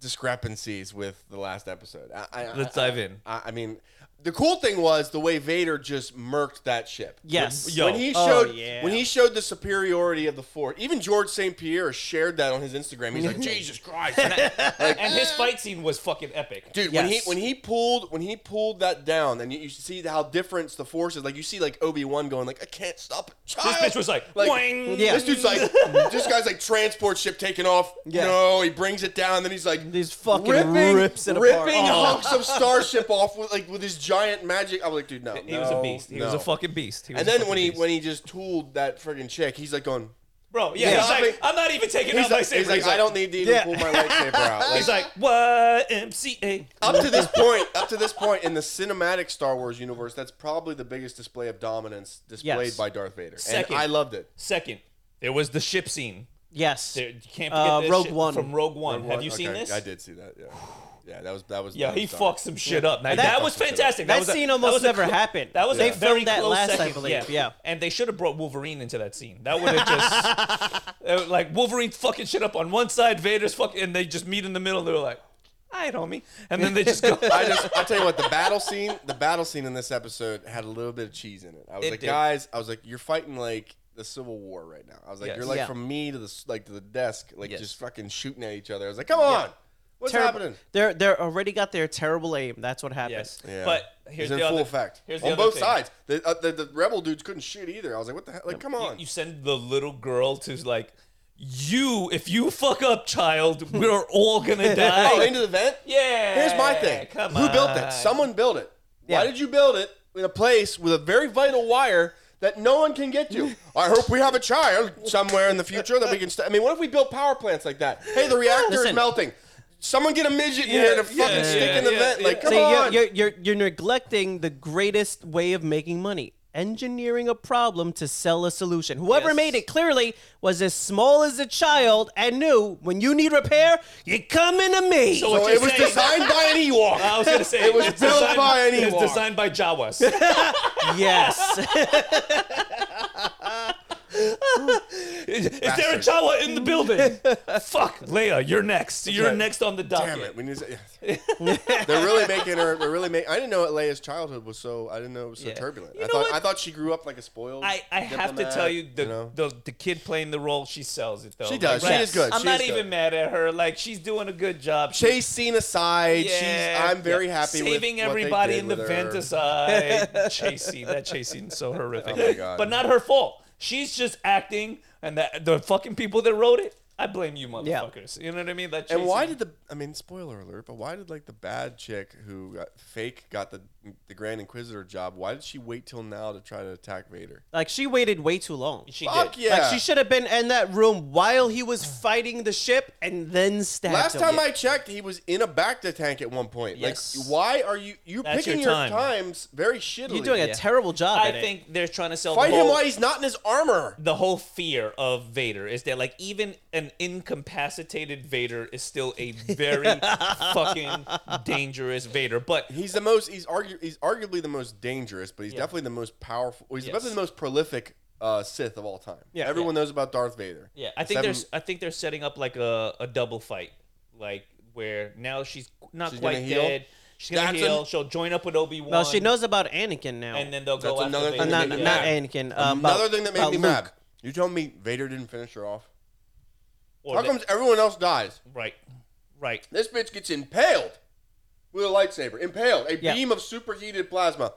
[SPEAKER 3] discrepancies with the last episode. I, I,
[SPEAKER 1] Let's
[SPEAKER 3] I,
[SPEAKER 1] dive in.
[SPEAKER 3] I, I mean, the cool thing was the way Vader just murked that ship.
[SPEAKER 2] Yes.
[SPEAKER 1] Yo.
[SPEAKER 3] when he
[SPEAKER 2] Oh,
[SPEAKER 3] showed
[SPEAKER 2] yeah.
[SPEAKER 3] when he showed the superiority of the Ford, even George St. Pierre shared that on his Instagram. He's like, Jesus Christ,
[SPEAKER 1] and his fight scene was fucking epic.
[SPEAKER 3] dude. When he
[SPEAKER 2] Yes.
[SPEAKER 3] when he pulled when he pulled that down, and you, you see how different the force is. Like you see like Obi Wan going like, I can't stop it,
[SPEAKER 1] this
[SPEAKER 3] child.
[SPEAKER 1] bitch was like,
[SPEAKER 3] Like,
[SPEAKER 1] "Boing."
[SPEAKER 2] Yeah.
[SPEAKER 3] This dude's like, this guy's like transport ship taking off.
[SPEAKER 2] Yeah.
[SPEAKER 3] No, he brings it down. Then he's like,
[SPEAKER 2] These fucking
[SPEAKER 3] ripping,
[SPEAKER 2] rips it apart.
[SPEAKER 3] ripping
[SPEAKER 2] Oh.
[SPEAKER 3] hunks of starship off with like with his giant magic. I'm like, dude, no,
[SPEAKER 1] He was a
[SPEAKER 3] no,
[SPEAKER 1] beast. He was a
[SPEAKER 3] no.
[SPEAKER 1] fucking beast. He was
[SPEAKER 3] And
[SPEAKER 1] a
[SPEAKER 3] then
[SPEAKER 1] fucking
[SPEAKER 3] when he
[SPEAKER 1] beast.
[SPEAKER 3] when he just tooled that friggin' chick, he's like going.
[SPEAKER 1] bro, yeah,
[SPEAKER 3] Yeah.
[SPEAKER 1] he's like, I'm not even taking
[SPEAKER 3] He's
[SPEAKER 1] out my
[SPEAKER 3] like,
[SPEAKER 1] saber.
[SPEAKER 3] he's like, I don't need to even
[SPEAKER 2] Yeah.
[SPEAKER 3] pull my lightsaber out. Like,
[SPEAKER 1] He's like, what MCA?
[SPEAKER 3] up to this point, up to this point in the cinematic Star Wars universe, that's probably the biggest display of dominance displayed
[SPEAKER 2] Yes.
[SPEAKER 3] by Darth Vader,
[SPEAKER 1] Second.
[SPEAKER 3] and I loved it.
[SPEAKER 1] Second, there was the ship scene.
[SPEAKER 2] yes.
[SPEAKER 1] There, you can't forget
[SPEAKER 2] Uh,
[SPEAKER 1] the
[SPEAKER 2] Rogue
[SPEAKER 1] ship
[SPEAKER 2] One.
[SPEAKER 1] from Rogue One. Have you
[SPEAKER 3] Okay,
[SPEAKER 1] seen this?
[SPEAKER 3] I did see that. Yeah, yeah, that was that was.
[SPEAKER 1] Yeah,
[SPEAKER 3] that was
[SPEAKER 1] he
[SPEAKER 3] dark.
[SPEAKER 1] fucked some shit up. Now, that, was
[SPEAKER 3] some shit up.
[SPEAKER 1] fantastic.
[SPEAKER 2] That
[SPEAKER 1] was a-
[SPEAKER 2] scene almost
[SPEAKER 1] was a
[SPEAKER 2] never
[SPEAKER 1] cl-
[SPEAKER 2] happened.
[SPEAKER 1] That was
[SPEAKER 2] They
[SPEAKER 1] a very
[SPEAKER 2] filmed that
[SPEAKER 1] close
[SPEAKER 2] last, I
[SPEAKER 1] second,
[SPEAKER 2] believe, yeah.
[SPEAKER 1] and they should have brought Wolverine into that scene. That would have just uh, like Wolverine fucking shit up on one side, Vader's fucking, and they just meet in the middle. and They're like, "All right, homie," and then they just go.
[SPEAKER 3] I just I tell you what, the battle scene, the battle scene in this episode had a little bit of cheese in it. I was
[SPEAKER 1] It
[SPEAKER 3] like,
[SPEAKER 1] did.
[SPEAKER 3] guys, I was like, you're fighting like the Civil War right now. I was like,
[SPEAKER 1] Yes.
[SPEAKER 3] you're like
[SPEAKER 2] Yeah.
[SPEAKER 3] from me to the s- like to the desk, like
[SPEAKER 1] Yes.
[SPEAKER 3] just fucking shooting at each other. I was like, come on, What's
[SPEAKER 2] terrib-
[SPEAKER 3] happening?
[SPEAKER 2] They're they're already got their terrible aim. That's what happened.
[SPEAKER 1] Yes.
[SPEAKER 3] Yeah.
[SPEAKER 1] But
[SPEAKER 3] It's
[SPEAKER 1] here's
[SPEAKER 3] in
[SPEAKER 1] the
[SPEAKER 3] full
[SPEAKER 1] other
[SPEAKER 3] effect.
[SPEAKER 1] Here's the
[SPEAKER 3] On
[SPEAKER 1] other
[SPEAKER 3] both
[SPEAKER 1] thing.
[SPEAKER 3] sides. The, uh, the, the rebel dudes couldn't shoot either. I was like, what the hell? Like, come on.
[SPEAKER 1] You send the little girl to like you. If you fuck up, child, we're all gonna die.
[SPEAKER 3] oh, into the vent?
[SPEAKER 1] yeah.
[SPEAKER 3] Here's my thing.
[SPEAKER 1] Come
[SPEAKER 3] Who built that?
[SPEAKER 1] on.
[SPEAKER 3] Someone built it.
[SPEAKER 2] Yeah.
[SPEAKER 3] Why did you build it in a place with a very vital wire that no one can get to? I hope we have a child somewhere in the future that we can. St- I mean, what if we build power plants like that? Hey, the reactor
[SPEAKER 2] Listen.
[SPEAKER 3] is melting. Someone get a midget in
[SPEAKER 1] Yeah,
[SPEAKER 3] here to fucking
[SPEAKER 1] yeah,
[SPEAKER 3] stick
[SPEAKER 1] yeah,
[SPEAKER 3] in the
[SPEAKER 1] yeah,
[SPEAKER 3] vent.
[SPEAKER 1] yeah.
[SPEAKER 3] Like, come
[SPEAKER 2] See, you're,
[SPEAKER 3] on.
[SPEAKER 2] you're, you're, you're neglecting the greatest way of making money engineering a problem to sell a solution. Whoever
[SPEAKER 1] Yes.
[SPEAKER 2] made it clearly was as small as a child and knew when you need repair, you coming to me.
[SPEAKER 1] So
[SPEAKER 3] so
[SPEAKER 1] what
[SPEAKER 3] it
[SPEAKER 1] you're
[SPEAKER 3] was
[SPEAKER 1] saying-
[SPEAKER 3] designed by an Ewok.
[SPEAKER 1] I was gonna say
[SPEAKER 3] It was
[SPEAKER 1] it's
[SPEAKER 3] built
[SPEAKER 1] designed-
[SPEAKER 3] by an
[SPEAKER 1] It
[SPEAKER 3] Ewok.
[SPEAKER 1] was designed by Jawas.
[SPEAKER 2] yes.
[SPEAKER 1] Is there a Jawa in the building? Fuck, Leia, you're next. You're
[SPEAKER 3] Okay.
[SPEAKER 1] next on the docket.
[SPEAKER 3] Damn it! We need. To, they're really making her. They're really make. I didn't know Leia's childhood was so. I didn't know it was so
[SPEAKER 1] Yeah.
[SPEAKER 3] turbulent.
[SPEAKER 1] You
[SPEAKER 3] I
[SPEAKER 1] know
[SPEAKER 3] thought.
[SPEAKER 1] what?
[SPEAKER 3] I thought she grew up like a spoiled.
[SPEAKER 1] I, I have to
[SPEAKER 3] diplomat,
[SPEAKER 1] tell you, the,
[SPEAKER 3] know?
[SPEAKER 1] the the kid playing the role, she sells it though.
[SPEAKER 3] She does.
[SPEAKER 1] Like,
[SPEAKER 3] She is good.
[SPEAKER 1] I'm
[SPEAKER 3] She
[SPEAKER 1] not
[SPEAKER 3] is
[SPEAKER 1] even
[SPEAKER 3] good.
[SPEAKER 1] mad at her. Like she's doing a good job. She-
[SPEAKER 3] chase scene aside,
[SPEAKER 1] yeah,
[SPEAKER 3] she's, I'm very
[SPEAKER 1] yeah.
[SPEAKER 3] happy with
[SPEAKER 1] saving
[SPEAKER 3] what they
[SPEAKER 1] everybody
[SPEAKER 3] did
[SPEAKER 1] in the
[SPEAKER 3] with
[SPEAKER 1] vent
[SPEAKER 3] her.
[SPEAKER 1] aside. chase scene. That chase scene's so horrific.
[SPEAKER 3] Oh my God.
[SPEAKER 1] But not her fault. She's just acting, and that the fucking people that wrote it. I blame you, motherfuckers. You know what I mean? That
[SPEAKER 3] And
[SPEAKER 1] chase
[SPEAKER 3] why
[SPEAKER 1] scene-
[SPEAKER 3] did the? I mean, spoiler alert, but why did like the bad chick who got, fake got the the Grand Inquisitor job? Why did she wait till now to try to attack Vader?
[SPEAKER 2] like she waited way too long.
[SPEAKER 1] she
[SPEAKER 3] Fuck
[SPEAKER 1] did?
[SPEAKER 3] yeah!
[SPEAKER 2] Like she should have been in that room while he was fighting the ship and then stabbed
[SPEAKER 3] Last
[SPEAKER 2] him.
[SPEAKER 3] time I checked, he was in a back to tank at one point.
[SPEAKER 1] Yes.
[SPEAKER 3] Like, why are you you are
[SPEAKER 1] That's
[SPEAKER 3] picking
[SPEAKER 1] your
[SPEAKER 3] your,
[SPEAKER 1] time.
[SPEAKER 3] times very shittily?
[SPEAKER 2] You're doing a
[SPEAKER 1] Yeah.
[SPEAKER 2] terrible job.
[SPEAKER 1] I
[SPEAKER 2] at it.
[SPEAKER 1] think they're trying to sell the
[SPEAKER 3] Fight him
[SPEAKER 1] whole-
[SPEAKER 3] while he's not in his armor.
[SPEAKER 1] the whole fear of Vader is that like even an incapacitated Vader is still a very fucking dangerous Vader. But
[SPEAKER 3] He's the most. He's argu- He's arguably the most dangerous, but he's definitely the most powerful. He's
[SPEAKER 1] Yes.
[SPEAKER 3] definitely the most prolific uh, Sith of all time.
[SPEAKER 2] Yeah.
[SPEAKER 3] everyone knows about Darth Vader.
[SPEAKER 1] yeah, I think
[SPEAKER 3] Seven-
[SPEAKER 1] there's I think they're setting up like a, a double fight, like where now she's not
[SPEAKER 3] She's gonna
[SPEAKER 1] quite
[SPEAKER 3] heal?
[SPEAKER 1] dead. She's gonna
[SPEAKER 3] That's
[SPEAKER 1] heal.
[SPEAKER 3] an-
[SPEAKER 1] She'll join up with Obi Wan.
[SPEAKER 2] Well, she knows about Anakin now.
[SPEAKER 1] and then they'll go
[SPEAKER 3] That's
[SPEAKER 1] after
[SPEAKER 3] another thing
[SPEAKER 1] Vader.
[SPEAKER 2] Uh, not,
[SPEAKER 3] Yeah.
[SPEAKER 2] not Anakin. Uh, about-
[SPEAKER 3] Another thing that made
[SPEAKER 2] about
[SPEAKER 3] me
[SPEAKER 2] Luke.
[SPEAKER 3] mad. You told me Vader didn't finish her off.
[SPEAKER 1] Or
[SPEAKER 3] How
[SPEAKER 1] the-
[SPEAKER 3] comes everyone else dies?
[SPEAKER 1] right, right.
[SPEAKER 3] This bitch gets impaled with a lightsaber. Impaled. A
[SPEAKER 2] Yeah.
[SPEAKER 3] beam of superheated plasma.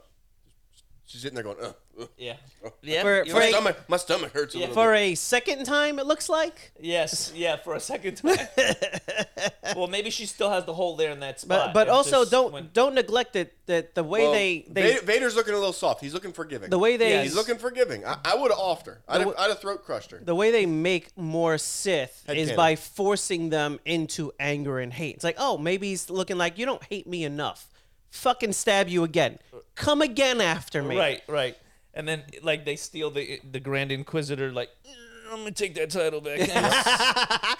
[SPEAKER 3] She's sitting there going, Ugh, ugh.
[SPEAKER 1] Yeah, yeah.
[SPEAKER 2] For-
[SPEAKER 1] you're
[SPEAKER 2] for
[SPEAKER 3] My,
[SPEAKER 2] a-
[SPEAKER 1] right.
[SPEAKER 3] stomach, my stomach hurts a
[SPEAKER 1] Yeah.
[SPEAKER 3] little
[SPEAKER 2] for
[SPEAKER 3] bit.
[SPEAKER 2] a second time. It looks like,
[SPEAKER 1] yes, yeah. For a second time. well, maybe she still has the hole there in that
[SPEAKER 2] but
[SPEAKER 1] spot.
[SPEAKER 2] but
[SPEAKER 1] It
[SPEAKER 2] also
[SPEAKER 1] just
[SPEAKER 2] don't
[SPEAKER 1] went-
[SPEAKER 2] don't neglect it that the way
[SPEAKER 3] Well,
[SPEAKER 2] they they
[SPEAKER 3] Vader- Vader's looking a little soft. He's looking forgiving.
[SPEAKER 2] the way they
[SPEAKER 1] Yeah,
[SPEAKER 3] He's looking forgiving. I, I would have offed her. I'd have, I'd have throat crushed her.
[SPEAKER 2] the way they make more Sith
[SPEAKER 3] Head
[SPEAKER 2] is
[SPEAKER 3] cannon.
[SPEAKER 2] by forcing them into anger and hate. It's like, oh, maybe he's looking like you don't hate me enough. Fucking stab you again. Come again after me.
[SPEAKER 1] Right, right. And then like they steal the the Grand Inquisitor. Like "Mm, I'm gonna take that title back. I,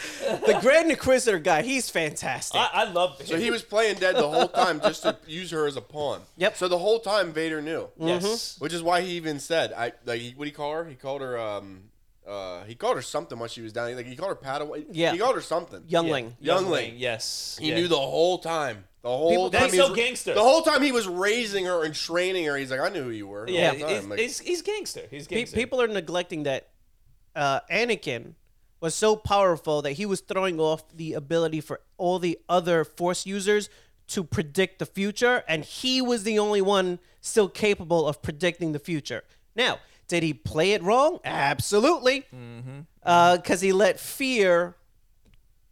[SPEAKER 2] The Grand Inquisitor guy, he's fantastic.
[SPEAKER 1] I love him.
[SPEAKER 3] So he was playing dead the whole time just to use her as a pawn.
[SPEAKER 2] Yep.
[SPEAKER 3] So the whole time Vader knew.
[SPEAKER 1] yes.
[SPEAKER 3] Which is why he even said, "I like." What did he call her? He called her. Um, uh, he called her something while she was down. Like he called her Padawan.
[SPEAKER 2] Yeah.
[SPEAKER 3] He called her something.
[SPEAKER 2] Youngling.
[SPEAKER 3] Youngling.
[SPEAKER 1] Yes.
[SPEAKER 3] He
[SPEAKER 1] yeah.
[SPEAKER 3] knew the whole time. The whole
[SPEAKER 2] People-
[SPEAKER 3] time.
[SPEAKER 1] That's
[SPEAKER 3] he was
[SPEAKER 1] so
[SPEAKER 3] ra-
[SPEAKER 1] gangster.
[SPEAKER 3] The whole time he was raising her and training her. He's like, "I knew who you were." The
[SPEAKER 1] Yeah,
[SPEAKER 3] whole time.
[SPEAKER 1] he's,
[SPEAKER 3] Like,
[SPEAKER 1] he's, he's gangster. He's
[SPEAKER 2] Pe-
[SPEAKER 1] gangster.
[SPEAKER 2] people are neglecting that uh, Anakin was so powerful that he was throwing off the ability for all the other Force users to predict the future, and he was the only one still capable of predicting the future. Now, did he play it wrong? Absolutely, because he let fear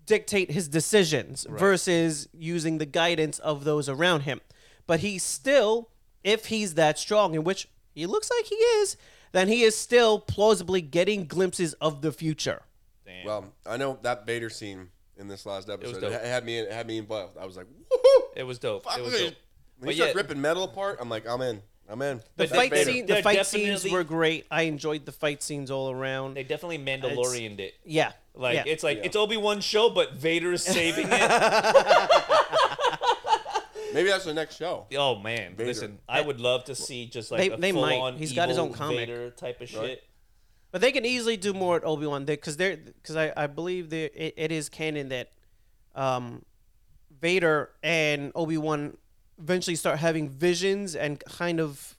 [SPEAKER 2] dictate his decisions versus using the guidance of those around him. But he still, if he's that strong, in which he looks like he is, then he is still plausibly getting glimpses of the future.
[SPEAKER 3] well, I know that Vader scene in this last episode. It,
[SPEAKER 1] dope.
[SPEAKER 3] had me. It had me involved. I was like, "Woohoo!"
[SPEAKER 1] it was dope.
[SPEAKER 3] Fuck,
[SPEAKER 1] it was
[SPEAKER 3] look at
[SPEAKER 1] dope.
[SPEAKER 3] it. When
[SPEAKER 1] But
[SPEAKER 3] he starts
[SPEAKER 1] yeah.
[SPEAKER 3] ripping metal apart, I'm like, "I'm in. I'm in."
[SPEAKER 2] The
[SPEAKER 1] But
[SPEAKER 3] That's
[SPEAKER 1] they-
[SPEAKER 2] fight
[SPEAKER 1] they're-
[SPEAKER 3] Vader.
[SPEAKER 2] scene, the
[SPEAKER 1] they're
[SPEAKER 2] fight scenes
[SPEAKER 1] definitely-
[SPEAKER 2] were great. I enjoyed the fight scenes all around.
[SPEAKER 1] They definitely Mandalorianed it.
[SPEAKER 2] yeah,
[SPEAKER 1] Like
[SPEAKER 2] yeah.
[SPEAKER 1] it's like it's Obi Wan's show, but Vader is saving it.
[SPEAKER 3] Maybe that's the next show.
[SPEAKER 1] Oh man, listen, I would love to see just like
[SPEAKER 2] They-
[SPEAKER 1] a
[SPEAKER 2] they
[SPEAKER 1] full
[SPEAKER 2] might.
[SPEAKER 1] on
[SPEAKER 2] He's got his
[SPEAKER 1] evil
[SPEAKER 2] own comic.
[SPEAKER 1] Vader type of shit.
[SPEAKER 2] But they can easily do more at Obi Wan because they're because I, I believe there it, it is canon that um, Vader and Obi Wan eventually start having visions and kind of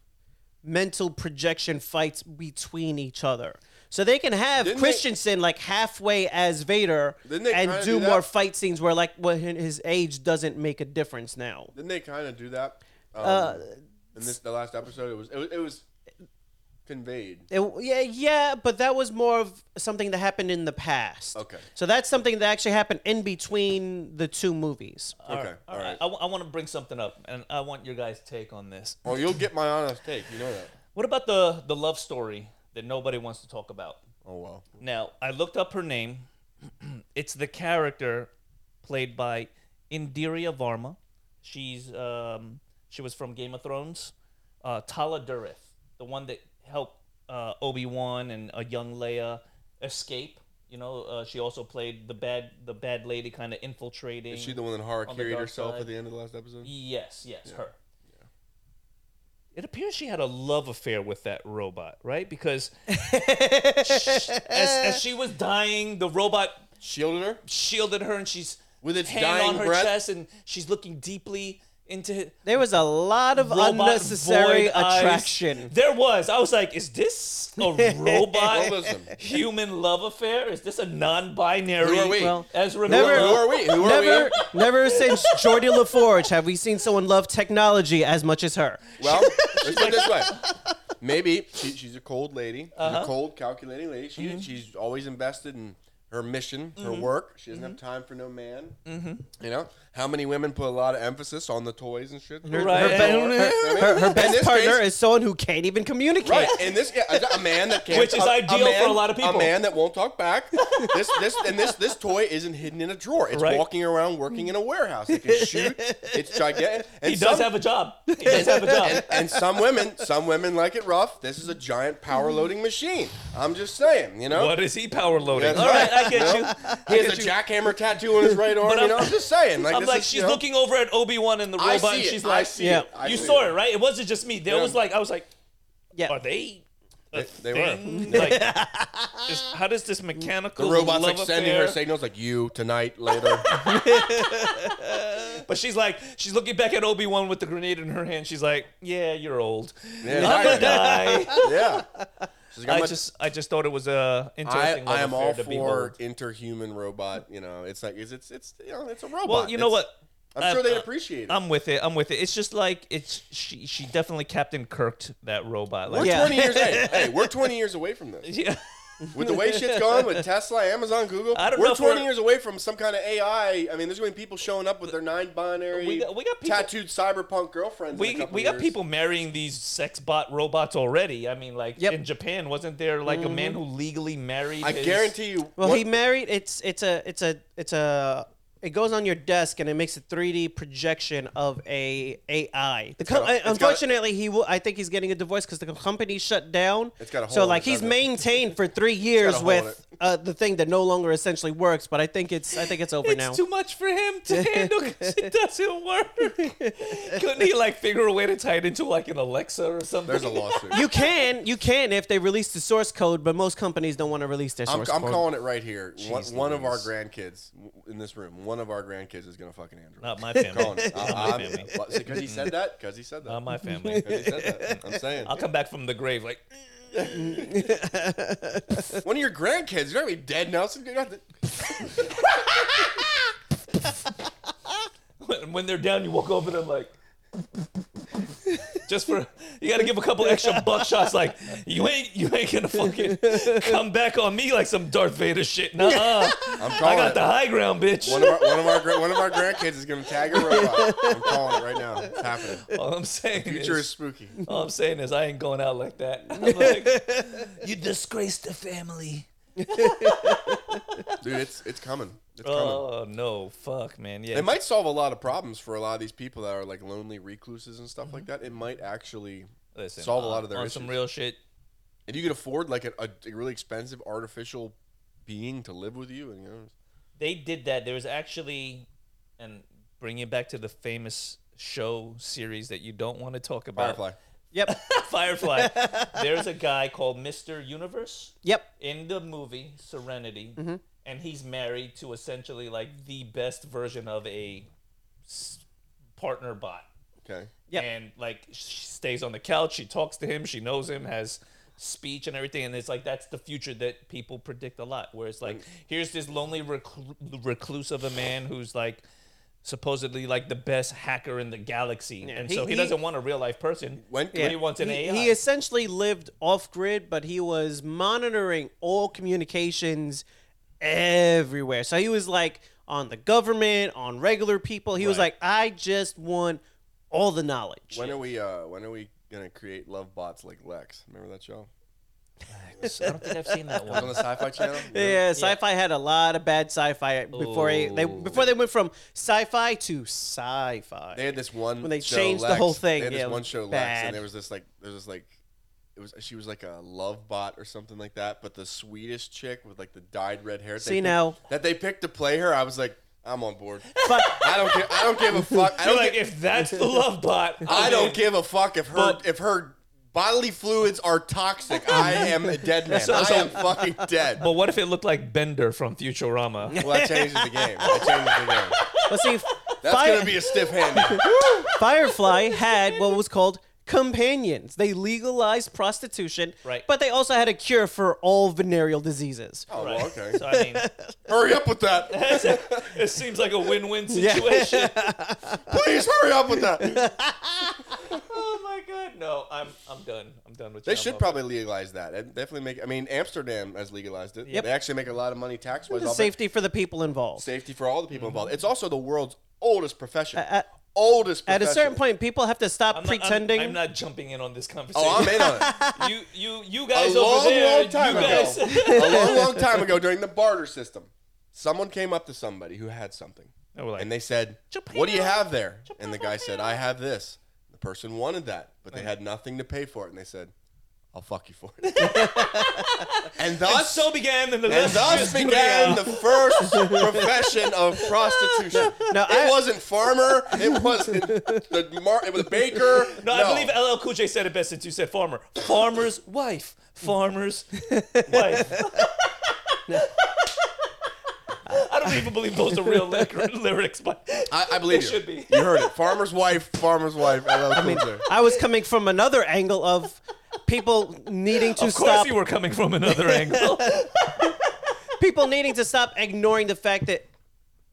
[SPEAKER 2] mental projection fights between each other. So they can have
[SPEAKER 3] Didn't they-
[SPEAKER 2] Christensen like halfway as Vader
[SPEAKER 3] Didn't they
[SPEAKER 2] and
[SPEAKER 3] kinda
[SPEAKER 2] do,
[SPEAKER 3] do that?
[SPEAKER 2] more fight scenes where like what hi- his age doesn't make a difference now.
[SPEAKER 3] Didn't they kind of do that? Um, in this the last episode, it was it was, it was conveyed.
[SPEAKER 2] It, yeah, yeah, but that was more of something that happened in the past.
[SPEAKER 3] Okay.
[SPEAKER 2] So that's something that actually happened in between the two movies.
[SPEAKER 3] okay, all right.
[SPEAKER 1] I, want to bring something up, and I want your guys' take on this.
[SPEAKER 3] well, you'll get my honest take. You know that.
[SPEAKER 1] What about the the love story that nobody wants to talk about?
[SPEAKER 3] Oh well.
[SPEAKER 1] Now, I looked up her name. it's the character played by Indira Varma. She's um, she was from Game of Thrones. Uh, Tala Durith, the one that helped uh, Obi Wan and a young Leia escape. You know, uh, she also played the bad the bad lady, kind of infiltrating.
[SPEAKER 3] Is she the one that Hara
[SPEAKER 1] On the
[SPEAKER 3] carried
[SPEAKER 1] dark
[SPEAKER 3] herself
[SPEAKER 1] side.
[SPEAKER 3] at the end of the last episode?
[SPEAKER 1] Yes, yes, her. It appears she had a love affair with that robot, right? Because sh- as, as she was dying, the robot
[SPEAKER 3] Shielded her.
[SPEAKER 1] shielded her, and she's
[SPEAKER 3] With its
[SPEAKER 1] hand
[SPEAKER 3] dying
[SPEAKER 1] on her
[SPEAKER 3] breath?
[SPEAKER 1] chest, and she's looking deeply into it.
[SPEAKER 2] There was a lot of
[SPEAKER 1] Robot
[SPEAKER 2] unnecessary
[SPEAKER 1] void eyes.
[SPEAKER 2] attraction.
[SPEAKER 1] There was. I was like, is this a robot
[SPEAKER 3] Listen.
[SPEAKER 1] human love affair? Is this a non-binary?
[SPEAKER 3] Who are we?
[SPEAKER 2] Well,
[SPEAKER 1] Ezra
[SPEAKER 2] never-
[SPEAKER 1] Miller?
[SPEAKER 3] Who are we? Who are
[SPEAKER 2] Never,
[SPEAKER 3] we?
[SPEAKER 2] never since Jordi LaForge have we seen someone love technology as much as her.
[SPEAKER 3] Well, let's put it this way. Maybe she, she's a cold lady, she's a
[SPEAKER 1] Uh-huh.
[SPEAKER 3] cold, calculating lady. She,
[SPEAKER 1] Mm-hmm.
[SPEAKER 3] She's always invested in her mission, her work. She doesn't have time for no man. Mm-hmm. You know how many women put a lot of emphasis on the toys and shit.
[SPEAKER 1] Right.
[SPEAKER 2] Her, be- her- her- her
[SPEAKER 3] In
[SPEAKER 2] best
[SPEAKER 3] this
[SPEAKER 2] partner
[SPEAKER 3] case-
[SPEAKER 2] is someone who can't even communicate.
[SPEAKER 3] Right, and this yeah, a, a man that can't,
[SPEAKER 1] Which is
[SPEAKER 3] a- a
[SPEAKER 1] ideal for
[SPEAKER 3] man-
[SPEAKER 1] a lot of people.
[SPEAKER 3] A man that won't talk back. this, this, and this, this toy isn't hidden in a drawer. It's
[SPEAKER 1] Right.
[SPEAKER 3] walking around, working in a warehouse. It can shoot. It's gigantic. And
[SPEAKER 1] He does
[SPEAKER 3] some-
[SPEAKER 1] have a job. He does have a job.
[SPEAKER 3] and some women, some women like it rough. This is a giant power loading machine. I'm just saying, you know.
[SPEAKER 1] What is he power loading?
[SPEAKER 3] That's
[SPEAKER 1] All right,
[SPEAKER 3] right.
[SPEAKER 1] I get
[SPEAKER 3] No.
[SPEAKER 1] you.
[SPEAKER 3] He has a jackhammer tattoo on his right arm. you know,
[SPEAKER 1] I'm-
[SPEAKER 3] I'm just saying. Like,
[SPEAKER 1] I'm
[SPEAKER 3] this
[SPEAKER 1] like,
[SPEAKER 3] is,
[SPEAKER 1] she's
[SPEAKER 3] you know,
[SPEAKER 1] looking over at Obi Wan and the
[SPEAKER 3] I
[SPEAKER 1] robot,
[SPEAKER 3] see
[SPEAKER 1] and
[SPEAKER 3] it.
[SPEAKER 1] she's
[SPEAKER 3] I
[SPEAKER 1] like,
[SPEAKER 3] see
[SPEAKER 2] Yeah.
[SPEAKER 3] it. I
[SPEAKER 1] you
[SPEAKER 3] see
[SPEAKER 1] saw it, right? It wasn't just me. There
[SPEAKER 3] Yeah.
[SPEAKER 1] was like, I was like,
[SPEAKER 2] Yeah.
[SPEAKER 1] are they? a
[SPEAKER 3] They- they were.
[SPEAKER 1] thing? Like, is- how does this mechanical
[SPEAKER 3] The robot's
[SPEAKER 1] love
[SPEAKER 3] like sending her
[SPEAKER 1] affair-
[SPEAKER 3] signals, like you tonight, later.
[SPEAKER 1] But she's like, she's looking back at Obi Wan with the grenade in her hand. She's like, yeah, you're old.
[SPEAKER 3] Yeah,
[SPEAKER 1] I'm
[SPEAKER 3] right.
[SPEAKER 1] gonna die.
[SPEAKER 3] yeah. She's like, I'm
[SPEAKER 1] I
[SPEAKER 3] a-
[SPEAKER 1] just, I just thought it was a
[SPEAKER 3] I,
[SPEAKER 1] interesting. love
[SPEAKER 3] I am
[SPEAKER 1] affair
[SPEAKER 3] all
[SPEAKER 1] to
[SPEAKER 3] for
[SPEAKER 1] behold.
[SPEAKER 3] interhuman robot. You know, it's like it's it's it's you know it's a robot.
[SPEAKER 1] Well, you know
[SPEAKER 3] It's-
[SPEAKER 1] what? Uh,
[SPEAKER 3] I'm sure
[SPEAKER 1] I-
[SPEAKER 3] they'd
[SPEAKER 1] I-
[SPEAKER 3] appreciate it.
[SPEAKER 1] I'm with it. I'm with it. It's just like it's she. She definitely Captain Kirked that robot.
[SPEAKER 3] we're
[SPEAKER 1] Like,
[SPEAKER 2] Yeah.
[SPEAKER 3] 20 years. Hey, hey, we're 20 years away from this.
[SPEAKER 1] yeah.
[SPEAKER 3] With the way shit's gone with Tesla, Amazon, Google,
[SPEAKER 1] I don't
[SPEAKER 3] we're
[SPEAKER 1] know if
[SPEAKER 3] 20
[SPEAKER 1] we're-
[SPEAKER 3] years away from some kind of AI. I mean, there's going to be people showing up with their non-binary,
[SPEAKER 1] We got- we got people-
[SPEAKER 3] tattooed cyberpunk girlfriends. in a
[SPEAKER 1] we
[SPEAKER 3] couple
[SPEAKER 1] we got
[SPEAKER 3] years.
[SPEAKER 1] people marrying these sex bot robots already. I mean, like
[SPEAKER 2] Yep. Mm-hmm.
[SPEAKER 1] in Japan, wasn't there like a man who legally married?
[SPEAKER 3] I
[SPEAKER 1] his-
[SPEAKER 3] guarantee you.
[SPEAKER 2] Well,
[SPEAKER 3] one-
[SPEAKER 2] he married. It's it's a it's a it's a it goes on your desk and it makes a 3D projection of a AI. The com-
[SPEAKER 3] got a- it's got a-
[SPEAKER 2] unfortunately, he will. I think he's getting a divorce because the company shut down.
[SPEAKER 3] It's got a hole
[SPEAKER 2] so
[SPEAKER 3] in
[SPEAKER 2] like
[SPEAKER 3] it,
[SPEAKER 2] he's
[SPEAKER 3] doesn't it?
[SPEAKER 2] maintained for three
[SPEAKER 3] got
[SPEAKER 2] years
[SPEAKER 3] a hole in
[SPEAKER 2] with uh, the thing that no longer essentially works. But I think it's I think it's over
[SPEAKER 1] It's
[SPEAKER 2] now.
[SPEAKER 1] too much for him to handle 'cause it doesn't work. Couldn't he like figure a way to tie it into like an Alexa or something?
[SPEAKER 3] there's a lawsuit.
[SPEAKER 2] you can you can if they release the source code, but most companies don't want to release their
[SPEAKER 3] I'm,
[SPEAKER 2] source
[SPEAKER 3] I'm
[SPEAKER 2] code.
[SPEAKER 3] calling it right here. One,
[SPEAKER 2] Jeez
[SPEAKER 3] one of our
[SPEAKER 2] Louise.
[SPEAKER 3] grandkids w- in this room, one of our grandkids is going to fucking Android.
[SPEAKER 1] Not my family.
[SPEAKER 3] Calling it.
[SPEAKER 1] Not
[SPEAKER 3] I-
[SPEAKER 1] my
[SPEAKER 3] I'm-
[SPEAKER 1] family.
[SPEAKER 3] but- Because he said that. Because he said that.
[SPEAKER 1] Not my family.
[SPEAKER 3] 'Cause he said that. I'm saying.
[SPEAKER 1] I'll come back from the grave like
[SPEAKER 3] One of your grandkids, you're gonna be dead now. So you're gonna have to-
[SPEAKER 1] when, when they're down, you walk over them like. Just for you got to give a couple extra buck shots. Like you ain't you ain't gonna fucking come back on me like some Darth Vader shit. Nuh-uh.
[SPEAKER 3] I'm
[SPEAKER 1] I
[SPEAKER 3] calling
[SPEAKER 1] got
[SPEAKER 3] it.
[SPEAKER 1] the high ground, bitch.
[SPEAKER 3] One of our one of our gra- one of our grandkids is gonna tag a robot. I'm calling it right now. It's happening.
[SPEAKER 1] all I'm saying
[SPEAKER 3] Future is
[SPEAKER 1] is,
[SPEAKER 3] spooky.
[SPEAKER 1] all I'm saying is, I ain't going out like that. I'm like, you disgraced the family.
[SPEAKER 3] Dude, it's it's coming. It's coming.
[SPEAKER 1] Oh no, fuck, man. Yeah,
[SPEAKER 3] It might solve a lot of problems for a lot of these people that are like lonely recluses and stuff like that. It might actually
[SPEAKER 1] listen,
[SPEAKER 3] solve a
[SPEAKER 1] on-
[SPEAKER 3] lot of their
[SPEAKER 1] on
[SPEAKER 3] issues.
[SPEAKER 1] some real shit.
[SPEAKER 3] if you could afford like a, a really expensive artificial being to live with you, and you know,
[SPEAKER 1] they did that. There was actually, and bringing it back to the famous show series that you don't want to talk about,
[SPEAKER 3] Firefly.
[SPEAKER 2] Yep,
[SPEAKER 1] Firefly. There's a guy called Mister Universe
[SPEAKER 2] yep.
[SPEAKER 1] in the movie Serenity, and he's married to essentially like the best version of a s- partner bot.
[SPEAKER 3] Okay.
[SPEAKER 2] Yep.
[SPEAKER 1] And like she stays on the couch, she talks to him, she knows him, has speech and everything, and it's like that's the future that people predict a lot. Where it's
[SPEAKER 3] Mm.
[SPEAKER 1] like, here's this lonely reclu- recluse of a man who's like supposedly like the best hacker in the galaxy, and
[SPEAKER 2] he-
[SPEAKER 1] so he,
[SPEAKER 2] he-
[SPEAKER 1] doesn't want a real life person.
[SPEAKER 3] When-
[SPEAKER 1] but he wants an
[SPEAKER 2] he,
[SPEAKER 1] AI.
[SPEAKER 2] he essentially lived off grid, but he was monitoring all communications everywhere. So he was like on the government, on regular people. He was
[SPEAKER 1] Right.
[SPEAKER 2] like, I just want all the knowledge.
[SPEAKER 3] When are we? Uh, when are we gonna create love bots like Lex? Remember that show?
[SPEAKER 1] I don't think I've seen that
[SPEAKER 3] It was on
[SPEAKER 1] one.
[SPEAKER 3] the Sci-Fi Channel.
[SPEAKER 2] yeah, sci-fi had a lot of bad sci-fi before they-
[SPEAKER 3] Oh.
[SPEAKER 2] they
[SPEAKER 1] Ooh.
[SPEAKER 2] before they went from sci-fi to sci-fi.
[SPEAKER 3] They had this one
[SPEAKER 2] When they
[SPEAKER 3] show,
[SPEAKER 2] changed the
[SPEAKER 3] Lex.
[SPEAKER 2] whole thing,
[SPEAKER 3] They had this
[SPEAKER 2] yeah, it
[SPEAKER 3] one
[SPEAKER 2] was
[SPEAKER 3] show Lex,
[SPEAKER 2] bad.
[SPEAKER 3] and there was this like there was this like it was she was like a love bot or something like that, but the Swedish chick with like the dyed red hair.
[SPEAKER 2] See
[SPEAKER 3] they picked-
[SPEAKER 2] now.
[SPEAKER 3] that they picked to play her, I was like, I'm on board.
[SPEAKER 2] But
[SPEAKER 3] I don't care. I don't give a fuck. I
[SPEAKER 1] You're
[SPEAKER 3] don't.
[SPEAKER 1] like,
[SPEAKER 3] gi-
[SPEAKER 1] if that's the love bot,
[SPEAKER 3] I
[SPEAKER 1] I'm
[SPEAKER 3] don't
[SPEAKER 1] in.
[SPEAKER 3] give a fuck if her
[SPEAKER 1] But-
[SPEAKER 3] if her bodily fluids are toxic. I am a dead man.
[SPEAKER 1] So-
[SPEAKER 3] I
[SPEAKER 1] so-
[SPEAKER 3] am fucking dead.
[SPEAKER 1] But what if it looked like Bender from Futurama?
[SPEAKER 3] Well, that changes the game. That changes the game.
[SPEAKER 2] let's see.
[SPEAKER 3] That's
[SPEAKER 2] Fire-
[SPEAKER 3] gonna be a stiff hand.
[SPEAKER 2] Firefly had what was called companions. They legalized prostitution,
[SPEAKER 1] Right.
[SPEAKER 2] but they also had a cure for all venereal diseases.
[SPEAKER 3] Oh,
[SPEAKER 1] Right.
[SPEAKER 3] well, okay.
[SPEAKER 1] So I mean,
[SPEAKER 3] Hurry up with that.
[SPEAKER 1] it seems like a win-win situation.
[SPEAKER 3] Please hurry up with that.
[SPEAKER 1] Oh my god, no, I'm I'm done. I'm done with.
[SPEAKER 3] They
[SPEAKER 1] John
[SPEAKER 3] should
[SPEAKER 1] Mulaney.
[SPEAKER 3] probably legalize that. It definitely make. I mean, Amsterdam has legalized it.
[SPEAKER 1] Yep.
[SPEAKER 3] They actually make a lot of money tax wise.
[SPEAKER 2] The safety for the people involved.
[SPEAKER 3] safety for all the people
[SPEAKER 1] Mm-hmm.
[SPEAKER 3] involved. It's also the world's oldest profession.
[SPEAKER 2] at-
[SPEAKER 3] oldest.
[SPEAKER 2] At
[SPEAKER 3] Profession.
[SPEAKER 2] a certain point, people have to stop
[SPEAKER 1] I'm not- I'm-
[SPEAKER 2] pretending.
[SPEAKER 1] I'm, not jumping in on this conversation.
[SPEAKER 3] Oh, I'm in on it.
[SPEAKER 1] You you you
[SPEAKER 3] a
[SPEAKER 1] guys
[SPEAKER 3] long,
[SPEAKER 1] over there.
[SPEAKER 3] long time
[SPEAKER 1] you
[SPEAKER 3] ago.
[SPEAKER 1] guys.
[SPEAKER 3] a long, long time ago during the barter system, someone came up to somebody who had something,
[SPEAKER 1] They were like,
[SPEAKER 3] and they said,
[SPEAKER 1] "Japan,
[SPEAKER 3] "What do you have there?" and the guy said, "I have this." The person wanted that, but they had nothing to pay for it, and they said, "I'll fuck you for it." and thus.
[SPEAKER 1] so began and the
[SPEAKER 3] and thus began the first profession of prostitution.
[SPEAKER 2] No,
[SPEAKER 3] it
[SPEAKER 2] I-
[SPEAKER 3] wasn't farmer. It wasn't the mar- It was baker.
[SPEAKER 1] No, I believe LL Cool J said it best since you said farmer. Farmer's wife. Farmer's wife. I don't even believe those are real lyric- lyrics, but
[SPEAKER 3] I, I believe
[SPEAKER 1] It
[SPEAKER 3] you.
[SPEAKER 1] should be.
[SPEAKER 3] You heard it. Farmer's wife. Farmer's wife. LL I
[SPEAKER 2] I was coming from another angle of people needing to
[SPEAKER 1] of course
[SPEAKER 2] stop
[SPEAKER 1] you were coming from another angle.
[SPEAKER 2] people needing to stop ignoring the fact that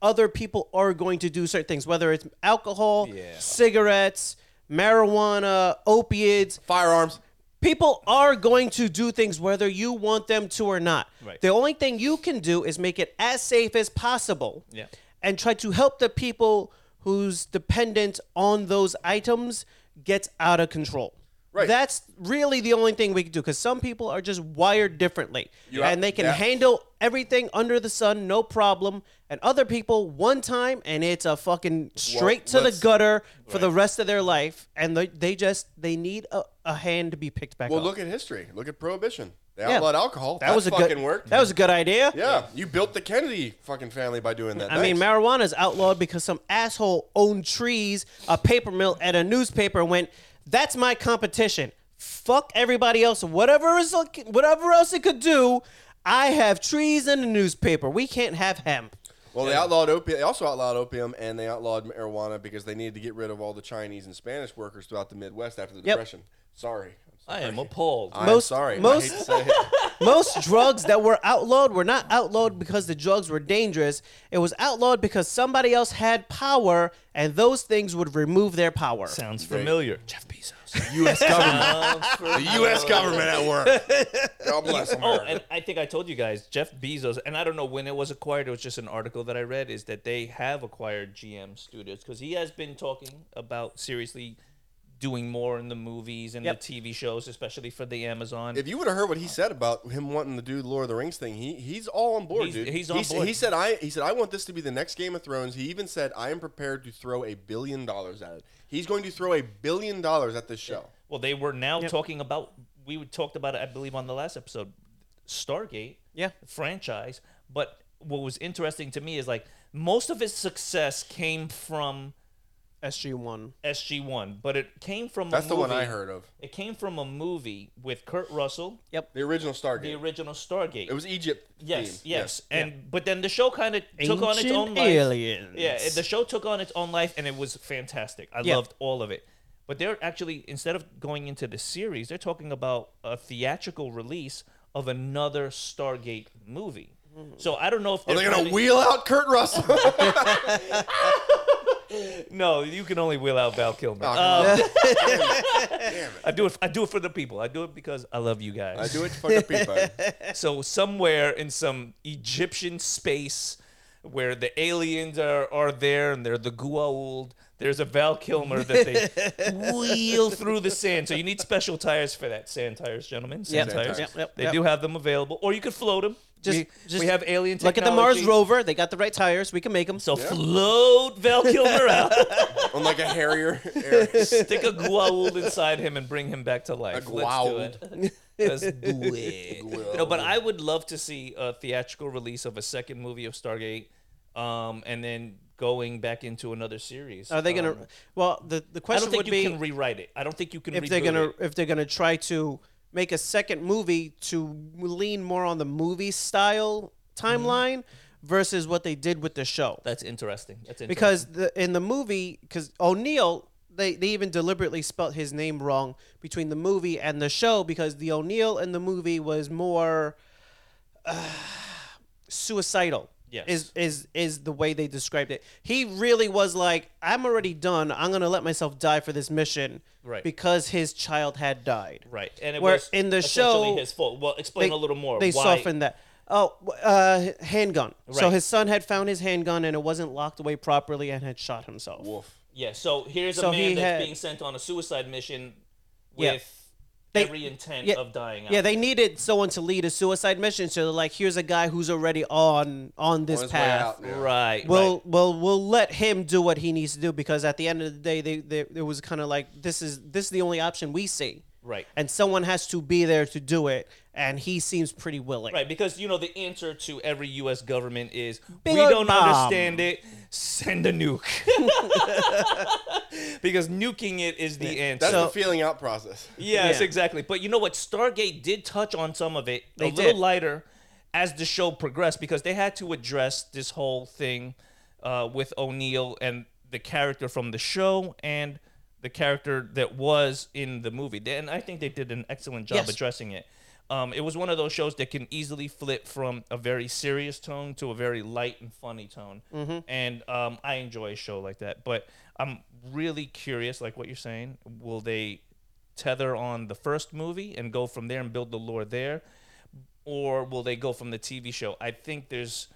[SPEAKER 2] other people are going to do certain things, whether it's alcohol,
[SPEAKER 1] Yeah.
[SPEAKER 2] cigarettes, marijuana, opiates.
[SPEAKER 3] Firearms.
[SPEAKER 2] People are going to do things whether you want them to or not.
[SPEAKER 1] Right.
[SPEAKER 2] The only thing you can do is make it as safe as possible
[SPEAKER 1] Yeah.
[SPEAKER 2] and try to help the people who's dependent on those items gets out of control.
[SPEAKER 3] Right.
[SPEAKER 2] That's really the only thing we can do because some people are just wired differently
[SPEAKER 3] You
[SPEAKER 2] and
[SPEAKER 3] are-
[SPEAKER 2] they can
[SPEAKER 3] yeah.
[SPEAKER 2] handle everything under the sun, no problem. And other people, one time, and it's a fucking straight to the
[SPEAKER 3] let's-
[SPEAKER 2] gutter for the rest of their life. And they, they just they need a, a hand to be picked back
[SPEAKER 3] Well,
[SPEAKER 2] up.
[SPEAKER 3] look at history. Look at prohibition. They
[SPEAKER 2] Oh. Yeah.
[SPEAKER 3] outlawed alcohol.
[SPEAKER 2] that was a
[SPEAKER 3] fucking
[SPEAKER 2] good
[SPEAKER 3] work.
[SPEAKER 2] That was a good idea.
[SPEAKER 3] yeah. You built the Kennedy fucking family by doing that.
[SPEAKER 2] I mean,
[SPEAKER 3] Thanks.
[SPEAKER 2] marijuana's outlawed because some asshole owned trees, a paper mill, and a newspaper and went, "That's my competition. Fuck everybody else. Whatever is whatever else it could do, I have trees and a newspaper. We can't have hemp."
[SPEAKER 3] well, they outlawed opium. They also outlawed opium, and they outlawed marijuana because they needed to get rid of all the Chinese and Spanish workers throughout the Midwest after the
[SPEAKER 2] Yep.
[SPEAKER 3] Depression. Sorry.
[SPEAKER 1] I am appalled.
[SPEAKER 3] I'm
[SPEAKER 2] Most-
[SPEAKER 3] sorry.
[SPEAKER 2] most-
[SPEAKER 3] I hate to say it.
[SPEAKER 2] Most drugs that were outlawed were not outlawed because the drugs were dangerous. It was outlawed because somebody else had power, and those things would remove their power.
[SPEAKER 1] Sounds familiar. Jeff Bezos.
[SPEAKER 3] U.S. government. the U.S. government at work. God bless
[SPEAKER 1] Oh,
[SPEAKER 3] America.
[SPEAKER 1] and I think I told you guys, Jeff Bezos, and I don't know when it was acquired. It was just an article that I read is that they have acquired GM Studios because he has been talking about seriously doing more in the movies and
[SPEAKER 2] Yep.
[SPEAKER 1] the TV shows, especially for the Amazon.
[SPEAKER 3] if you would have heard what he said about him wanting to do the Lord of the Rings thing, he he's all on board,
[SPEAKER 1] He's-
[SPEAKER 3] dude.
[SPEAKER 1] he's on
[SPEAKER 3] s-
[SPEAKER 1] board.
[SPEAKER 3] He said I he said I want this to be the next Game of Thrones. He even said I am prepared to throw a billion dollars at it. He's going to throw a billion dollars at this show.
[SPEAKER 1] well, they were now talking about we would- talked about it, I believe, on the last episode, Stargate.
[SPEAKER 2] Yeah.
[SPEAKER 1] franchise. But what was interesting to me is like most of his success came from
[SPEAKER 2] SG one.
[SPEAKER 1] SG One, but it came from
[SPEAKER 3] That's
[SPEAKER 1] a
[SPEAKER 3] the one I
[SPEAKER 1] movie-
[SPEAKER 3] heard of.
[SPEAKER 1] It came from a movie with Kurt Russell.
[SPEAKER 3] The original Stargate.
[SPEAKER 1] the original Stargate.
[SPEAKER 3] it was Egypt.
[SPEAKER 1] yes,
[SPEAKER 3] themed.
[SPEAKER 1] yes, and but then the show kind of took on its
[SPEAKER 2] Ancient
[SPEAKER 1] own
[SPEAKER 2] aliens.
[SPEAKER 1] life. Yeah, it- the show took on its own life, and it was fantastic. I
[SPEAKER 2] Yeah.
[SPEAKER 1] loved all of it. But they're actually instead of going into the series, they're talking about a theatrical release of another Stargate movie.
[SPEAKER 2] Mm-hmm.
[SPEAKER 1] So I don't know if
[SPEAKER 3] Are they gonna
[SPEAKER 1] planning-
[SPEAKER 3] wheel out Kurt Russell?
[SPEAKER 1] No, you can only wheel out Val Kilmer.
[SPEAKER 3] Oh, come
[SPEAKER 1] Uh,
[SPEAKER 3] Damn it.
[SPEAKER 1] I do it. I do it for the people. I do it because I love you guys.
[SPEAKER 3] I do it for the people.
[SPEAKER 1] So somewhere in some Egyptian space where the aliens are, are there and they're the Gua'uld, there's a Val Kilmer that they wheel through the sand. So you need special tires for that. Sand tires, gentlemen. Sand
[SPEAKER 2] Yep.
[SPEAKER 1] tires.
[SPEAKER 2] Yep, yep,
[SPEAKER 1] they
[SPEAKER 2] yep.
[SPEAKER 1] do have them available. Or you could float them.
[SPEAKER 2] Just-
[SPEAKER 1] we,
[SPEAKER 2] just
[SPEAKER 1] we have alien
[SPEAKER 2] Look
[SPEAKER 1] technology.
[SPEAKER 2] at the Mars rover. They got the right tires. We can make them.
[SPEAKER 1] So
[SPEAKER 3] Yeah.
[SPEAKER 1] float Val Kilmer out.
[SPEAKER 3] On like a Harrier. Eric.
[SPEAKER 1] Stick a Gua'uld inside him and bring him back to life.
[SPEAKER 3] A
[SPEAKER 1] Let's do it. Let's do it. No, but I would love to see a theatrical release of a second movie of Stargate, um, and then going back into another series.
[SPEAKER 2] Are they gonna?
[SPEAKER 1] Um,
[SPEAKER 2] Well, the
[SPEAKER 1] I
[SPEAKER 2] the question
[SPEAKER 1] don't think
[SPEAKER 2] would
[SPEAKER 1] you
[SPEAKER 2] be
[SPEAKER 1] can rewrite it. I don't think you can.
[SPEAKER 2] if they're
[SPEAKER 1] reboot
[SPEAKER 2] gonna
[SPEAKER 1] it.
[SPEAKER 2] if they're gonna try to make a second movie to lean more on the movie style
[SPEAKER 1] Mm-hmm.
[SPEAKER 2] timeline versus what they did with the show.
[SPEAKER 1] that's interesting. That's interesting.
[SPEAKER 2] because the, in the movie, because O'Neill, they, they even deliberately spelt his name wrong between the movie and the show because the O'Neill in the movie was more uh, suicidal.
[SPEAKER 1] Yes.
[SPEAKER 2] Is is is the way they described it. He really was like, I'm already done. I'm gonna let myself die for this mission.
[SPEAKER 1] Right.
[SPEAKER 2] Because his child had died.
[SPEAKER 1] right, and it
[SPEAKER 2] where
[SPEAKER 1] was
[SPEAKER 2] in the
[SPEAKER 1] essentially
[SPEAKER 2] show,
[SPEAKER 1] his fault. Well, explain a little more.
[SPEAKER 2] They
[SPEAKER 1] why,
[SPEAKER 2] softened that. Oh, w- uh, handgun. So
[SPEAKER 1] Right.
[SPEAKER 2] his son had found his handgun and it wasn't locked away properly and had shot himself.
[SPEAKER 3] Wolf.
[SPEAKER 1] Yeah. So here's
[SPEAKER 2] So
[SPEAKER 1] a
[SPEAKER 2] he
[SPEAKER 1] man that's
[SPEAKER 2] had-
[SPEAKER 1] being sent on a suicide mission
[SPEAKER 2] Yeah.
[SPEAKER 1] with
[SPEAKER 2] They-
[SPEAKER 1] every intent
[SPEAKER 2] yeah,
[SPEAKER 1] of dying out.
[SPEAKER 2] Yeah, they needed someone to lead a suicide mission, so they're like, "Here's a guy who's already on on this
[SPEAKER 3] On his way
[SPEAKER 2] path.
[SPEAKER 3] out, yeah.
[SPEAKER 1] right.
[SPEAKER 2] We'll
[SPEAKER 1] right.
[SPEAKER 2] we'll we'll let him do what he needs to do because at the end of the day, they, they it was kind of like this is this is the only option we see,
[SPEAKER 1] Right.
[SPEAKER 2] And someone has to be there to do it, and he seems pretty willing.
[SPEAKER 1] Right, because you know the answer to every U.S. government is
[SPEAKER 2] Big
[SPEAKER 1] we
[SPEAKER 2] old
[SPEAKER 1] don't
[SPEAKER 2] bomb."
[SPEAKER 1] understand it. Send a nuke, because nuking it is the answer.
[SPEAKER 3] That's the feeling out process.
[SPEAKER 1] yes,
[SPEAKER 2] Yeah.
[SPEAKER 1] exactly. But you know what? Stargate did touch on some of it
[SPEAKER 2] They
[SPEAKER 1] a
[SPEAKER 2] did.
[SPEAKER 1] little lighter as the show progressed because they had to address this whole thing uh, with O'Neill and the character from the show and the character that was in the movie. And I think they did an excellent job
[SPEAKER 2] Yes.
[SPEAKER 1] addressing it. Um, it was one of those shows that can easily flip from a very serious tone to a very light and funny tone.
[SPEAKER 2] Mm-hmm.
[SPEAKER 1] And um, I enjoy a show like that. But I'm really curious, like what you're saying, will they tether on the first movie and go from there and build the lore there? Or will they go from the TV show? I think there's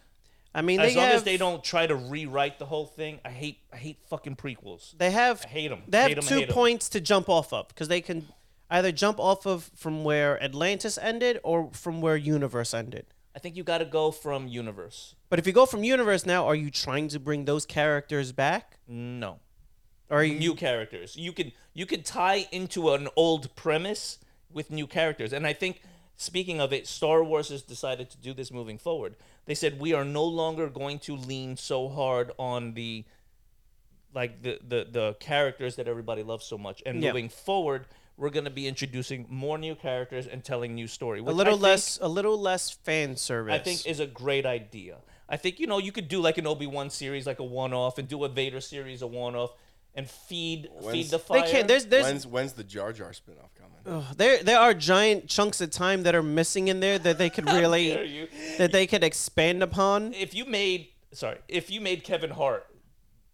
[SPEAKER 2] I mean,
[SPEAKER 1] as
[SPEAKER 2] they
[SPEAKER 1] long
[SPEAKER 2] have,
[SPEAKER 1] as they don't try to rewrite the whole thing. I hate I hate fucking prequels.
[SPEAKER 2] They have
[SPEAKER 1] I hate 'em.
[SPEAKER 2] They have
[SPEAKER 1] Hate 'em,
[SPEAKER 2] two
[SPEAKER 1] hate 'em.
[SPEAKER 2] points to jump off of because they can either jump off of from where Atlantis ended or from where Universe ended.
[SPEAKER 1] I think you got to go from universe.
[SPEAKER 2] But if you go from Universe now, are you trying to bring those characters back?
[SPEAKER 1] No.
[SPEAKER 2] Or are you
[SPEAKER 1] new characters. You can you can tie into an old premise with new characters. And I think speaking of it, Star Wars has decided to do this moving forward. They said we are no longer going to lean so hard on the like the the, the characters that everybody loves so much. And
[SPEAKER 2] Yeah.
[SPEAKER 1] moving forward, we're going to be introducing more new characters and telling new story.
[SPEAKER 2] a
[SPEAKER 1] which I
[SPEAKER 2] little
[SPEAKER 1] think-
[SPEAKER 2] less a little less fan service?
[SPEAKER 1] I think is a great idea. I think you know you could do like an Obi Wan series, like a one off, and do a Vader series, a one off, and feed feed
[SPEAKER 3] When's-
[SPEAKER 1] the
[SPEAKER 2] they
[SPEAKER 1] fire.
[SPEAKER 2] can't. There's there's
[SPEAKER 3] When's when's the Jar Jar spinoff
[SPEAKER 1] Oh.
[SPEAKER 3] coming?
[SPEAKER 2] there there are giant chunks of time that are missing in there that they could
[SPEAKER 1] dare
[SPEAKER 2] really
[SPEAKER 1] you.
[SPEAKER 2] that they could expand upon.
[SPEAKER 1] If you made sorry, if you made Kevin Hart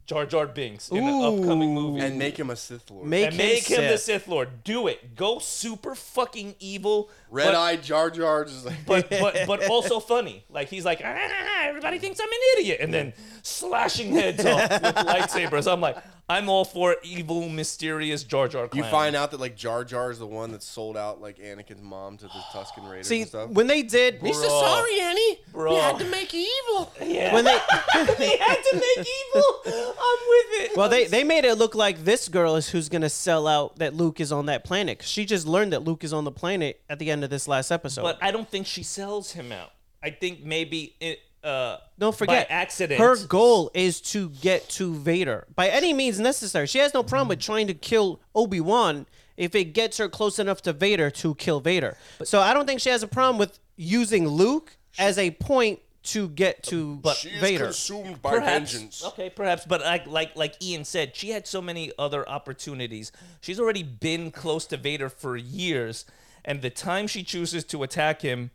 [SPEAKER 1] Jar Jar Binks in an upcoming movie
[SPEAKER 3] And make him a Sith Lord.
[SPEAKER 2] Make
[SPEAKER 1] and make him the
[SPEAKER 2] Sith.
[SPEAKER 1] Sith Lord, do it. Go super fucking evil.
[SPEAKER 3] Red
[SPEAKER 1] but-
[SPEAKER 3] Eye Jar Jar just like
[SPEAKER 1] But, but but also funny. Like he's like, "Ah, everybody thinks I'm an idiot, and then slashing heads off with lightsabers. I'm like, I'm all for evil, mysterious Jar Jar.
[SPEAKER 3] you
[SPEAKER 1] Clown.
[SPEAKER 3] find out that like Jar Jar is the one that sold out like Anakin's mom to the Tusken Raiders
[SPEAKER 2] See
[SPEAKER 3] and stuff.
[SPEAKER 2] when they did
[SPEAKER 1] so Bro. sorry,
[SPEAKER 3] Annie.
[SPEAKER 1] Bro. had to
[SPEAKER 3] make you evil.
[SPEAKER 1] yeah.
[SPEAKER 2] when they
[SPEAKER 1] they had to make evil. I'm with it.
[SPEAKER 2] well they they made it look like this girl is who's gonna sell out that Luke is on that planet. 'Cause She just learned that Luke is on the planet at the end of this last episode.
[SPEAKER 1] But I don't think she sells him out. I think maybe it. Uh,
[SPEAKER 2] Don't forget,
[SPEAKER 1] by accident.
[SPEAKER 2] Her goal is to get to Vader by any means necessary. She has no
[SPEAKER 3] Mm-hmm.
[SPEAKER 2] problem with trying to kill Obi Wan if it gets her close enough to Vader to kill Vader. so I don't think she has a problem with using Luke as a point to get to
[SPEAKER 1] But-
[SPEAKER 3] She is
[SPEAKER 2] Vader.
[SPEAKER 3] consumed by
[SPEAKER 1] perhaps,
[SPEAKER 3] vengeance.
[SPEAKER 1] Okay, perhaps, but like like like Ian said, she had so many other opportunities. She's already been close to Vader for years, and the time she chooses to attack him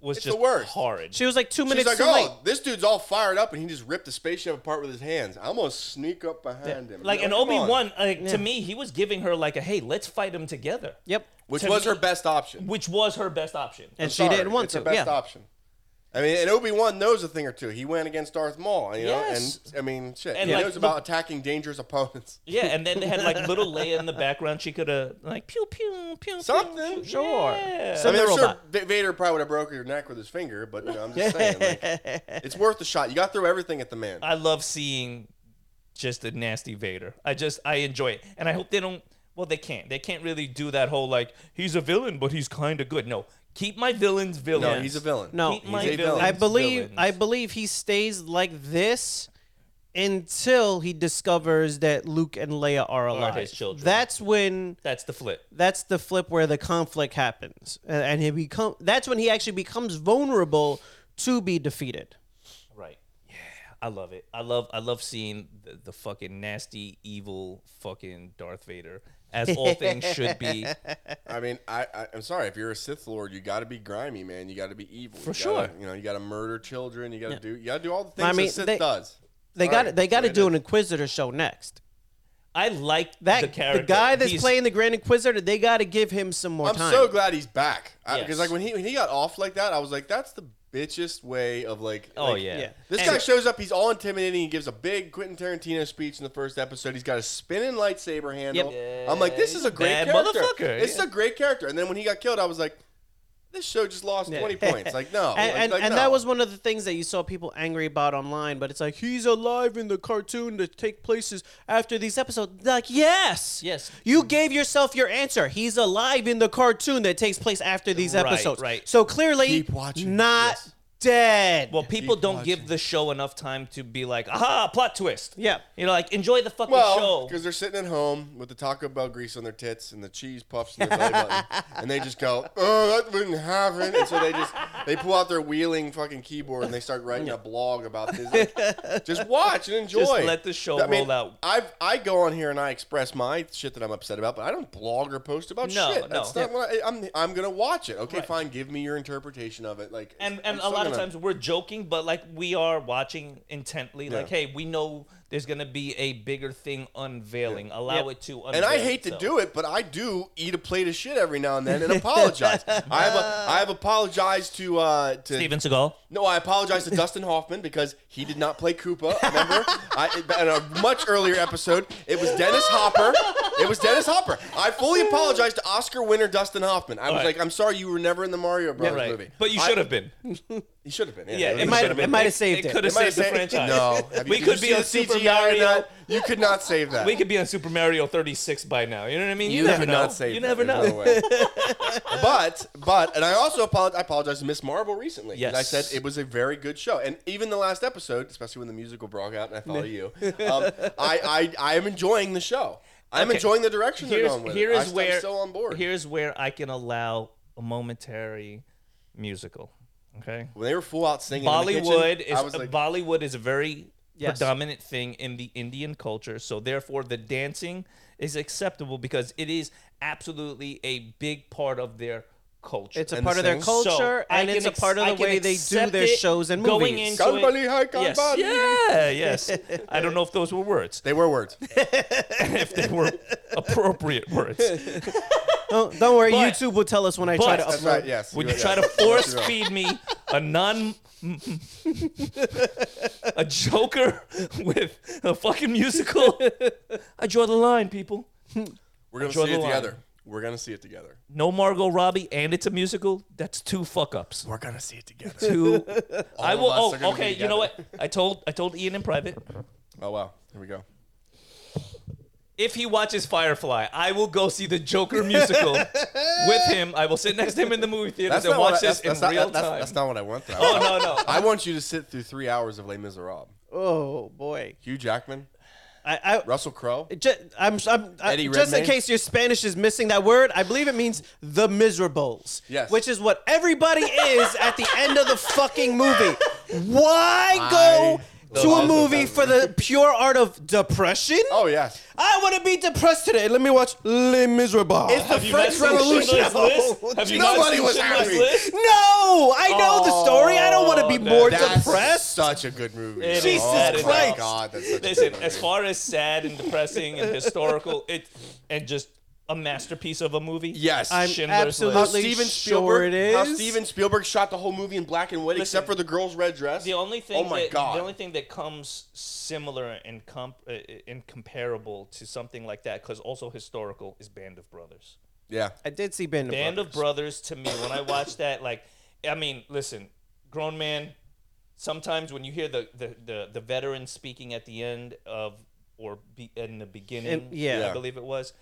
[SPEAKER 1] was
[SPEAKER 3] It's the
[SPEAKER 1] just
[SPEAKER 3] worst.
[SPEAKER 1] horrid.
[SPEAKER 2] she was like two
[SPEAKER 3] She's
[SPEAKER 2] minutes
[SPEAKER 3] like,
[SPEAKER 2] too late.
[SPEAKER 3] oh, this dude's all fired up, and he just ripped the spaceship apart with his hands. I'm gonna sneak up behind him.
[SPEAKER 1] like
[SPEAKER 3] You
[SPEAKER 1] an
[SPEAKER 3] know, come
[SPEAKER 1] Obi
[SPEAKER 3] on.
[SPEAKER 1] Wan, like, to me, he was giving her like a hey, let's fight him together.
[SPEAKER 2] Yep.
[SPEAKER 3] which
[SPEAKER 1] to
[SPEAKER 3] was
[SPEAKER 1] me-
[SPEAKER 3] her best option.
[SPEAKER 1] Which was her best option.
[SPEAKER 2] And
[SPEAKER 3] I'm
[SPEAKER 2] she
[SPEAKER 3] sorry,
[SPEAKER 2] didn't want
[SPEAKER 3] it's
[SPEAKER 2] to.
[SPEAKER 3] Her best
[SPEAKER 2] yeah.
[SPEAKER 3] option. I mean, and Obi Wan knows a thing or two. He went against Darth Maul, you know,
[SPEAKER 1] Yes.
[SPEAKER 3] and I mean, shit,
[SPEAKER 1] And,
[SPEAKER 3] he
[SPEAKER 1] like,
[SPEAKER 3] knows about attacking dangerous opponents.
[SPEAKER 1] Yeah, and then they had like little Leia in the background. She could have like pew pew pew pew,
[SPEAKER 3] Something,
[SPEAKER 1] pew.
[SPEAKER 2] sure.
[SPEAKER 1] Yeah.
[SPEAKER 2] So-
[SPEAKER 3] I mean,
[SPEAKER 2] the
[SPEAKER 3] I'm sure
[SPEAKER 2] robot.
[SPEAKER 3] V- Vader probably would have broke your neck with his finger, but you know, I'm just saying, like, it's worth the shot. You got through everything at the man.
[SPEAKER 1] I love seeing just a nasty Vader. I just I enjoy it, and I hope they don't. Well, they can't. They can't really do that whole like he's a villain, but he's kind of good. No, keep my villains villains.
[SPEAKER 3] no, he's a villain.
[SPEAKER 2] No.
[SPEAKER 1] Keep
[SPEAKER 2] He's
[SPEAKER 1] my
[SPEAKER 3] a villain.
[SPEAKER 1] villains
[SPEAKER 2] I believe
[SPEAKER 1] villains.
[SPEAKER 2] I believe he stays like this until he discovers that Luke and Leia are alive.
[SPEAKER 1] his children.
[SPEAKER 2] That's when
[SPEAKER 1] That's the flip.
[SPEAKER 2] that's the flip where the conflict happens, and, and he become that's when he actually becomes vulnerable to be defeated.
[SPEAKER 1] Right. Yeah, I love it. I love I love seeing the, the fucking nasty, evil, fucking Darth Vader, as all things should be.
[SPEAKER 3] I mean, I, I I'm sorry if you're a Sith Lord, you got to be grimy, man. You got to be evil. For
[SPEAKER 1] sure.
[SPEAKER 3] you know, you got to murder children. You got to do, you got to do all the things
[SPEAKER 2] I mean,
[SPEAKER 3] a Sith
[SPEAKER 2] they-
[SPEAKER 3] does.
[SPEAKER 2] They
[SPEAKER 3] All
[SPEAKER 2] got
[SPEAKER 3] right,
[SPEAKER 2] they got to
[SPEAKER 3] that's
[SPEAKER 2] do
[SPEAKER 3] what
[SPEAKER 2] an
[SPEAKER 3] it
[SPEAKER 2] Inquisitor show next.
[SPEAKER 1] I like
[SPEAKER 2] That
[SPEAKER 1] the
[SPEAKER 2] the,
[SPEAKER 1] character.
[SPEAKER 2] guy that's
[SPEAKER 1] He's-
[SPEAKER 2] playing the Grand Inquisitor, they got to give him some more
[SPEAKER 3] is. I'm
[SPEAKER 2] time.
[SPEAKER 3] so glad he's back because
[SPEAKER 1] Yes.
[SPEAKER 3] like when he when he got off like that, I was like, that's the bitchest way of like.
[SPEAKER 1] Oh
[SPEAKER 3] like,
[SPEAKER 1] yeah.
[SPEAKER 2] yeah.
[SPEAKER 3] This guy shows up. He's all intimidating. He gives a big Quentin Tarantino speech in the first episode. He's got a spinning lightsaber handle.
[SPEAKER 1] Yep.
[SPEAKER 3] I'm like, this is a great
[SPEAKER 1] Bad
[SPEAKER 3] character.
[SPEAKER 1] motherfucker,
[SPEAKER 3] This
[SPEAKER 1] yeah.
[SPEAKER 3] is a great character. And then when he got killed, I was like, this show just lost 20 points. Like, no.
[SPEAKER 2] and
[SPEAKER 3] Oh, Like-
[SPEAKER 2] and,
[SPEAKER 3] like,
[SPEAKER 2] and
[SPEAKER 3] no.
[SPEAKER 2] that was one of the things that you saw people angry about online. But it's like he's alive in the cartoon that take places after these episodes. Like yes,
[SPEAKER 1] Yes.
[SPEAKER 2] you gave yourself your answer. He's alive in the cartoon that takes place after these
[SPEAKER 1] Right,
[SPEAKER 2] episodes.
[SPEAKER 1] right.
[SPEAKER 2] So clearly,
[SPEAKER 3] Keep watching,
[SPEAKER 2] not
[SPEAKER 3] yes.
[SPEAKER 2] dead.
[SPEAKER 1] Well, people
[SPEAKER 3] Keep
[SPEAKER 1] don't give
[SPEAKER 3] watching.
[SPEAKER 1] the show enough time to be like, aha, plot twist.
[SPEAKER 2] Yeah.
[SPEAKER 1] You know, like enjoy the fucking
[SPEAKER 3] Well,
[SPEAKER 1] show.
[SPEAKER 3] because they're sitting at home with the Taco Bell grease on their tits and the cheese puffs in their belly button, and they just go, "Oh, that wouldn't happen." And so they just they pull out their wheeling fucking keyboard and they start writing a blog about this. Like, just watch and enjoy.
[SPEAKER 1] Just let the show
[SPEAKER 3] I mean,
[SPEAKER 1] roll out.
[SPEAKER 3] I've I go on here and I express my shit that I'm upset about, but I don't blog or post about
[SPEAKER 1] No,
[SPEAKER 3] shit. That's
[SPEAKER 1] no.
[SPEAKER 3] not what I, I'm I'm gonna watch it. Okay, fine. Give me your interpretation of it. Like
[SPEAKER 1] And
[SPEAKER 3] I'm
[SPEAKER 1] and a
[SPEAKER 3] still
[SPEAKER 1] lot of
[SPEAKER 3] gonna-
[SPEAKER 1] times we're joking, but like we are watching intently. Like,
[SPEAKER 3] Yeah.
[SPEAKER 1] hey, we know there's gonna be a bigger thing unveiling. Allow
[SPEAKER 2] Yep.
[SPEAKER 1] it to.
[SPEAKER 3] And I hate to do it, but I do eat a plate of shit every now and then and apologize. I have a, I have apologized to uh to
[SPEAKER 1] Steven Seagal.
[SPEAKER 3] no, I apologize to Dustin Hoffman because he did not play Koopa. Remember, I, in a much earlier episode, it was Dennis Hopper. It was Dennis Hopper. I fully apologize to Oscar winner Dustin Hoffman. I was
[SPEAKER 1] Right.
[SPEAKER 3] like, I'm sorry, you were never in the Mario Brothers
[SPEAKER 1] Right.
[SPEAKER 3] movie,
[SPEAKER 1] But you
[SPEAKER 3] I-
[SPEAKER 1] should have been.
[SPEAKER 3] You should have been.
[SPEAKER 1] Yeah,
[SPEAKER 3] you
[SPEAKER 2] might-
[SPEAKER 3] should
[SPEAKER 1] should've
[SPEAKER 3] have
[SPEAKER 2] it
[SPEAKER 1] been.
[SPEAKER 2] might have saved it.
[SPEAKER 1] It could have
[SPEAKER 3] It might
[SPEAKER 1] saved the
[SPEAKER 3] have saved-
[SPEAKER 1] franchise.
[SPEAKER 3] No, Have you-
[SPEAKER 1] we
[SPEAKER 3] did
[SPEAKER 1] could
[SPEAKER 3] you
[SPEAKER 1] be
[SPEAKER 3] see
[SPEAKER 1] on
[SPEAKER 3] the
[SPEAKER 1] Super
[SPEAKER 3] CGI in
[SPEAKER 1] Mario.
[SPEAKER 3] that? You could not save that.
[SPEAKER 1] We could be on Super Mario 36 by now. You know what I mean? You,
[SPEAKER 3] You,
[SPEAKER 1] never
[SPEAKER 3] could
[SPEAKER 1] know.
[SPEAKER 3] not save
[SPEAKER 1] you
[SPEAKER 3] that.
[SPEAKER 1] never know.
[SPEAKER 3] There's no way. but but and I also apologize. I apologize to Miss Marvel recently. 'cause I
[SPEAKER 1] Yes.
[SPEAKER 3] said it was a very good show, and even the last episode, especially when the musical broke out, and I thought of you. Um, I, I I am enjoying the show. I'm
[SPEAKER 1] Okay.
[SPEAKER 3] enjoying the direction they're
[SPEAKER 1] Here's,
[SPEAKER 3] going with.
[SPEAKER 1] here is
[SPEAKER 3] it. I st- I'm
[SPEAKER 1] where
[SPEAKER 3] still on board.
[SPEAKER 1] Here's where I can allow a momentary musical. Okay.
[SPEAKER 3] when they were full out singing. in the kitchen,
[SPEAKER 1] Bollywood
[SPEAKER 3] I
[SPEAKER 1] is
[SPEAKER 3] was like,
[SPEAKER 1] Bollywood is a very
[SPEAKER 2] Yes.
[SPEAKER 1] predominant thing in the Indian culture. So therefore, the dancing is acceptable because it is absolutely a big part of their culture.
[SPEAKER 2] It's a
[SPEAKER 3] And
[SPEAKER 2] part of their
[SPEAKER 3] sings.
[SPEAKER 1] So,
[SPEAKER 2] culture,
[SPEAKER 1] I
[SPEAKER 2] and
[SPEAKER 1] can
[SPEAKER 2] it's a
[SPEAKER 1] ex-
[SPEAKER 2] part of
[SPEAKER 1] I
[SPEAKER 2] the
[SPEAKER 1] can
[SPEAKER 2] way they do
[SPEAKER 1] accept
[SPEAKER 2] their
[SPEAKER 1] it
[SPEAKER 2] shows and
[SPEAKER 1] going
[SPEAKER 2] movies.
[SPEAKER 1] into it-
[SPEAKER 3] Ganbali hai,
[SPEAKER 1] Yes.
[SPEAKER 3] Ganbali.
[SPEAKER 1] Yeah, yes. I don't know if those were words.
[SPEAKER 3] they were words.
[SPEAKER 1] If they were appropriate words.
[SPEAKER 2] Don't, don't worry,
[SPEAKER 1] But-
[SPEAKER 2] YouTube will tell us when I try to
[SPEAKER 1] but-
[SPEAKER 3] That's
[SPEAKER 2] upload.
[SPEAKER 3] right. Yes.
[SPEAKER 1] Would
[SPEAKER 3] you're
[SPEAKER 1] you try
[SPEAKER 3] right,
[SPEAKER 1] to
[SPEAKER 3] yes. Yes,
[SPEAKER 1] force
[SPEAKER 3] you're right.
[SPEAKER 1] feed me a non a joker with a fucking musical? I draw the line, people.
[SPEAKER 3] We're gonna
[SPEAKER 1] Draw
[SPEAKER 3] see
[SPEAKER 1] the
[SPEAKER 3] it
[SPEAKER 1] line.
[SPEAKER 3] together. We're gonna see it together.
[SPEAKER 1] No Margot Robbie and it's a musical. That's two fuck ups.
[SPEAKER 3] We're gonna see it together.
[SPEAKER 1] Two. I will.
[SPEAKER 3] of us are
[SPEAKER 1] Oh,
[SPEAKER 3] gonna be
[SPEAKER 1] okay. You know what?
[SPEAKER 3] together.
[SPEAKER 1] I told I told Ian in private.
[SPEAKER 3] Oh wow. Here we go.
[SPEAKER 1] If he watches Firefly, I will go see the Joker musical with him. I will sit next to him in the movie theater and
[SPEAKER 3] what
[SPEAKER 1] watch
[SPEAKER 3] I-
[SPEAKER 1] this
[SPEAKER 3] that's- that's
[SPEAKER 1] in
[SPEAKER 3] not-
[SPEAKER 1] real
[SPEAKER 3] that's-
[SPEAKER 1] time.
[SPEAKER 3] That's not what I want. Though.
[SPEAKER 1] oh no no.
[SPEAKER 3] I want you to sit through three hours of Les Miserables.
[SPEAKER 2] Oh boy,
[SPEAKER 3] Hugh Jackman,
[SPEAKER 2] I, I
[SPEAKER 3] Russell Crowe.
[SPEAKER 2] Ju- I'm, I'm, I-
[SPEAKER 3] Eddie
[SPEAKER 2] just in
[SPEAKER 3] Redmayne?
[SPEAKER 2] case your Spanish is missing that word, I believe it means the miserables.
[SPEAKER 3] Yes.
[SPEAKER 2] Which is what everybody is at the end of the fucking movie. Why go
[SPEAKER 3] I
[SPEAKER 2] to
[SPEAKER 3] love
[SPEAKER 2] a
[SPEAKER 3] the
[SPEAKER 2] movie
[SPEAKER 3] Batman.
[SPEAKER 2] for the pure art of depression?
[SPEAKER 3] Oh yes.
[SPEAKER 2] I want to be depressed today. Let me watch Les Miserables.
[SPEAKER 3] It's the
[SPEAKER 1] Have you not
[SPEAKER 3] French
[SPEAKER 1] seen Schindler's
[SPEAKER 3] Revolution.
[SPEAKER 1] List? Have you not
[SPEAKER 3] Nobody
[SPEAKER 1] seen
[SPEAKER 3] was
[SPEAKER 1] Schindler's
[SPEAKER 3] happy.
[SPEAKER 1] List?
[SPEAKER 2] no, I know the story. I don't want to be
[SPEAKER 1] Oh,
[SPEAKER 2] more
[SPEAKER 1] that's-
[SPEAKER 2] depressed.
[SPEAKER 3] such a good movie.
[SPEAKER 1] It is.
[SPEAKER 2] Jesus
[SPEAKER 3] oh, my
[SPEAKER 2] Christ.
[SPEAKER 3] God, that's such a
[SPEAKER 1] Listen,
[SPEAKER 3] good
[SPEAKER 1] as
[SPEAKER 3] movie.
[SPEAKER 1] far as sad and depressing and historical, it and just a masterpiece of a movie.
[SPEAKER 3] Yes.
[SPEAKER 2] I'm
[SPEAKER 1] Schindler's
[SPEAKER 3] how
[SPEAKER 2] absolutely
[SPEAKER 3] Steven
[SPEAKER 2] sure
[SPEAKER 3] Spielberg,
[SPEAKER 2] it is.
[SPEAKER 3] how Steven Spielberg shot the whole movie in black and white except for the girl's red dress.
[SPEAKER 1] The only thing
[SPEAKER 3] Oh my
[SPEAKER 1] that,
[SPEAKER 3] God.
[SPEAKER 1] the only thing that comes similar and comp uh, and comparable to something like that cuz also historical is Band of Brothers.
[SPEAKER 3] yeah.
[SPEAKER 2] I did see Band of
[SPEAKER 1] Band
[SPEAKER 2] Brothers.
[SPEAKER 1] of Brothers to me when I watched that like I mean, listen, grown man, sometimes when you hear the the the, the veteran speaking at the end of or be, in the beginning,
[SPEAKER 2] And- yeah.
[SPEAKER 1] I believe it was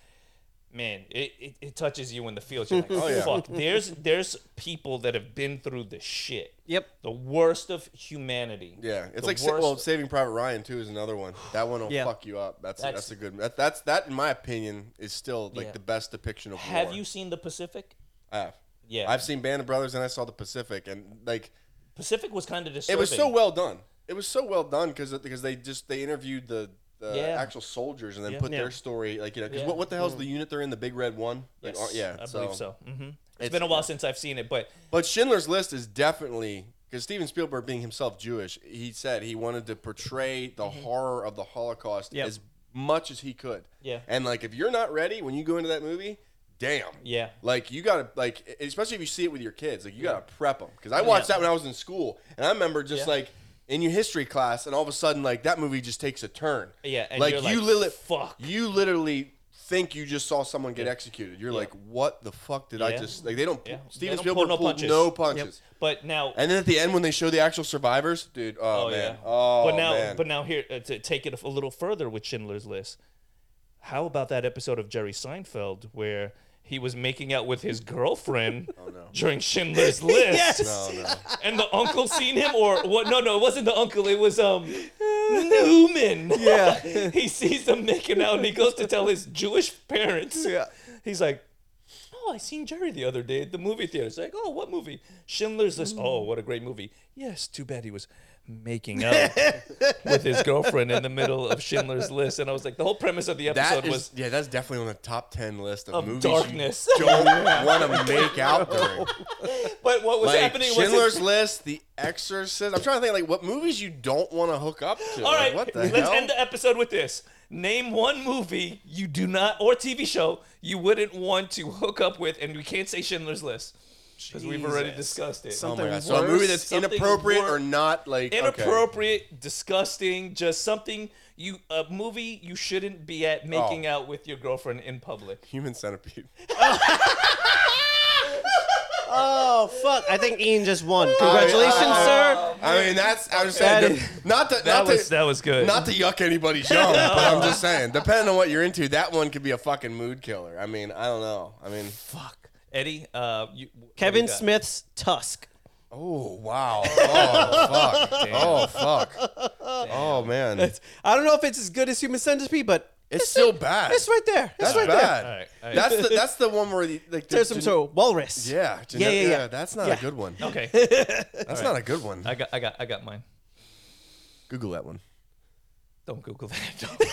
[SPEAKER 1] Man, it, it, it touches you in the field. You're like,
[SPEAKER 3] yeah.
[SPEAKER 1] fuck. There's there's people that have been through the shit.
[SPEAKER 2] Yep.
[SPEAKER 1] The worst of humanity.
[SPEAKER 3] Yeah, it's
[SPEAKER 1] The
[SPEAKER 3] like sa- well, Saving Private Ryan too is another one. That one will
[SPEAKER 2] Yeah.
[SPEAKER 3] fuck you up. That's
[SPEAKER 1] That's-
[SPEAKER 3] that's, a good. That, that's that in my opinion is still like
[SPEAKER 1] Yeah.
[SPEAKER 3] the best depiction of war.
[SPEAKER 1] Have you seen the Pacific?
[SPEAKER 3] I have.
[SPEAKER 1] Yeah.
[SPEAKER 3] I've seen Band of Brothers and I saw the Pacific and like
[SPEAKER 1] Pacific was kind of disturbing.
[SPEAKER 3] it was so well done. It was so well done because because they just they interviewed the, the
[SPEAKER 1] Yeah.
[SPEAKER 3] actual soldiers and then
[SPEAKER 1] Yeah.
[SPEAKER 3] put
[SPEAKER 2] Yeah.
[SPEAKER 3] their story like you know because
[SPEAKER 1] Yeah. Hmm.
[SPEAKER 3] what, what the hell's the unit they're in the big red one Like,
[SPEAKER 1] Yes,
[SPEAKER 3] uh, yeah
[SPEAKER 1] I believe so. hmm it's
[SPEAKER 3] It's-
[SPEAKER 1] been a while since I've seen it, but
[SPEAKER 3] But Schindler's List is definitely because Steven Spielberg, being himself Jewish, he said he wanted to portray the
[SPEAKER 1] Mm-hmm.
[SPEAKER 3] horror of the Holocaust
[SPEAKER 2] Yep.
[SPEAKER 3] as much as he could.
[SPEAKER 1] Yeah.
[SPEAKER 3] And like, if you're not ready when you go into that movie, damn.
[SPEAKER 1] Yeah.
[SPEAKER 3] Like you gotta like, e-, especially if you see it with your kids, like you gotta prep them. Because I watched that when I was in school, and I remember just
[SPEAKER 1] Yeah.
[SPEAKER 3] like in your history class, and all of a sudden like that movie just takes a turn.
[SPEAKER 1] Yeah, and
[SPEAKER 3] like
[SPEAKER 1] you're
[SPEAKER 3] you
[SPEAKER 1] like,
[SPEAKER 3] literally,
[SPEAKER 1] "Fuck."
[SPEAKER 3] you literally think you just saw someone get executed. You're like, what the fuck did I
[SPEAKER 1] Yeah.
[SPEAKER 3] just like? They don't.
[SPEAKER 1] Yeah. They
[SPEAKER 3] Steven
[SPEAKER 1] don't pull
[SPEAKER 3] Spielberg
[SPEAKER 1] no
[SPEAKER 3] pulled
[SPEAKER 1] punches.
[SPEAKER 3] no punches.
[SPEAKER 1] but now
[SPEAKER 3] And then at the end, when they show the actual survivors, dude, oh,
[SPEAKER 1] oh
[SPEAKER 3] man,
[SPEAKER 1] yeah.
[SPEAKER 3] oh
[SPEAKER 1] but now
[SPEAKER 3] man.
[SPEAKER 1] but now here uh, to take it a little further with Schindler's List. How about that episode of Jerry Seinfeld where he was making out with his girlfriend during Schindler's List?
[SPEAKER 2] Yes.
[SPEAKER 3] oh, no.
[SPEAKER 1] And the uncle seen him, or what? No, no, it wasn't the uncle. It was um Newman.
[SPEAKER 2] Yeah.
[SPEAKER 1] he sees them making out, and he goes to tell his Jewish parents.
[SPEAKER 2] Yeah.
[SPEAKER 1] He's like, "Oh, I seen Jerry the other day at the movie theater." It's like, "Oh, what movie?" Schindler's List. Oh, what a great movie. Yes, too bad he was making out with his girlfriend in the middle of Schindler's List, and I was like, the whole premise of the episode
[SPEAKER 3] That is,
[SPEAKER 1] was.
[SPEAKER 3] yeah, that's definitely on the top ten list of,
[SPEAKER 1] Of
[SPEAKER 3] movies
[SPEAKER 1] darkness.
[SPEAKER 3] you don't want to make out during.
[SPEAKER 1] But what was
[SPEAKER 3] Like
[SPEAKER 1] happening was.
[SPEAKER 3] Schindler's
[SPEAKER 1] it-
[SPEAKER 3] List, The Exorcist. I'm trying to think like what movies you don't want to hook up to.
[SPEAKER 1] All right,
[SPEAKER 3] like, what the
[SPEAKER 1] let's
[SPEAKER 3] hell?
[SPEAKER 1] end the episode with this. Name one movie you do not or TV show you wouldn't want to hook up with, and we can't say Schindler's List because we've already
[SPEAKER 2] Jesus.
[SPEAKER 1] discussed it.
[SPEAKER 2] Some-
[SPEAKER 3] oh my
[SPEAKER 2] something
[SPEAKER 3] god! So a
[SPEAKER 2] worse,
[SPEAKER 3] movie that's
[SPEAKER 1] something
[SPEAKER 3] inappropriate
[SPEAKER 1] wor-
[SPEAKER 3] or not like okay.
[SPEAKER 1] Inappropriate, disgusting, just something you a movie you shouldn't be at making
[SPEAKER 3] Oh.
[SPEAKER 1] out with your girlfriend in public.
[SPEAKER 3] Human centipede.
[SPEAKER 2] Oh fuck! I think Ian just won. Congratulations,
[SPEAKER 3] I-
[SPEAKER 2] sir.
[SPEAKER 3] I mean, that's I'm saying
[SPEAKER 2] That is-
[SPEAKER 3] not to
[SPEAKER 1] That
[SPEAKER 3] not
[SPEAKER 1] was
[SPEAKER 3] to,
[SPEAKER 1] that was good.
[SPEAKER 3] Not to yuck anybody's yum, but I'm just saying, depending on what you're into, that one could be a fucking mood killer. I mean, I don't know. I mean,
[SPEAKER 1] fuck, Eddie. Uh, you, what do
[SPEAKER 2] Kevin
[SPEAKER 1] you got?
[SPEAKER 2] Smith's tusk.
[SPEAKER 3] oh wow, oh fuck, oh fuck, oh man, it's,
[SPEAKER 2] I don't know if it's as good as Human Centipede, but
[SPEAKER 3] still bad.
[SPEAKER 2] it's right there. It's
[SPEAKER 3] that's
[SPEAKER 2] Uh, right there.
[SPEAKER 3] bad.
[SPEAKER 1] All right, all right.
[SPEAKER 3] That's the that's the one where the, like the
[SPEAKER 2] There's some
[SPEAKER 3] gen-
[SPEAKER 2] sort of walrus.
[SPEAKER 3] yeah,
[SPEAKER 2] Yeah, yeah, yeah.
[SPEAKER 3] That's not
[SPEAKER 2] Yeah.
[SPEAKER 3] a good one.
[SPEAKER 1] Okay,
[SPEAKER 3] That's not a good one.
[SPEAKER 1] I got I got I got mine.
[SPEAKER 3] Google that one.
[SPEAKER 1] Don't Google that. Don't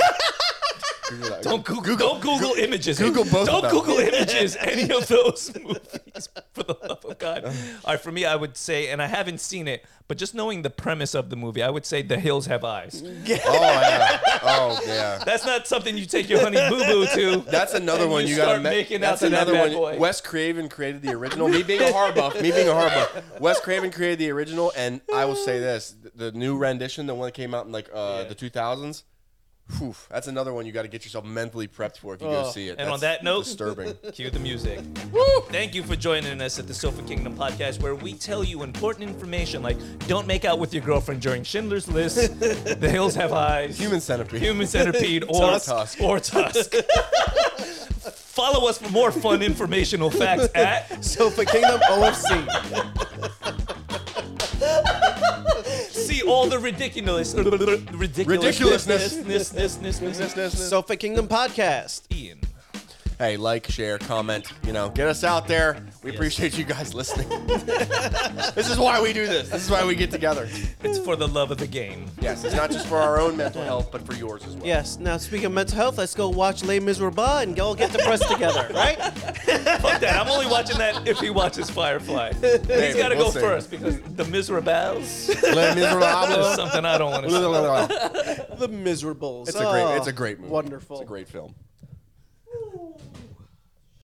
[SPEAKER 3] Google that.
[SPEAKER 1] Don't Google, don't Google images.
[SPEAKER 3] Google both
[SPEAKER 1] Don't
[SPEAKER 3] of them.
[SPEAKER 1] Google images any of those movies. For the love of God! All right, for me, I would say, and I haven't seen it, but just knowing the premise of the movie, I would say The Hills Have Eyes.
[SPEAKER 3] Oh yeah. Oh yeah.
[SPEAKER 1] That's not something you take your honey boo boo to.
[SPEAKER 3] That's another
[SPEAKER 1] And
[SPEAKER 3] one
[SPEAKER 1] you
[SPEAKER 3] you, gotta
[SPEAKER 1] start
[SPEAKER 3] ma-
[SPEAKER 1] making
[SPEAKER 3] that's
[SPEAKER 1] out to that
[SPEAKER 3] another
[SPEAKER 1] bad
[SPEAKER 3] one.
[SPEAKER 1] boy.
[SPEAKER 3] Wes Craven created the original. me being a hard buff. Me being a hard buff. Wes Craven created the original, and I will say this: th- the new rendition, the one that came out in like uh,
[SPEAKER 1] Yeah.
[SPEAKER 3] the 2000s. Whew, that's another one you got to get yourself mentally prepped for if you go see it.
[SPEAKER 1] Oh, And on
[SPEAKER 3] That's
[SPEAKER 1] that note-
[SPEAKER 3] disturbing.
[SPEAKER 1] Cue the music. Thank you for joining us at the Sofa Kingdom podcast, where we tell you important information like don't make out with your girlfriend during Schindler's List, The Hills Have Eyes,
[SPEAKER 3] Human centipede.
[SPEAKER 1] Human Centipede, or
[SPEAKER 3] Tusk.
[SPEAKER 1] Or Tusk. Follow us for more fun informational facts at
[SPEAKER 2] So for Kingdom OFC.
[SPEAKER 1] see all the ridiculous ridiculous
[SPEAKER 3] Ridiculousness.
[SPEAKER 1] ridiculousness
[SPEAKER 3] This, this, this.
[SPEAKER 2] Sofa Kingdom Podcast.
[SPEAKER 1] Ian.
[SPEAKER 3] hey, like, share, comment, you know, get us out there. We appreciate you guys listening. this is why we do this. This is why we get together.
[SPEAKER 1] It's for the love of the game.
[SPEAKER 3] Yes, it's not just for our own mental health, but for yours as well.
[SPEAKER 2] Yes. Now speaking of mental health, let's go watch Les Miserables and go get depressed together, right?
[SPEAKER 1] Fuck that. I'm only watching that if he watches Firefly. He's
[SPEAKER 3] Maybe,
[SPEAKER 1] got to
[SPEAKER 3] we'll
[SPEAKER 1] go
[SPEAKER 3] see.
[SPEAKER 1] first because The Miserables is
[SPEAKER 3] Les Miserables.
[SPEAKER 1] something I don't want to see.
[SPEAKER 3] it's
[SPEAKER 2] the Miserables.
[SPEAKER 3] a great. It's a
[SPEAKER 2] Oh,
[SPEAKER 3] great movie.
[SPEAKER 2] Wonderful.
[SPEAKER 3] It's a great film.